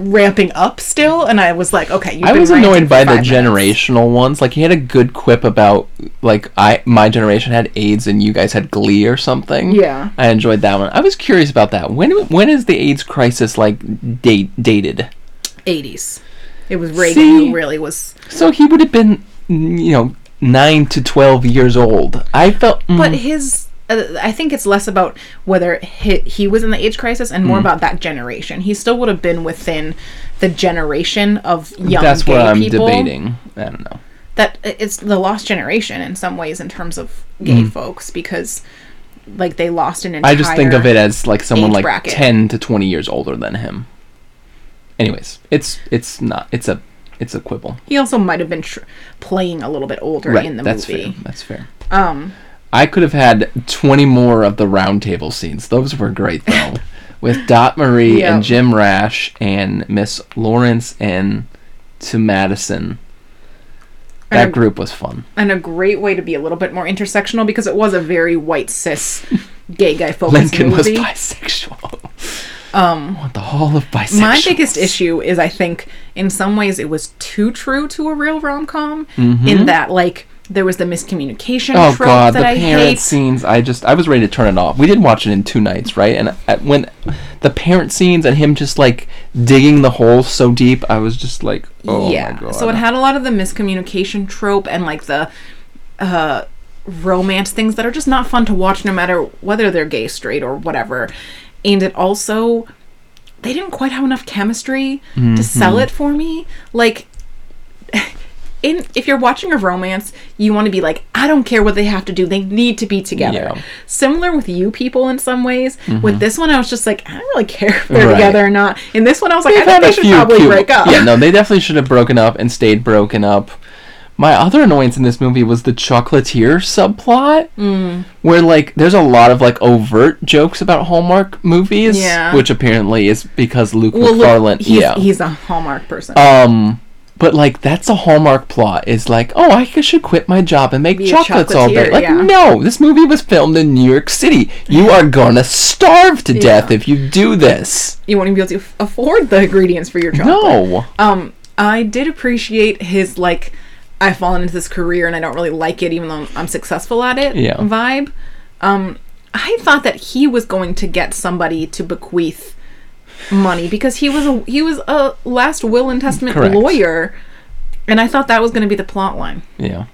Speaker 2: ramping up still, and I was like, okay, you've
Speaker 1: I
Speaker 2: been
Speaker 1: was
Speaker 2: ranting
Speaker 1: annoyed
Speaker 2: for
Speaker 1: by the
Speaker 2: five minutes.
Speaker 1: generational ones. Like he had a good quip about like I my generation had AIDS and you guys had Glee or something.
Speaker 2: Yeah.
Speaker 1: I enjoyed that one. I was curious about that. When when is the AIDS crisis like date dated?
Speaker 2: 80s. It was Reagan who
Speaker 1: See?
Speaker 2: really was.
Speaker 1: So he would have been mm, you know nine to twelve years old. I felt mm,
Speaker 2: But his. Uh, I think it's less about whether he, he was in the age crisis and
Speaker 1: Hmm.
Speaker 2: more about that generation. He still would have been within the generation of young
Speaker 1: that's
Speaker 2: gay
Speaker 1: what I'm
Speaker 2: people.
Speaker 1: debating. I don't know.
Speaker 2: That uh, it's the lost generation in some ways in terms of gay folks because, like, they lost an entire.
Speaker 1: Hmm. I just think of it as like someone
Speaker 2: age
Speaker 1: like
Speaker 2: bracket.
Speaker 1: ten to twenty years older than him. Anyways, it's it's not it's a it's a quibble.
Speaker 2: He also might have been tr- playing a little bit older in the
Speaker 1: that's
Speaker 2: movie.
Speaker 1: Fair. That's fair.
Speaker 2: Um,
Speaker 1: I could have had 20 more of the roundtable scenes. Those were great, though. With Dot Marie
Speaker 2: Yeah.
Speaker 1: and Jim Rash and Miss Lawrence and to Madison. That
Speaker 2: And-
Speaker 1: group was fun.
Speaker 2: and a great way to be a little bit more intersectional because it was a very white cis gay guy focused
Speaker 1: Lincoln was
Speaker 2: movie.
Speaker 1: bisexual.
Speaker 2: um
Speaker 1: Want the Hall of Bisexuals.
Speaker 2: my biggest issue is I think in some ways it was too true to a real rom com in that like there was the miscommunication
Speaker 1: Mm-hmm. Oh
Speaker 2: trope
Speaker 1: god,
Speaker 2: that
Speaker 1: the
Speaker 2: I
Speaker 1: parent
Speaker 2: hate.
Speaker 1: scenes. I just I was ready to turn it off. We did watch it in two nights, right? And I, when the parent scenes and him just like digging the hole so deep, I was just like, oh
Speaker 2: yeah.
Speaker 1: my god.
Speaker 2: So it had a lot of the miscommunication trope and like the uh, romance things that are just not fun to watch, no matter whether they're gay, straight, or whatever. And it also, they didn't quite have enough chemistry
Speaker 1: Mm-hmm.
Speaker 2: to sell it for me. Like, in if you're watching a romance, you want to be like, I don't care what they have to do; they need to be together.
Speaker 1: Yeah. Mm-hmm.
Speaker 2: Similar with you people in some ways. With this one, I was just like, I don't really care if they're
Speaker 1: Right.
Speaker 2: together or not. In this one, I was like, I
Speaker 1: They've
Speaker 2: think
Speaker 1: had
Speaker 2: they
Speaker 1: a
Speaker 2: should
Speaker 1: few
Speaker 2: probably
Speaker 1: cute-
Speaker 2: break up.
Speaker 1: Yeah, no, they definitely should have broken up and stayed broken up. My other annoyance in this movie was the chocolatier subplot,
Speaker 2: Mm.
Speaker 1: where like there's a lot of like overt jokes about Hallmark movies,
Speaker 2: Yeah.
Speaker 1: which apparently is because Luke
Speaker 2: Well, look,
Speaker 1: McFarlane.
Speaker 2: he's,
Speaker 1: yeah,
Speaker 2: he's a Hallmark person.
Speaker 1: um, But like that's a hallmark plot. Is like, oh, I c- should quit my job and make
Speaker 2: Be a
Speaker 1: chocolates all day.
Speaker 2: chocolatier,
Speaker 1: Like,
Speaker 2: yeah.
Speaker 1: no, this movie was filmed in New York City. You are gonna starve to death if you do this.
Speaker 2: You won't even be able to aff- afford the ingredients for your chocolate.
Speaker 1: No,
Speaker 2: Um, I did appreciate his like, I've fallen into this career and I don't really like it, even though I'm successful at it.
Speaker 1: Yeah.
Speaker 2: Vibe. Um, I thought that he was going to get somebody to bequeath money because he was a he was a last will and testament
Speaker 1: Correct.
Speaker 2: lawyer, and I thought that was going to be the plot line.
Speaker 1: yeah,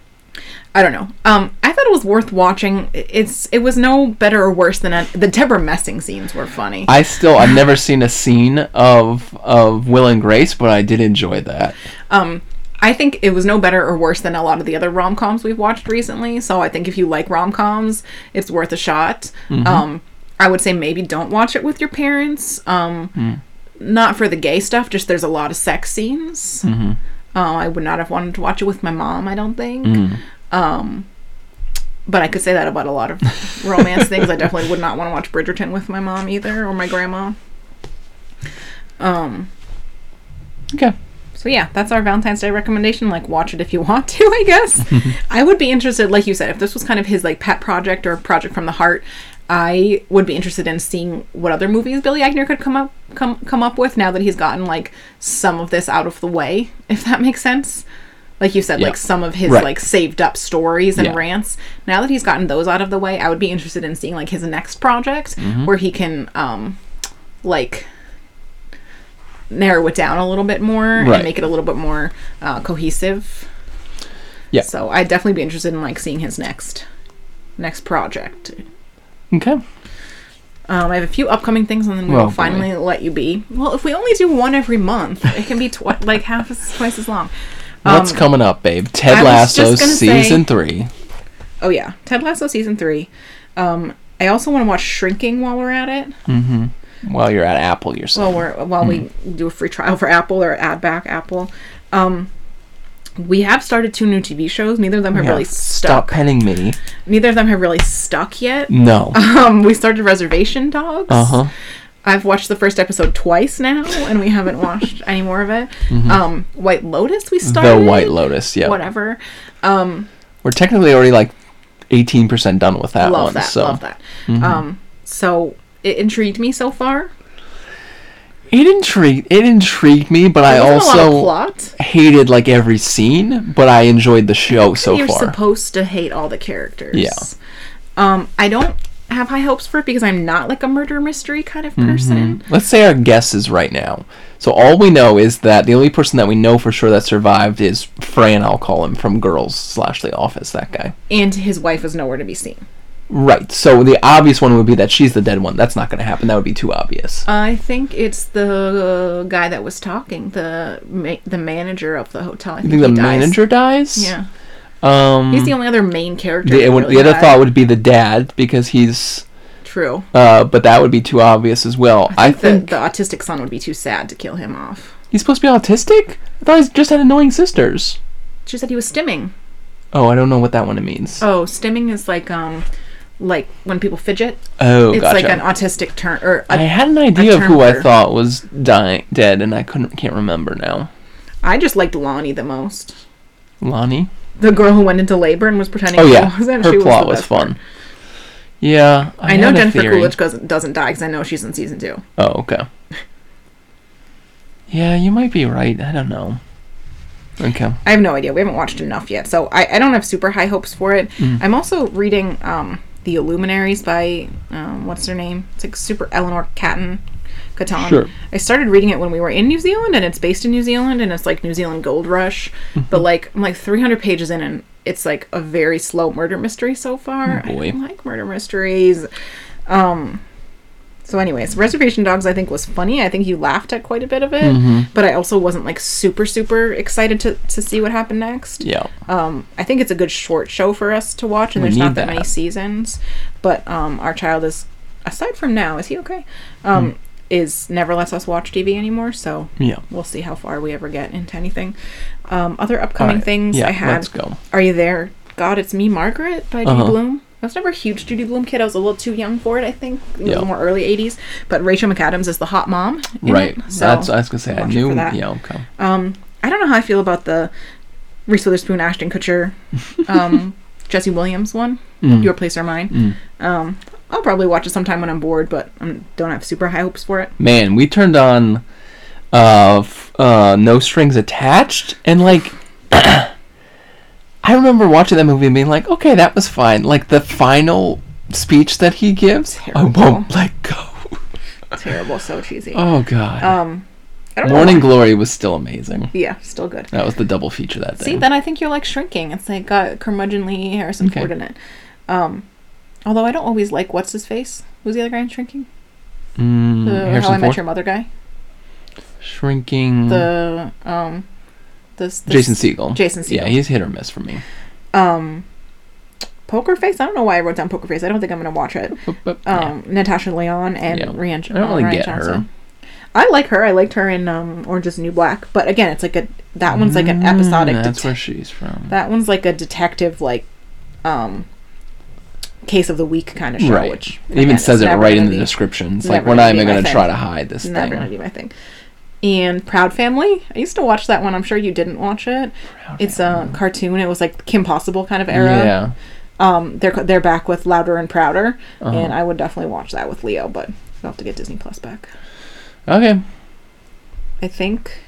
Speaker 2: I don't know. Um, I thought it was worth watching. I- It's it was no better or worse than the Deborah Messing scenes were funny.
Speaker 1: I still I've never seen a scene of of Will and Grace, but I did enjoy that.
Speaker 2: Um, I think it was no better or worse than a lot of the other rom coms we've watched recently. So I think if you like rom coms, it's worth a shot. Um, I would say maybe don't watch it with your parents. Um, Not for the gay stuff, just there's a lot of sex
Speaker 1: Mm.
Speaker 2: scenes.
Speaker 1: Mm-hmm.
Speaker 2: Uh, I would not have wanted to watch it with my mom, I don't think.
Speaker 1: Mm-hmm.
Speaker 2: Um, but I could say that about a lot of romance things. I definitely would not want to watch Bridgerton with my mom either or my grandma. Um,
Speaker 1: Okay,
Speaker 2: so yeah, that's our Valentine's Day recommendation. Like, watch it if you want to, I guess. I would be interested, like you said, if this was kind of his like pet project or project from the heart. I would be interested in seeing what other movies Billy Agnew could come up come come up with now that he's gotten like some of this out of the way, if that makes sense. Like you said,
Speaker 1: Yeah.
Speaker 2: like some of his
Speaker 1: Right.
Speaker 2: like saved up stories and
Speaker 1: Yeah.
Speaker 2: rants. Now that he's gotten those out of the way, I would be interested in seeing like his next project
Speaker 1: Mm-hmm.
Speaker 2: where he can um like narrow it down a little bit more
Speaker 1: Right.
Speaker 2: and make it a little bit more uh, cohesive.
Speaker 1: Yeah.
Speaker 2: So I'd definitely be interested in like seeing his next next project.
Speaker 1: okay,
Speaker 2: Um, I have a few upcoming things, and then
Speaker 1: Oh,
Speaker 2: we'll
Speaker 1: boy.
Speaker 2: finally let you be. Well, if we only do one every month, it can be tw- like half as twice as long.
Speaker 1: what's coming up, babe?
Speaker 2: Um, I
Speaker 1: Ted
Speaker 2: was just
Speaker 1: Lasso
Speaker 2: gonna
Speaker 1: season
Speaker 2: say-
Speaker 1: three.
Speaker 2: Oh yeah, Ted Lasso season three. Um, I also want to watch Shrinking while we're at it.
Speaker 1: While you're at Apple yourself.
Speaker 2: while we're while
Speaker 1: Hmm.
Speaker 2: we do a free trial for Apple or add back Apple. Um, we have started two new TV shows. Neither of them have
Speaker 1: Yeah,
Speaker 2: really
Speaker 1: Stop
Speaker 2: stuck.
Speaker 1: penning me.
Speaker 2: Neither of them have really stuck yet.
Speaker 1: No.
Speaker 2: Um, we started Reservation Dogs.
Speaker 1: Uh huh.
Speaker 2: I've watched the first episode twice now, and we haven't watched any more of it. Um, White Lotus, we started.
Speaker 1: Mm-hmm. The White Lotus. Yeah.
Speaker 2: Whatever. Um,
Speaker 1: We're technically already like 18% done with that
Speaker 2: love
Speaker 1: one.
Speaker 2: that.
Speaker 1: so Mm-hmm.
Speaker 2: Love that. Um, so it intrigued me so far.
Speaker 1: it intrigued it intrigued me, but I
Speaker 2: There wasn't a lot of
Speaker 1: also
Speaker 2: plot.
Speaker 1: hated like every scene, but I enjoyed the show so
Speaker 2: You're
Speaker 1: far.
Speaker 2: supposed to hate all the characters.
Speaker 1: Yeah.
Speaker 2: Um, I don't have high hopes for it because I'm not like a murder mystery kind of person.
Speaker 1: Let's say our guess is right now. So all we know is that the only person that we know for sure that survived is Fran, I'll call him, from Girls slash The Office, that guy.
Speaker 2: And his wife is nowhere to be seen.
Speaker 1: Right. So the obvious one would be that she's the dead one. That's not going to happen. That would be too obvious.
Speaker 2: I think it's the guy that was talking, the ma- the manager of the hotel. I
Speaker 1: You think the
Speaker 2: he dies.
Speaker 1: manager dies?
Speaker 2: Yeah,
Speaker 1: Um,
Speaker 2: he's the only other main character.
Speaker 1: the,
Speaker 2: that
Speaker 1: would-
Speaker 2: really
Speaker 1: the other
Speaker 2: died.
Speaker 1: thought would be the dad because he's
Speaker 2: True.
Speaker 1: uh, but that would be too obvious as well i
Speaker 2: The,
Speaker 1: think,
Speaker 2: the autistic son would be too sad to kill him off.
Speaker 1: he's supposed to be autistic i thought he just had annoying sisters
Speaker 2: She said he was stimming.
Speaker 1: oh i don't know what that one means oh,
Speaker 2: Oh, stimming is like um, like when people fidget. it's
Speaker 1: Oh, gotcha
Speaker 2: like an autistic turn or
Speaker 1: I
Speaker 2: a
Speaker 1: had an idea of who I
Speaker 2: termer.
Speaker 1: thought was dying, dead, and I couldn't, can't remember now.
Speaker 2: I just liked Lonnie the most.
Speaker 1: Lonnie.
Speaker 2: The girl who went into labor and was pretending.
Speaker 1: Oh
Speaker 2: she
Speaker 1: yeah,
Speaker 2: wasn't,
Speaker 1: her
Speaker 2: she
Speaker 1: plot
Speaker 2: the
Speaker 1: was
Speaker 2: best part.
Speaker 1: fun. Yeah,
Speaker 2: I, know
Speaker 1: had a
Speaker 2: Jennifer
Speaker 1: theory.
Speaker 2: Coolidge doesn't doesn't die because I know she's in season two.
Speaker 1: Oh okay. Yeah, you might be right. I don't know. Okay.
Speaker 2: I have no idea. We haven't watched enough yet, so I, I don't have super high hopes for it.
Speaker 1: Mm.
Speaker 2: I'm also reading um, the Illuminaries by um, what's her name? It's like super Eleanor Catton. Catan.
Speaker 1: Sure.
Speaker 2: I started reading it when we were in New Zealand, and it's based in New Zealand, and it's like New Zealand Gold Rush.
Speaker 1: Mm-hmm.
Speaker 2: But like I'm like 300 pages in, and it's like a very slow murder mystery so far.
Speaker 1: Oh, boy.
Speaker 2: I don't like murder mysteries. Um, so, anyways, Reservation Dogs I think was funny. I think you laughed at quite a bit of it,
Speaker 1: Mm-hmm.
Speaker 2: but I also wasn't like super super excited to to see what happened next.
Speaker 1: Yeah.
Speaker 2: Um, I think it's a good short show for us to watch, and
Speaker 1: We
Speaker 2: there's
Speaker 1: need
Speaker 2: not that,
Speaker 1: that.
Speaker 2: many seasons. But um, our child is, aside from now, is he okay?
Speaker 1: Hmm.
Speaker 2: Um, Is never lets us watch TV anymore, so
Speaker 1: Yeah.
Speaker 2: we'll see how far we ever get into anything. Um, other upcoming
Speaker 1: Alright,
Speaker 2: things
Speaker 1: yeah,
Speaker 2: I had.
Speaker 1: Let's go.
Speaker 2: Are you there? God, it's me, Margaret by Judy
Speaker 1: Uh-huh.
Speaker 2: Bloom. I was never a huge Judy Bloom kid. I was a little too young for it, I think. It was
Speaker 1: Yeah.
Speaker 2: more early 80s. But Rachel McAdams is the hot mom. in it,
Speaker 1: Right.
Speaker 2: So
Speaker 1: That's I was gonna say. I
Speaker 2: watch it for
Speaker 1: knew.
Speaker 2: that.
Speaker 1: Yeah. Okay.
Speaker 2: um, I don't know how I feel about the Reese Witherspoon, Ashton Kutcher, um, Jesse Williams one,
Speaker 1: Mm.
Speaker 2: Your Place or Mine. Um, I'll probably watch it sometime when I'm bored, but I don't have super high hopes for it.
Speaker 1: Man, we turned on uh, f- uh, No Strings Attached, and like, I remember watching that movie and being like, okay, that was fine. Like, the final speech that he gives,
Speaker 2: Terrible.
Speaker 1: I won't let go.
Speaker 2: Terrible, so cheesy.
Speaker 1: Oh, God.
Speaker 2: Um, I don't
Speaker 1: Morning
Speaker 2: know.
Speaker 1: Glory was still amazing.
Speaker 2: why- Yeah, still good.
Speaker 1: That was the double feature that day.
Speaker 2: See, then I think you're like shrinking. It's like got curmudgeonly Harrison
Speaker 1: Okay.
Speaker 2: Ford in it. Um, although I don't always like what's his face. Who's the other guy in Shrinking?
Speaker 1: Mm,
Speaker 2: The How I
Speaker 1: Harrison
Speaker 2: Met
Speaker 1: Ford.
Speaker 2: Your Mother guy.
Speaker 1: Shrinking.
Speaker 2: The um, this, this
Speaker 1: Jason Siegel.
Speaker 2: Jason Segel.
Speaker 1: Yeah, he's hit or miss for me.
Speaker 2: um, Poker Face. I don't know why I wrote down Poker Face. I don't think I'm gonna watch it.
Speaker 1: But, but, yeah.
Speaker 2: Um, Natasha Leon and
Speaker 1: Yeah.
Speaker 2: Rian.
Speaker 1: I don't really
Speaker 2: Rian
Speaker 1: get her.
Speaker 2: I like her. I liked her in um, Orange Is the New Black. But again, it's like a that one's like an episodic.
Speaker 1: Mm, that's
Speaker 2: det-
Speaker 1: where she's from.
Speaker 2: That one's like a detective, like, um, case of the week kind of show.
Speaker 1: right.
Speaker 2: Which
Speaker 1: it even
Speaker 2: again,
Speaker 1: says
Speaker 2: it's
Speaker 1: it
Speaker 2: never
Speaker 1: right in
Speaker 2: gonna
Speaker 1: the
Speaker 2: be-
Speaker 1: description. It's
Speaker 2: never
Speaker 1: like, we're
Speaker 2: gonna
Speaker 1: not
Speaker 2: be
Speaker 1: even
Speaker 2: my
Speaker 1: going to
Speaker 2: thing.
Speaker 1: try to hide this
Speaker 2: Never
Speaker 1: thing.
Speaker 2: gonna be my thing. And Proud Family. I used to watch that one. I'm sure you didn't watch it.
Speaker 1: Proud
Speaker 2: It's um,
Speaker 1: Family.
Speaker 2: a cartoon. It was like Kim Possible kind of era.
Speaker 1: Mm. Yeah.
Speaker 2: Um, they're co- they're back with Louder and Prouder,
Speaker 1: Uh-huh.
Speaker 2: and I would definitely watch that with Leo. But we'll have to get Disney Plus back.
Speaker 1: Okay.
Speaker 2: I think.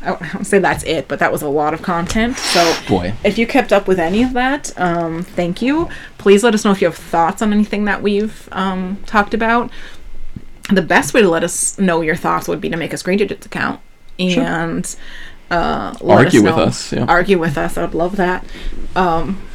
Speaker 2: I I don't say that's it, but that was a lot of content. So
Speaker 1: Boy.
Speaker 2: if you kept up with any of that, um, thank you. Please let us know if you have thoughts on anything that we've um, talked about. The best way to let us know your thoughts would be to make a Screen Digits account and uh, let
Speaker 1: Argue with
Speaker 2: know-
Speaker 1: us, yeah.
Speaker 2: Argue with us. I'd love that. Um,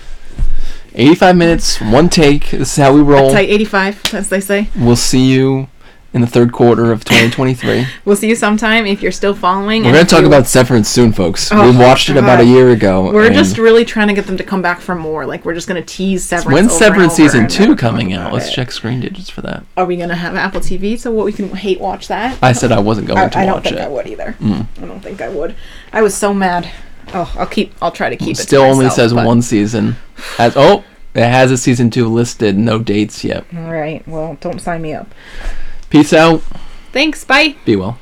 Speaker 1: 85 minutes, one take. This is how we roll.
Speaker 2: it's like 85, as they say.
Speaker 1: We'll see you in the third quarter of 2023.
Speaker 2: We'll see you sometime if you're still following.
Speaker 1: we're
Speaker 2: and
Speaker 1: going
Speaker 2: if
Speaker 1: to talk
Speaker 2: you-
Speaker 1: about Severance soon, folks.
Speaker 2: Oh
Speaker 1: we
Speaker 2: my
Speaker 1: watched it about a
Speaker 2: God.
Speaker 1: year ago.
Speaker 2: We're
Speaker 1: and
Speaker 2: just really trying to get them to come back for more. Like we're just going to tease Severance.
Speaker 1: When's
Speaker 2: over and
Speaker 1: Severance
Speaker 2: over
Speaker 1: season
Speaker 2: and
Speaker 1: two
Speaker 2: over
Speaker 1: coming
Speaker 2: about
Speaker 1: out? Let's
Speaker 2: it.
Speaker 1: check screen digits for that.
Speaker 2: Are we going to have Apple TV? So what we can hate watch that?
Speaker 1: I said I wasn't going
Speaker 2: I,
Speaker 1: to
Speaker 2: I don't
Speaker 1: watch
Speaker 2: think I
Speaker 1: it. Mm.
Speaker 2: would either. I don't think I would. I was so mad. Oh, I'll keep. I'll try to keep it. to
Speaker 1: Still only
Speaker 2: myself,
Speaker 1: says
Speaker 2: but-
Speaker 1: one season. As oh, it has a season two listed. No dates yet.
Speaker 2: All right. Well, don't sign me up.
Speaker 1: Peace out.
Speaker 2: Thanks. Bye.
Speaker 1: Be well.